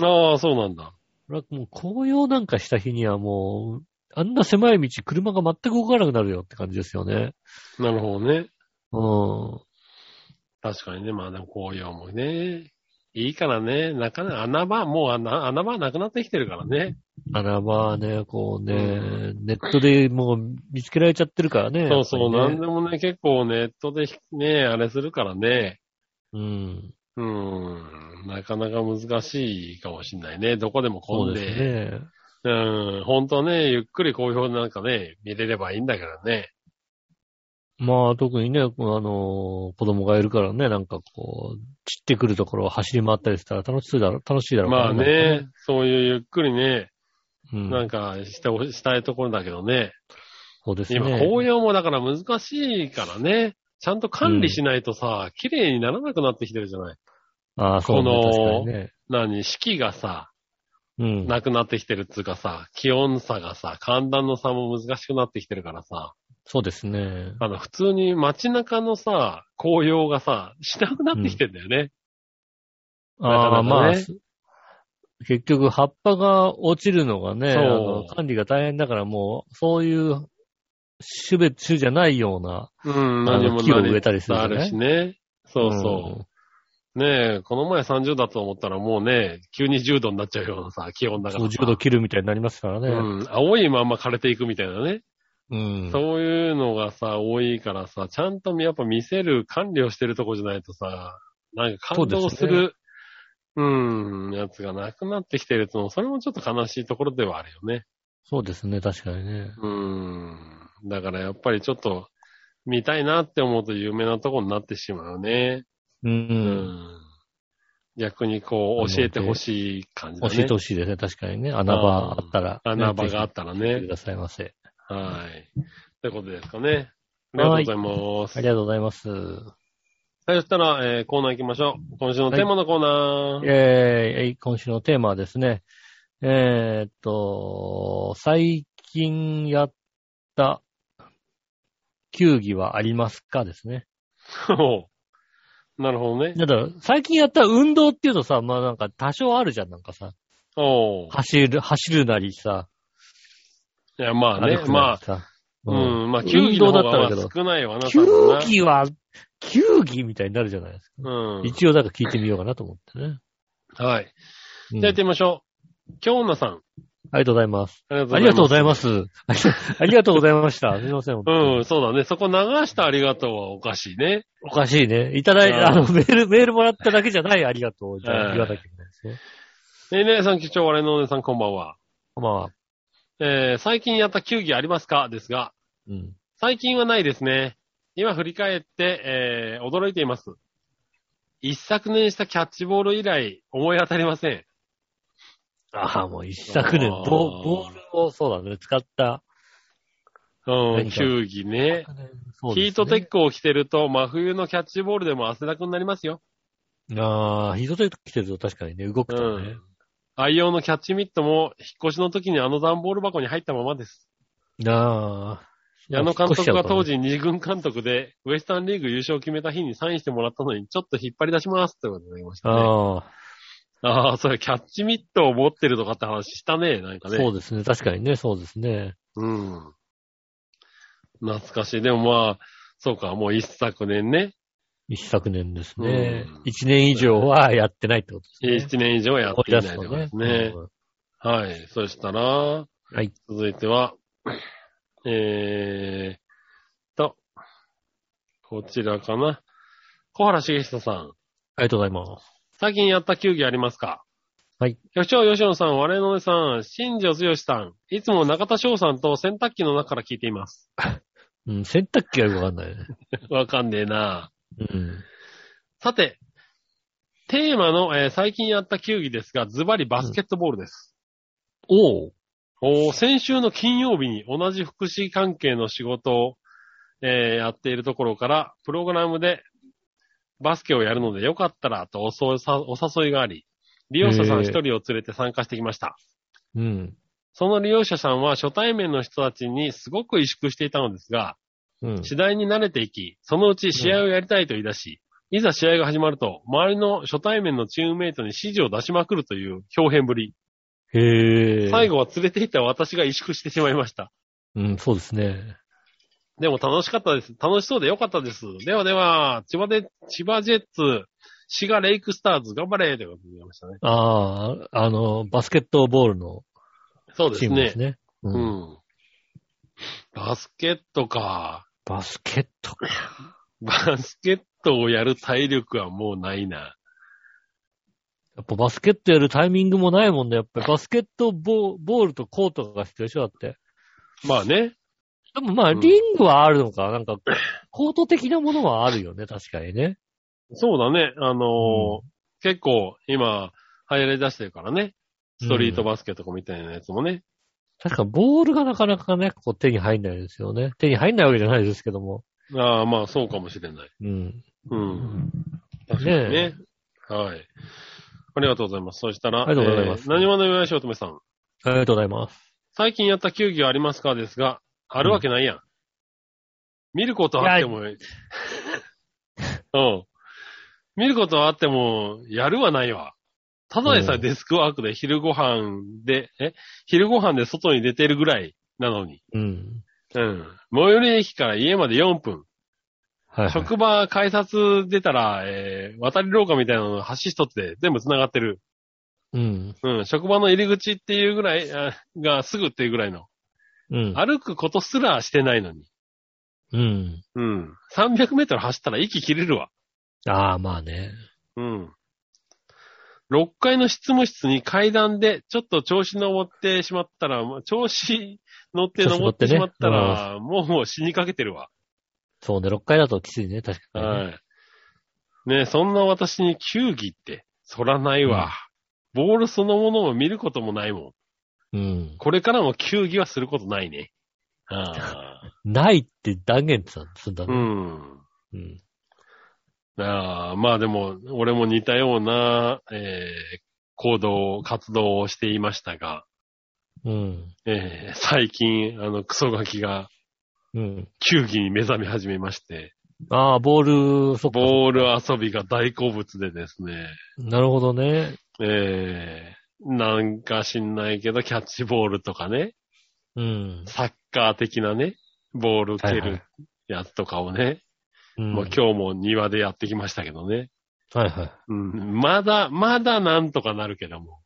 Speaker 3: ああ、そうなんだ。
Speaker 2: 俺はもう紅葉なんかした日にはもう、あんな狭い道、車が全く動かなくなるよって感じですよね。
Speaker 3: なるほどね。
Speaker 2: うん。
Speaker 3: 確かにね、まあでも紅葉もね、いいからね、なかなか穴場、もう穴穴場なくなってきてるからね。
Speaker 2: 穴場ね、こうね、
Speaker 3: う
Speaker 2: ネットでもう見つけられちゃってるからね。
Speaker 3: そうそう、
Speaker 2: や
Speaker 3: な
Speaker 2: っぱりね
Speaker 3: んでもね、結構ネットでひね、あれするからね、
Speaker 2: うん。
Speaker 3: うーん、なかなか難しいかもしんないね。どこでも
Speaker 2: そ
Speaker 3: 混
Speaker 2: うん
Speaker 3: で、
Speaker 2: ですね。
Speaker 3: うん、本当ね、ゆっくり紅葉なんかね、見れればいいんだけどね。
Speaker 2: まあ特にね、あの、子供がいるからね、なんかこう、散ってくるところを走り回ったりしたら楽しいだろう、楽しいだろう
Speaker 3: まあ
Speaker 2: から
Speaker 3: ね、、そういうゆっくりね、
Speaker 2: うん
Speaker 3: なんかしてほしたいところだけどね。
Speaker 2: そうですね。
Speaker 3: 今、紅葉もだから難しいからね。ちゃんと管理しないとさ、綺麗にならなくなってきてるじゃない。
Speaker 2: ああ、そうね、
Speaker 3: この
Speaker 2: 確かにね。
Speaker 3: 何四季がさ、
Speaker 2: うん。
Speaker 3: なくなってきてるっつうかさ、気温差がさ、寒暖の差も難しくなってきてるからさ、
Speaker 2: そうですね。
Speaker 3: あの、普通に街中のさ、紅葉がさ、しなくなってきてんだよね。
Speaker 2: ああ、
Speaker 3: なかなか
Speaker 2: まあ
Speaker 3: ね、
Speaker 2: 結局葉っぱが落ちるのがね、
Speaker 3: そう
Speaker 2: あの管理が大変だからもう、そういう種別、種じゃないような。
Speaker 3: うん、
Speaker 2: あの
Speaker 3: 何も
Speaker 2: 木を植えたりする
Speaker 3: あ
Speaker 2: じゃない
Speaker 3: るしね。そうそう。ねえ、この前30だと思ったらもうね、急に10度になっちゃうようなさ、気温だから
Speaker 2: うん。
Speaker 3: さ。
Speaker 2: 50度切るみたいになりますからね。
Speaker 3: うん、青いまま枯れていくみたいなね。
Speaker 2: うん。
Speaker 3: そういうのがさ、多いからさ、ちゃんとやっぱ見せる、管理をしてるとこじゃないとさ、なんか感動す
Speaker 2: そうです
Speaker 3: る、うーん、やつがなくなってきてるってのも、それもちょっと悲しいところではあるよね。
Speaker 2: そうですね、確かにね。
Speaker 3: うーん。だからやっぱりちょっと、見たいなって思うと有名なとこになってしまうね。
Speaker 2: う。
Speaker 3: うんん。逆にこう、教えてほしい感じ
Speaker 2: 教
Speaker 3: だね。
Speaker 2: えてほしいですね。確かにね。穴場あったら。
Speaker 3: 穴場があ
Speaker 2: あっ
Speaker 3: ったら
Speaker 2: てく
Speaker 3: ね。
Speaker 2: ださいませ。
Speaker 3: はい。ってことですかね。ありがとうございます。
Speaker 2: ありがとうございます。
Speaker 3: はい、そしたら、えーコーナー行きましょう。今週のテーマのコーナー。
Speaker 2: えーえい、今週のテーマはですね、えーっと、最近やった球技はありますかですね。
Speaker 3: おうなるほどね。
Speaker 2: だから、最近やった運動っていうとさ、まあなんか多少あるじゃん、なんかさ。
Speaker 3: おう
Speaker 2: 走る、走るなりさ。
Speaker 3: いや、まあね
Speaker 2: 歩。くな
Speaker 3: まあ
Speaker 2: り、さうん。
Speaker 3: うん、まあ、球技の方
Speaker 2: 運動だったらだけ
Speaker 3: がま
Speaker 2: ど
Speaker 3: あ少ないわな、
Speaker 2: 球
Speaker 3: 多分な
Speaker 2: 技は、球技みたいになるじゃないですか。
Speaker 3: うん。
Speaker 2: 一応なんか聞いてみようかなと思ってね。
Speaker 3: はい。
Speaker 2: うん
Speaker 3: じゃあ行ってみましょう。京奈さん。
Speaker 2: ありがとうございます。
Speaker 3: あり
Speaker 2: ありがとうござい
Speaker 3: ま
Speaker 2: ます。ありがとうございま した。すいません。
Speaker 3: す。うん、そうだね。そこ流したありがとうはおかしいね。
Speaker 2: おかしいね。いただい
Speaker 3: うん
Speaker 2: た、あの、メール、メールもらっただけじゃないありがとう。じゃあ、
Speaker 3: うん
Speaker 2: 言わなきゃいけないですね。
Speaker 3: えー、ねえさん、貴重、我のお姉さん、こんばんは。
Speaker 2: まあ、
Speaker 3: えー、最近やった球技ありますかですが、
Speaker 2: うん。
Speaker 3: 最近はないですね。今振り返って、えー、驚いています。一昨年したキャッチボール以来、思い当たりません。
Speaker 2: ああ、もう一昨年、
Speaker 3: あー
Speaker 2: ボボールを、そうだね、使った。
Speaker 3: うん、
Speaker 2: 何か
Speaker 3: 球技ね。
Speaker 2: そうですね
Speaker 3: ヒートテックを着てると、真冬のキャッチボールでも汗だくになりますよ。
Speaker 2: ああ、ヒートテック着てると確かにね、動くとね。
Speaker 3: 愛用のキャッチミットも、引っ越しの時にあの段ボール箱に入ったままです。
Speaker 2: ああ。
Speaker 3: 矢野監督が当
Speaker 2: 引っ越しちゃうとね。
Speaker 3: 時二軍監督で、ウエスタンリーグ優勝を決めた日にサインしてもらったのに、ちょっと引っ張り出しますってことになりましたね。
Speaker 2: ああ、
Speaker 3: ああ、それキャッチミットを持ってるとかって話したね、なんかね。
Speaker 2: そうですね。確かにね、そうですね。
Speaker 3: うん。懐かしい。でもまあ、そうか、もう一昨年ね。
Speaker 2: 一昨年ですね
Speaker 3: うん。
Speaker 2: 一年以上はやってないってことですね。
Speaker 3: 一年以上やっていないってこ
Speaker 2: 思
Speaker 3: とです
Speaker 2: 出
Speaker 3: ね
Speaker 2: す。と
Speaker 3: はい。そしたら、
Speaker 2: はい。
Speaker 3: 続いては、えーっと、こちらかな。小原茂久さん。
Speaker 2: ありがとうございます。
Speaker 3: 最近やった球技ありますか
Speaker 2: はい。
Speaker 3: 局長吉野さん、我々のさん、新庄剛志さん、いつも中田翔さんと洗濯機の中から聞いています。
Speaker 2: うん、洗濯機がよくわかんないね。
Speaker 3: わかんねえな
Speaker 2: うん。
Speaker 3: さて、テーマの、えー最近やった球技ですが、ズバリバスケットボールです。
Speaker 2: おう。
Speaker 3: おー先週の金曜日に同じ福祉関係の仕事を、えーやっているところから、プログラムでバスケをやるのでよかったらとおそうさお誘いがあり、利用者さん一人を連れて参加してきました。
Speaker 2: うん。
Speaker 3: その利用者さんは初対面の人たちにすごく萎縮していたのですが、
Speaker 2: うん。
Speaker 3: 次第に慣れていき、そのうち試合をやりたいと言い出し、いざ試合が始まると、周りの初対面のチームメイトに指示を出しまくるという表変ぶり。
Speaker 2: へえ。
Speaker 3: 最。後は連れて行った私が萎縮してしまいました。
Speaker 2: うん、そうですね。
Speaker 3: でも楽しかったです。楽しそうでよかったです。ではでは、千葉で、千葉ジェッツ、滋賀レイクスターズ、頑張れということでございましたね。
Speaker 2: ああ、あの、バスケットボールの
Speaker 3: そうで
Speaker 2: チ
Speaker 3: す
Speaker 2: ーム
Speaker 3: ね。
Speaker 2: ですね。う。
Speaker 3: うんん。バスケットか。
Speaker 2: バスケットか。
Speaker 3: バスケットをやる体力はもうないな。
Speaker 2: やっぱバスケットやるタイミングもないもんね。やっぱりバスケットボボールとコートが必要でしょだって。
Speaker 3: まあね。
Speaker 2: でもまあ、
Speaker 3: うん
Speaker 2: リングはあるのか。なんか、コート的なものはあるよね。確かにね。
Speaker 3: そうだね。あのー
Speaker 2: うん
Speaker 3: 結構今、流行り出してるからね。ストリート
Speaker 2: バ
Speaker 3: バスケとかみたいなやつもね。
Speaker 2: 確かボールがなかなかね、こう手に入んないですよね。手に入んないわけじゃないですけども。
Speaker 3: ああ、まあそうかもしれない。
Speaker 2: うん。
Speaker 3: うん。確かにね。はい。ありがとうございます。そしたら、
Speaker 2: ありがとうございます
Speaker 3: えー何者よやしおとめさん。
Speaker 2: ありがとうございます。
Speaker 3: 最近やった球技はありますかですが、あるわけないやん。見ることはあっても、うん。見ることはあっても、やるはないわ。ただでさえ
Speaker 2: うん
Speaker 3: デスクワークで昼ご飯で、え昼ご飯で外に出てるぐらいなのに。
Speaker 2: うん。
Speaker 3: うん。最寄り駅から家まで4分。
Speaker 2: はい、はい。
Speaker 3: 職場改札出たら、えー渡り廊下みたいなの橋一つで全部繋がってる。
Speaker 2: うん。
Speaker 3: うん。職場の入り口っていうぐらい、あがすぐっていうぐらいの。
Speaker 2: うん。
Speaker 3: 歩くことすらしてないのに。
Speaker 2: うん。
Speaker 3: うん。300メートル走ったら息切れるわ。
Speaker 2: ああ、まあね。
Speaker 3: うん。6階の執務室に階段でちょっと調子登ってしまったら、まあ調子乗って
Speaker 2: 調子乗
Speaker 3: 登
Speaker 2: っ
Speaker 3: ってて
Speaker 2: ね
Speaker 3: しまったら、もうもう死にかけてるわ。
Speaker 2: そうね、6回だときついね、確かにね、
Speaker 3: はい。ねえそんな私に球技って、そらないわ。ボールそのものを見ることもないもん。
Speaker 2: うん。
Speaker 3: これからも球技はすることないね。ああ。
Speaker 2: ないって断言ってたんですんだ
Speaker 3: う
Speaker 2: ね。
Speaker 3: ん。
Speaker 2: うん。
Speaker 3: ああ、まあでも、俺も似たような、えー行動、活動をしていましたが、
Speaker 2: うん。
Speaker 3: えー最近、あの、クソガキが
Speaker 2: うん。
Speaker 3: 球技に目覚め始めまして、
Speaker 2: ああ、ボール、そっか。
Speaker 3: ボール遊びが大好物でですね、
Speaker 2: なるほどね。
Speaker 3: えーなんか知んないけど、キャッチボールとかね、
Speaker 2: うん。
Speaker 3: サッカー的なね、ボール蹴るやつとかをね、
Speaker 2: うん。
Speaker 3: もう今日も庭でやってきましたけどね。
Speaker 2: はいは
Speaker 3: うん、まだ、まだなんとかなるけども。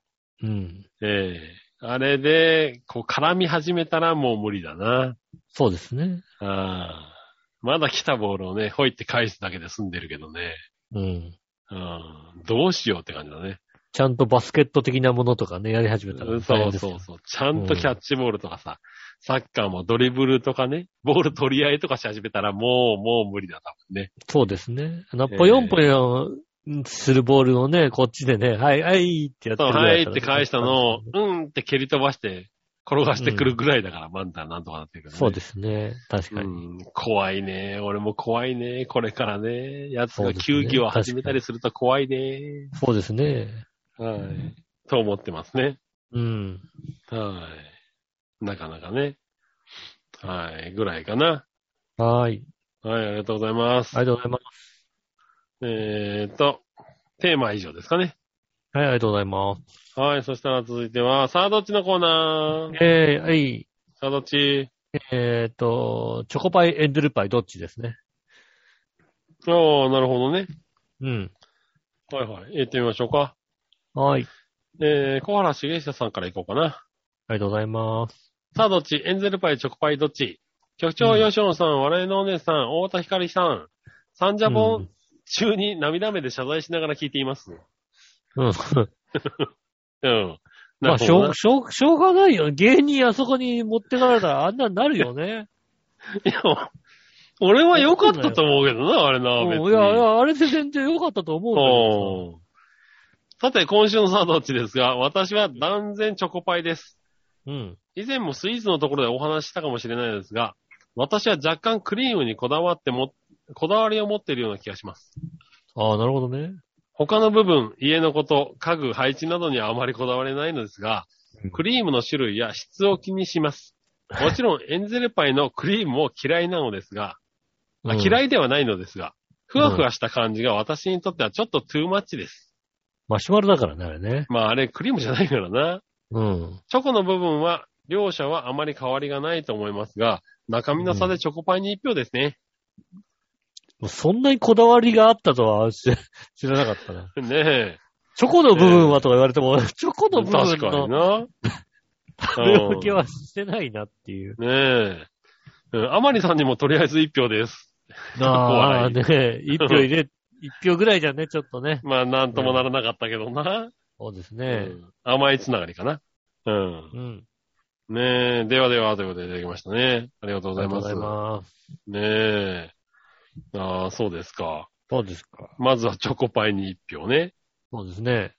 Speaker 2: い。うん。
Speaker 3: ええあれで、こう、絡み始めたらもう無理だな。
Speaker 2: そうですね。
Speaker 3: ああまだ来たボールをね、ほいって返すだけで済んでるけどね。
Speaker 2: うん。
Speaker 3: うん、どうしようって感じだね。
Speaker 2: ちゃんとバスケット的なものとかね、やり始めたら、
Speaker 3: そうそうそう。ちゃんとキャッチボールとかさ、サッカーもドリブルとかね、ボール取り合いとかし始めたらもう、もう無理だ、多分ね。
Speaker 2: そうですね。ナッ
Speaker 3: え
Speaker 2: ポ
Speaker 3: え
Speaker 2: 4ポのするボールをね、こっちでね、はい、はいってやって
Speaker 3: そ
Speaker 2: る
Speaker 3: う、
Speaker 2: ぐ
Speaker 3: は
Speaker 2: ら
Speaker 3: い
Speaker 2: い
Speaker 3: っ
Speaker 2: だ
Speaker 3: て
Speaker 2: ら
Speaker 3: 返したのを、うんって蹴り飛ばして、転がしてくるぐらいだから、まだなんとかなってるけどね。
Speaker 2: そうですね。確かに。
Speaker 3: うん、怖いね。俺も怖いね。これからね。やつ
Speaker 2: そ
Speaker 3: が
Speaker 2: うですね
Speaker 3: 球技を始めたりすると怖いね。
Speaker 2: そうですね。
Speaker 3: はい。と思ってますね。
Speaker 2: うん。
Speaker 3: はい。なかなかね。はい。ぐらいかな。
Speaker 2: はい。
Speaker 3: はい。ありがとうございます。
Speaker 2: ありがとうございます。
Speaker 3: えーっと、テーマは以上ですかね。
Speaker 2: はい、ありがとうございます。
Speaker 3: はい。そしたら続いては、サードっちのコーナー。
Speaker 2: えー、はい。
Speaker 3: サードっち。
Speaker 2: えっ、と、チョコパイ、エンドルパイ、どっちですね。
Speaker 3: おー、なるほどね。
Speaker 2: うん。
Speaker 3: はいはい。行ってみましょうか。
Speaker 2: はい。
Speaker 3: えー、小原茂久さんから行こうかな。
Speaker 2: ありがとうございます。
Speaker 3: さあ、どっちエンゼルパイ、チョコパイ、どっち局長、
Speaker 2: うん
Speaker 3: 吉野さん、笑いのお姉さん、太田光さん、サンジャポ
Speaker 2: う
Speaker 3: ン
Speaker 2: ん
Speaker 3: 中に涙目で謝罪しながら聞いています。
Speaker 2: うん。
Speaker 3: うん。
Speaker 2: まあ、しょ
Speaker 3: なるほどな
Speaker 2: う、しょう、しょうがないよ。芸人あそこに持ってかれたらあんなになるよね。
Speaker 3: いや、 俺は良かったと思うけどな、 あれな、別
Speaker 2: うん
Speaker 3: に。
Speaker 2: いや、いやあれで全然良かったと思うんだけど
Speaker 3: うんさて、今週のさあ、どっちですが、私は断然チョコパイです。
Speaker 2: さ。うん。
Speaker 3: 以前もスイーツのところでお話ししたかもしれないですが、私は若干クリームにこだわっても、こだわりを持っているような気がします。
Speaker 2: ああ、なるほどね。
Speaker 3: 他の部分、家のこと、家具、配置などにはあまりこだわれないのですが
Speaker 2: うん、
Speaker 3: クリームの種類や質を気にします。も ちろん、エンゼルパイのクリームも嫌いなのですが、あ
Speaker 2: うん
Speaker 3: 嫌いではないのですが、ふわふわした感じが私にとってはちょっとトゥーマッチです。
Speaker 2: マシュマロだからね、あれね。
Speaker 3: まああれ、クリームじゃないからな。
Speaker 2: うん。
Speaker 3: チョコの部分は、両者はあまり変わりがないと思いますが、中身の差でチョコパイに一票です ね。
Speaker 2: そんなにこだわりがあったとは知知らなかったな。
Speaker 3: ねえ。
Speaker 2: チョコの部分はとか言われても、チョコの部
Speaker 3: 確
Speaker 2: 分
Speaker 3: か
Speaker 2: の
Speaker 3: にな。
Speaker 2: 食べ分けはしてないなっていう。
Speaker 3: ねえ。うん、あまりさんにもとりあえず一票です。
Speaker 2: ああ、
Speaker 3: チョ
Speaker 2: ね一票入れ、 一票ぐらいじゃね、ちょっとね。
Speaker 3: まあ、なんともならなかったけどな。
Speaker 2: そうです
Speaker 3: う
Speaker 2: ね。
Speaker 3: ん、甘いつながりかな。うん。
Speaker 2: うん。
Speaker 3: ねえ、ではでは、ということでいただきましたね。ありがとうご
Speaker 2: あり
Speaker 3: ざい
Speaker 2: がとう
Speaker 3: ま
Speaker 2: ございます。
Speaker 3: す。ねえ。ああ、そうですか。
Speaker 2: そうですか。
Speaker 3: まずはチョコパイに一票ね。
Speaker 2: そうですね。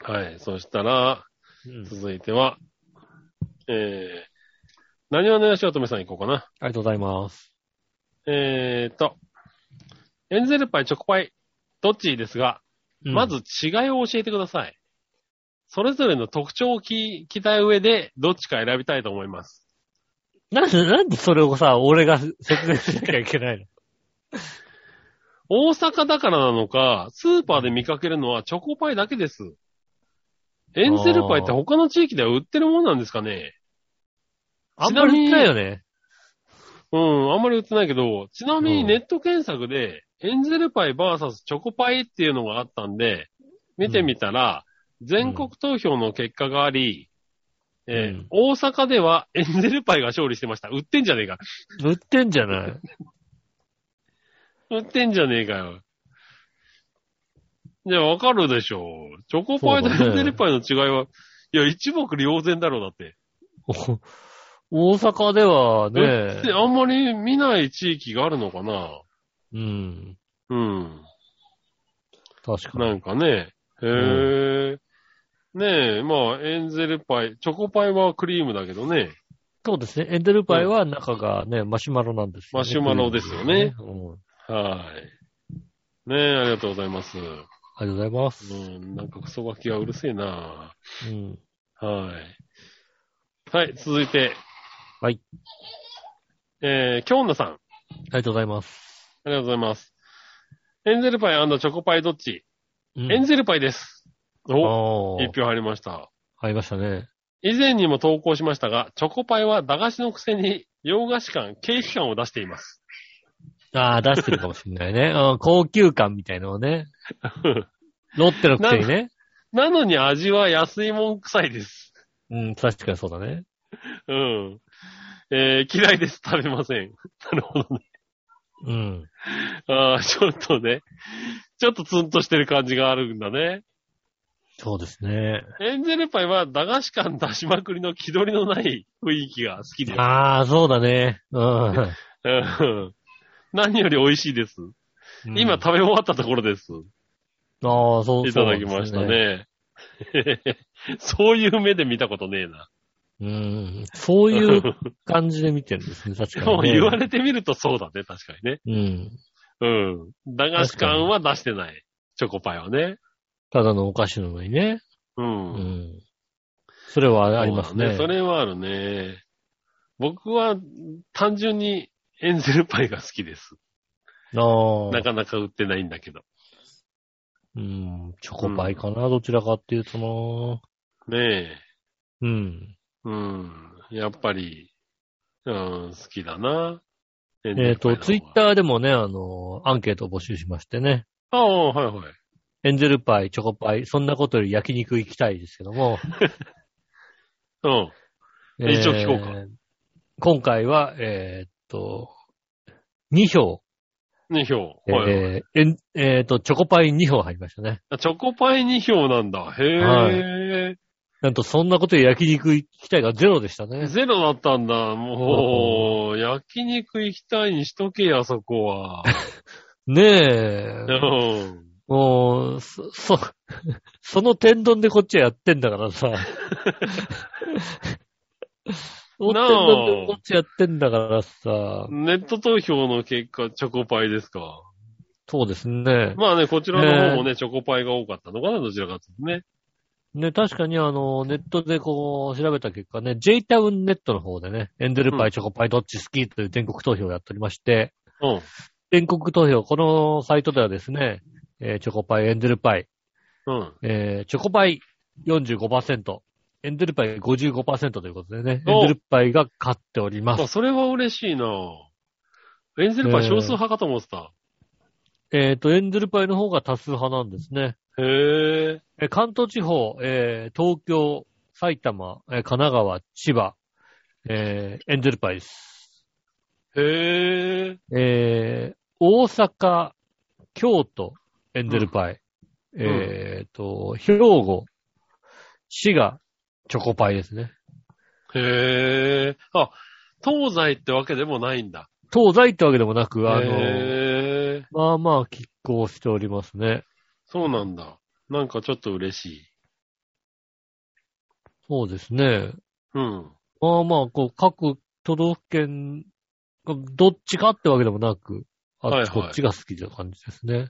Speaker 3: はい。そしたら、
Speaker 2: うん。
Speaker 3: 続いては、えー、何をのよしおとめさん行こうかな。
Speaker 2: ありがとうございます。
Speaker 3: えーと、エンゼルパイ、チョコパイ、どっちですが、
Speaker 2: うん
Speaker 3: まず、違いを教えてください。それぞれの特徴を聞きたい上で、どっちか選びたいと思います。
Speaker 2: なんで、なんでそれをさ、俺が説明しなきゃいけないの
Speaker 3: 大阪だからなのか、スーパーで見かけるのはチョコパイだけです。エンゼルパイって他の地域では売ってるもんなんですかね
Speaker 2: あんまり言ってないよね。
Speaker 3: うん、あんまり売ってないけど、ちなみに
Speaker 2: うん
Speaker 3: ネット検索で、エンゼルパイ VS チョコパイっていうのがあったんで、見てみたら、全国投票の結果があり、えー
Speaker 2: うん
Speaker 3: 大阪ではエンゼルパイが勝利してました。売ってんじゃねえか。
Speaker 2: 売ってんじゃない。
Speaker 3: 売ってんじゃねえかよ。じゃあわかるでしょう。チョコパイと
Speaker 2: そうだね
Speaker 3: エンゼルパイの違いは、いや、一目瞭然だろう、だって。
Speaker 2: お大阪では
Speaker 3: え
Speaker 2: ね、
Speaker 3: あんまり見ない地域があるのかな
Speaker 2: うん、
Speaker 3: うん。
Speaker 2: 確かに。
Speaker 3: なんかね。へえ。ねえ、まあ、エンゼルパイ、チョコパイはクリームだけどね。
Speaker 2: そうですね。エンデルパイは中がね、マシュマロなんですよ、
Speaker 3: マシュマロですよね
Speaker 2: うん。あ
Speaker 3: はい。ねえ、ありがとうございます。う
Speaker 2: りがとうございます。
Speaker 3: ん、なんかクソガキがうるせえな
Speaker 2: うん。
Speaker 3: はい。はい、続いて。
Speaker 2: はい。
Speaker 3: えー、京女さん。
Speaker 2: ありがとうございます。
Speaker 3: ありがとうございます。エンゼルパイチョコパイどっち、
Speaker 2: うん
Speaker 3: エンゼルパイです。お、
Speaker 2: おー
Speaker 3: 一票入りました。
Speaker 2: 入りましたね。
Speaker 3: 以前にも投稿しましたが、チョコパイは駄菓子のくせに洋菓子感、ケーキ感を出しています。
Speaker 2: ああ、出してるかもしれないね。 うん高級感みたいのをね。ロッテのくせにね。
Speaker 3: なのに味は安いもん臭いです。
Speaker 2: うん、確かにそうだね。
Speaker 3: うん。えー嫌いです。食べません。なるほどね。
Speaker 2: うん。
Speaker 3: ああ、ちょっとね。ちょっとツンとしてる感じがあるんだね。
Speaker 2: そうですね。
Speaker 3: エンゼルパイは駄菓子感出しまくりの気取りのない雰囲気が好きです。
Speaker 2: ああ、そうだね。うん。
Speaker 3: うん何より美味しいです。今
Speaker 2: うん
Speaker 3: 食べ終わったところです。
Speaker 2: ああ、そう
Speaker 3: いただきました。ね。 そういう目で見たことねえな。
Speaker 2: そうなんですねうん。そういう感じで見てるんですね、確か
Speaker 3: も
Speaker 2: に、
Speaker 3: う
Speaker 2: ね。
Speaker 3: 言われてみるとそうだね、確かにね。
Speaker 2: うん。
Speaker 3: うん。駄菓子感は出してない。チョコパイはね。
Speaker 2: ただのお菓子なのにね。
Speaker 3: う。
Speaker 2: うんん。それはありますね。
Speaker 3: そうだそれはあるね。僕は単純にエンゼルパイが好きです。
Speaker 2: ああ。
Speaker 3: なかなか売ってないんだけど。
Speaker 2: うん。チョコパイかな、どちらかっていうとな。
Speaker 3: ねえ。
Speaker 2: うん。
Speaker 3: うん。やっぱり、うん、好きだな。え
Speaker 2: えっ、と、ツイッ
Speaker 3: ー。
Speaker 2: ターでもね、あの、アンケートを募集しましてね。
Speaker 3: ああ、はいはい。
Speaker 2: エンゼルパイ、チョコパイ、そんなことより焼肉行きたいですけども。
Speaker 3: うん。え 一応聞こうか
Speaker 2: えー今回は、えーっと、2票、
Speaker 3: 2票。
Speaker 2: えー
Speaker 3: はいはい
Speaker 2: えんえーっと、チョコパイ2票入りましたね。
Speaker 3: あチョコパイ2票なんだ。へえ、
Speaker 2: なんと、そんなことより焼肉行きたいがゼロでしたね。
Speaker 3: ゼロだったんだ。もう、焼肉行きたいにしとけや、そこ は。
Speaker 2: ねえ
Speaker 3: う。ん。
Speaker 2: もう、そ、そ、 その天丼でこっちはやってんだからさ。その天丼でこっちやってんだからさ。
Speaker 3: ネット投票の結果、チョコパイですか。
Speaker 2: そうですね。
Speaker 3: まあね、こちらの方もね、チョコパイが多かったのかな、どちらかというとね。
Speaker 2: ね、確かにあの、ネットでこう、調べた結果ね、J タウンネットの方でね、エンデルパイ、
Speaker 3: うん
Speaker 2: チョコパイ、どっち好きという全国投票をやっておりまして、
Speaker 3: うん。
Speaker 2: 全国投票、このサイトではですね、えーチョコパイ、エンデルパイ、
Speaker 3: うん。
Speaker 2: えーチョコパイ45%、エンデルパイ55%ということでね、エ
Speaker 3: お
Speaker 2: ンデルパイが勝っておりま
Speaker 3: あ、
Speaker 2: す。
Speaker 3: それは嬉しいなエンゼルパイ少数派かと思ってた。
Speaker 2: えっ、と、エンデルパイの方が多数派なんですね。
Speaker 3: へえ。
Speaker 2: えー関東地方、えー東京、埼玉、えー神奈川、千葉、えーエンデルパイです。
Speaker 3: へえ。
Speaker 2: えー大阪、京都、エンデルパイ。えっ、と、兵庫、滋賀、チョコパイですね。
Speaker 3: へえ。あ、東西ってわけでもないんだ。
Speaker 2: 東西ってわけでもなく、あの、
Speaker 3: へえ。
Speaker 2: まあまあ、拮抗しておりますね。
Speaker 3: そうなんだ。なんかちょっと嬉しい。
Speaker 2: そうですね。
Speaker 3: うん。
Speaker 2: まあまあ、こう、各都道府県がどっちかってわけでもなく、あ
Speaker 3: はいは
Speaker 2: っ
Speaker 3: い
Speaker 2: ちこっちが好きな感じですね。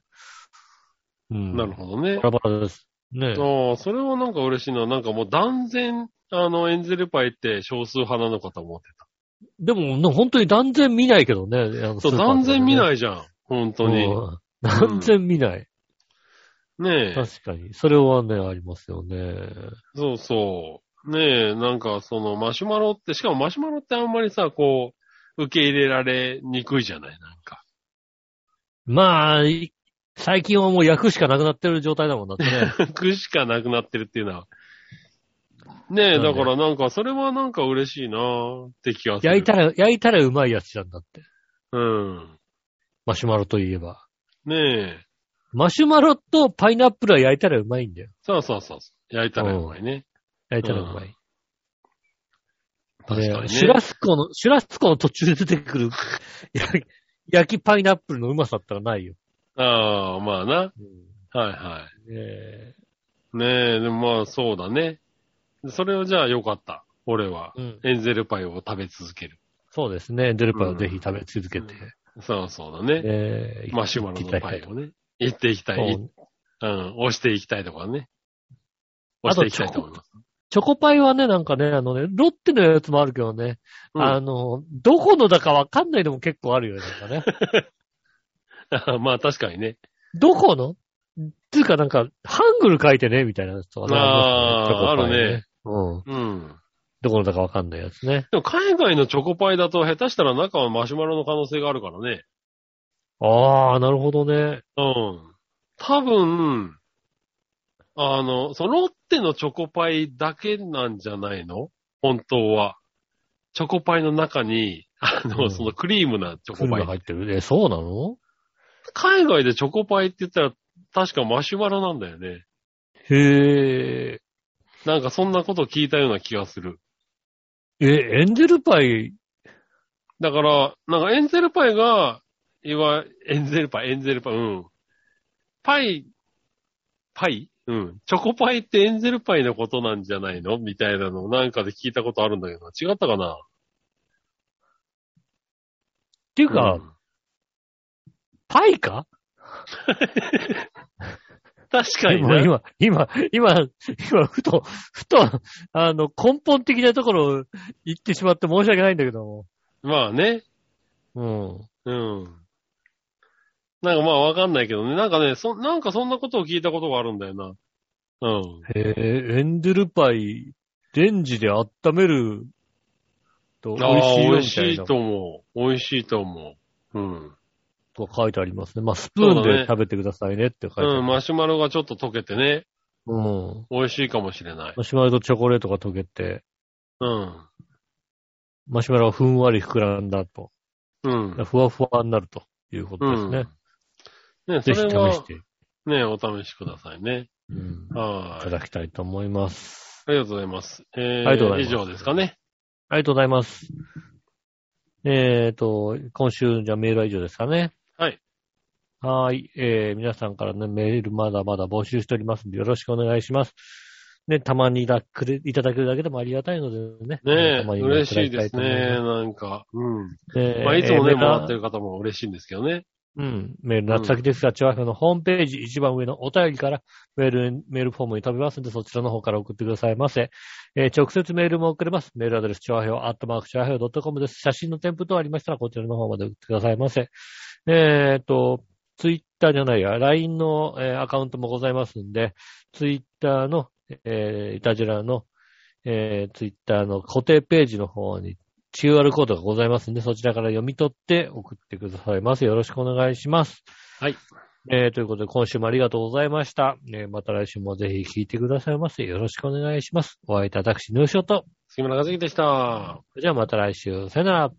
Speaker 2: うん。
Speaker 3: なるほどね。
Speaker 2: バラバラです。ね。
Speaker 3: ああ、それはなんか嬉しいな。なんかもう断然、あの、エンゼルパイって少数派なのかと思って
Speaker 2: でも、な本当に断然見ないけどね。
Speaker 3: た。そう、断然見
Speaker 2: い
Speaker 3: ないじゃん。本当に。
Speaker 2: うん断然見ない。
Speaker 3: ねえ。
Speaker 2: 確かに。それはね、ありますよね。
Speaker 3: そうそう。ねえ、なんかそのマシュマロって、しかもマシュマロってあんまりさ、こう、受け入れられにくいじゃないなんか。
Speaker 2: まあ、い最近はもう焼くしかなくなってる状態だもんだってね。
Speaker 3: くしかなくなってるっていうのは。ね
Speaker 2: な
Speaker 3: え、
Speaker 2: んで
Speaker 3: だからなんか、それはなんか嬉しいなって気がする。
Speaker 2: 焼いたら、焼いたらうまいやつじゃんだって。
Speaker 3: うん。
Speaker 2: マシュマロといえば。
Speaker 3: ねえ。
Speaker 2: マシュマロとパイナップルは焼いたらうまいんだよ。
Speaker 3: そうそうそうそう。焼いたらうまいね。
Speaker 2: 焼いたらうまい。
Speaker 3: 確かにね
Speaker 2: シュラスコの、シュラスコの途中で出てくる焼き焼きパイナップルのうまさったらないよ。
Speaker 3: ああ、まあな。はいは
Speaker 2: ねえ
Speaker 3: い。ねえ、でもまあそうだね。それをじゃあよかった。俺は。
Speaker 2: うん
Speaker 3: エンゼルパイを食べ続ける。
Speaker 2: そうですね。デルパイをぜひ食べ続けて、
Speaker 3: そうそうだね。
Speaker 2: えー
Speaker 3: マシュマロのパイをね。行っていきたい。
Speaker 2: そう
Speaker 3: うん。押していきたいとかね。押していきたいと思います。
Speaker 2: チョコパイはね、なんかね、あのね、ロッテのやつもあるけどね、
Speaker 3: うん
Speaker 2: あの、どこのだかわかんないのも結構あるよね、なんかね。
Speaker 3: まあ確かにね。
Speaker 2: どこのっていうかなんか、ハングル書いてね、みたいなやつとかね。りま
Speaker 3: あー
Speaker 2: すよ
Speaker 3: あるね。
Speaker 2: チョコパイうん。
Speaker 3: うん。
Speaker 2: どこのだかわかんないやつね。
Speaker 3: でも海外のチョコパイだと下手したら中はマシュマロの可能性があるからね。
Speaker 2: ああ、なるほどね。
Speaker 3: うん。多分、あの、そのロッテのチョコパイだけなんじゃないの本当は。チョコパイの中に、あの、
Speaker 2: うん
Speaker 3: そのクリームなチョ
Speaker 2: ク
Speaker 3: コ
Speaker 2: ル
Speaker 3: パ
Speaker 2: が
Speaker 3: イ。
Speaker 2: 入ってる。え、そうなの
Speaker 3: 海外でチョコパイって言ったら、確かマシュマロなんだよね。
Speaker 2: へえ。
Speaker 3: なんかそんなこと聞いたような気がする。
Speaker 2: え、エンゼルパイ、
Speaker 3: だから、なんかエンゼルパイが、いわ、エンゼルパイ、エンゼルパイ、うん。パイ、パイうん。チョコパイってエンゼルパイのことなんじゃないのみたいなのをなんかで聞いたことあるんだけど、違ったかな
Speaker 2: っていうか、
Speaker 3: うん
Speaker 2: パイか
Speaker 3: 確か
Speaker 2: で
Speaker 3: に
Speaker 2: も
Speaker 3: ね。
Speaker 2: 今、今、今、今、ふと、ふと、あの、根本的なところを言ってしまって申し訳ないんだけども。
Speaker 3: まあね。
Speaker 2: うん。
Speaker 3: うん。なんかまあわかんないけどね。なんかね、そ、なんかそんなことを聞いたことがあるんだよな。うん。
Speaker 2: へえ、エンゼルパイ、レンジで温めると美味
Speaker 3: ああ
Speaker 2: しい
Speaker 3: ー、
Speaker 2: よ
Speaker 3: 美
Speaker 2: み
Speaker 3: 味した
Speaker 2: い
Speaker 3: い
Speaker 2: な
Speaker 3: と思う。美味しいと思う。うん。
Speaker 2: と書いてありますね。まあ、スプーン
Speaker 3: そうだね
Speaker 2: で食べてくださいねって書いてある。
Speaker 3: うん、マシュマロがちょっと溶けてね、
Speaker 2: うん。
Speaker 3: 美味しいかもしれない。
Speaker 2: マシュマロとチョコレートが溶けて、
Speaker 3: うん。
Speaker 2: マシュマロがふんわり膨らんだと。
Speaker 3: うん。
Speaker 2: ふわふわになるということですね。
Speaker 3: ね、
Speaker 2: ぜ
Speaker 3: そ
Speaker 2: ひ
Speaker 3: れ
Speaker 2: 試
Speaker 3: は
Speaker 2: して、
Speaker 3: ね、お試しくださいね。
Speaker 2: うんい
Speaker 3: は
Speaker 2: た
Speaker 3: い。
Speaker 2: だきたいと思います。
Speaker 3: ありがとうございます。えー、
Speaker 2: ありがとうございます
Speaker 3: 以上ですかね。
Speaker 2: ありがとうございます。えっ、と、今週、じゃあメールは以上ですかね。
Speaker 3: はい。
Speaker 2: はーい。えー、皆さんからね、メールまだまだ募集しておりますんで、よろしくお願いします。ね、たまにだくれいただけるだけでもありがたいのでね。
Speaker 3: ね
Speaker 2: たまにも
Speaker 3: 嬉しいです
Speaker 2: ただきた
Speaker 3: ね、
Speaker 2: と
Speaker 3: なんか。うん。
Speaker 2: 思います。
Speaker 3: まあ、いつも
Speaker 2: え
Speaker 3: ね、
Speaker 2: ーメールは
Speaker 3: もらってる方も嬉しいんですけどね。
Speaker 2: うん。メールの宛先ですが、チョアヘオのホームページ一番上のお便りからメール、メールフォームに飛びますので、そちらの方から送ってくださいませ。えー直接メールも送れます。メールアドレス、チョアヘオ、アットマーク、チョアヘオ .com です。写真の添付等ありましたら、こちらの方まで送ってくださいませ。えっ、と、ツイッターじゃないや、LINE の、えーアカウントもございますんで、ツイッターの、えー、イタジラの、えー、ツイッターの固定ページの方に QR コードがございますんで、そちらから読み取って送ってくださいませ。よろしくお願いします。
Speaker 3: はい。
Speaker 2: えー、ということで、今週もありがとうございました。えー、また来週もぜひ聞いてくださいませ。よろしくお願いします。お会いいただくし、ヌーショット。
Speaker 3: 杉村和樹でした。
Speaker 2: それではまた来週。さよなら。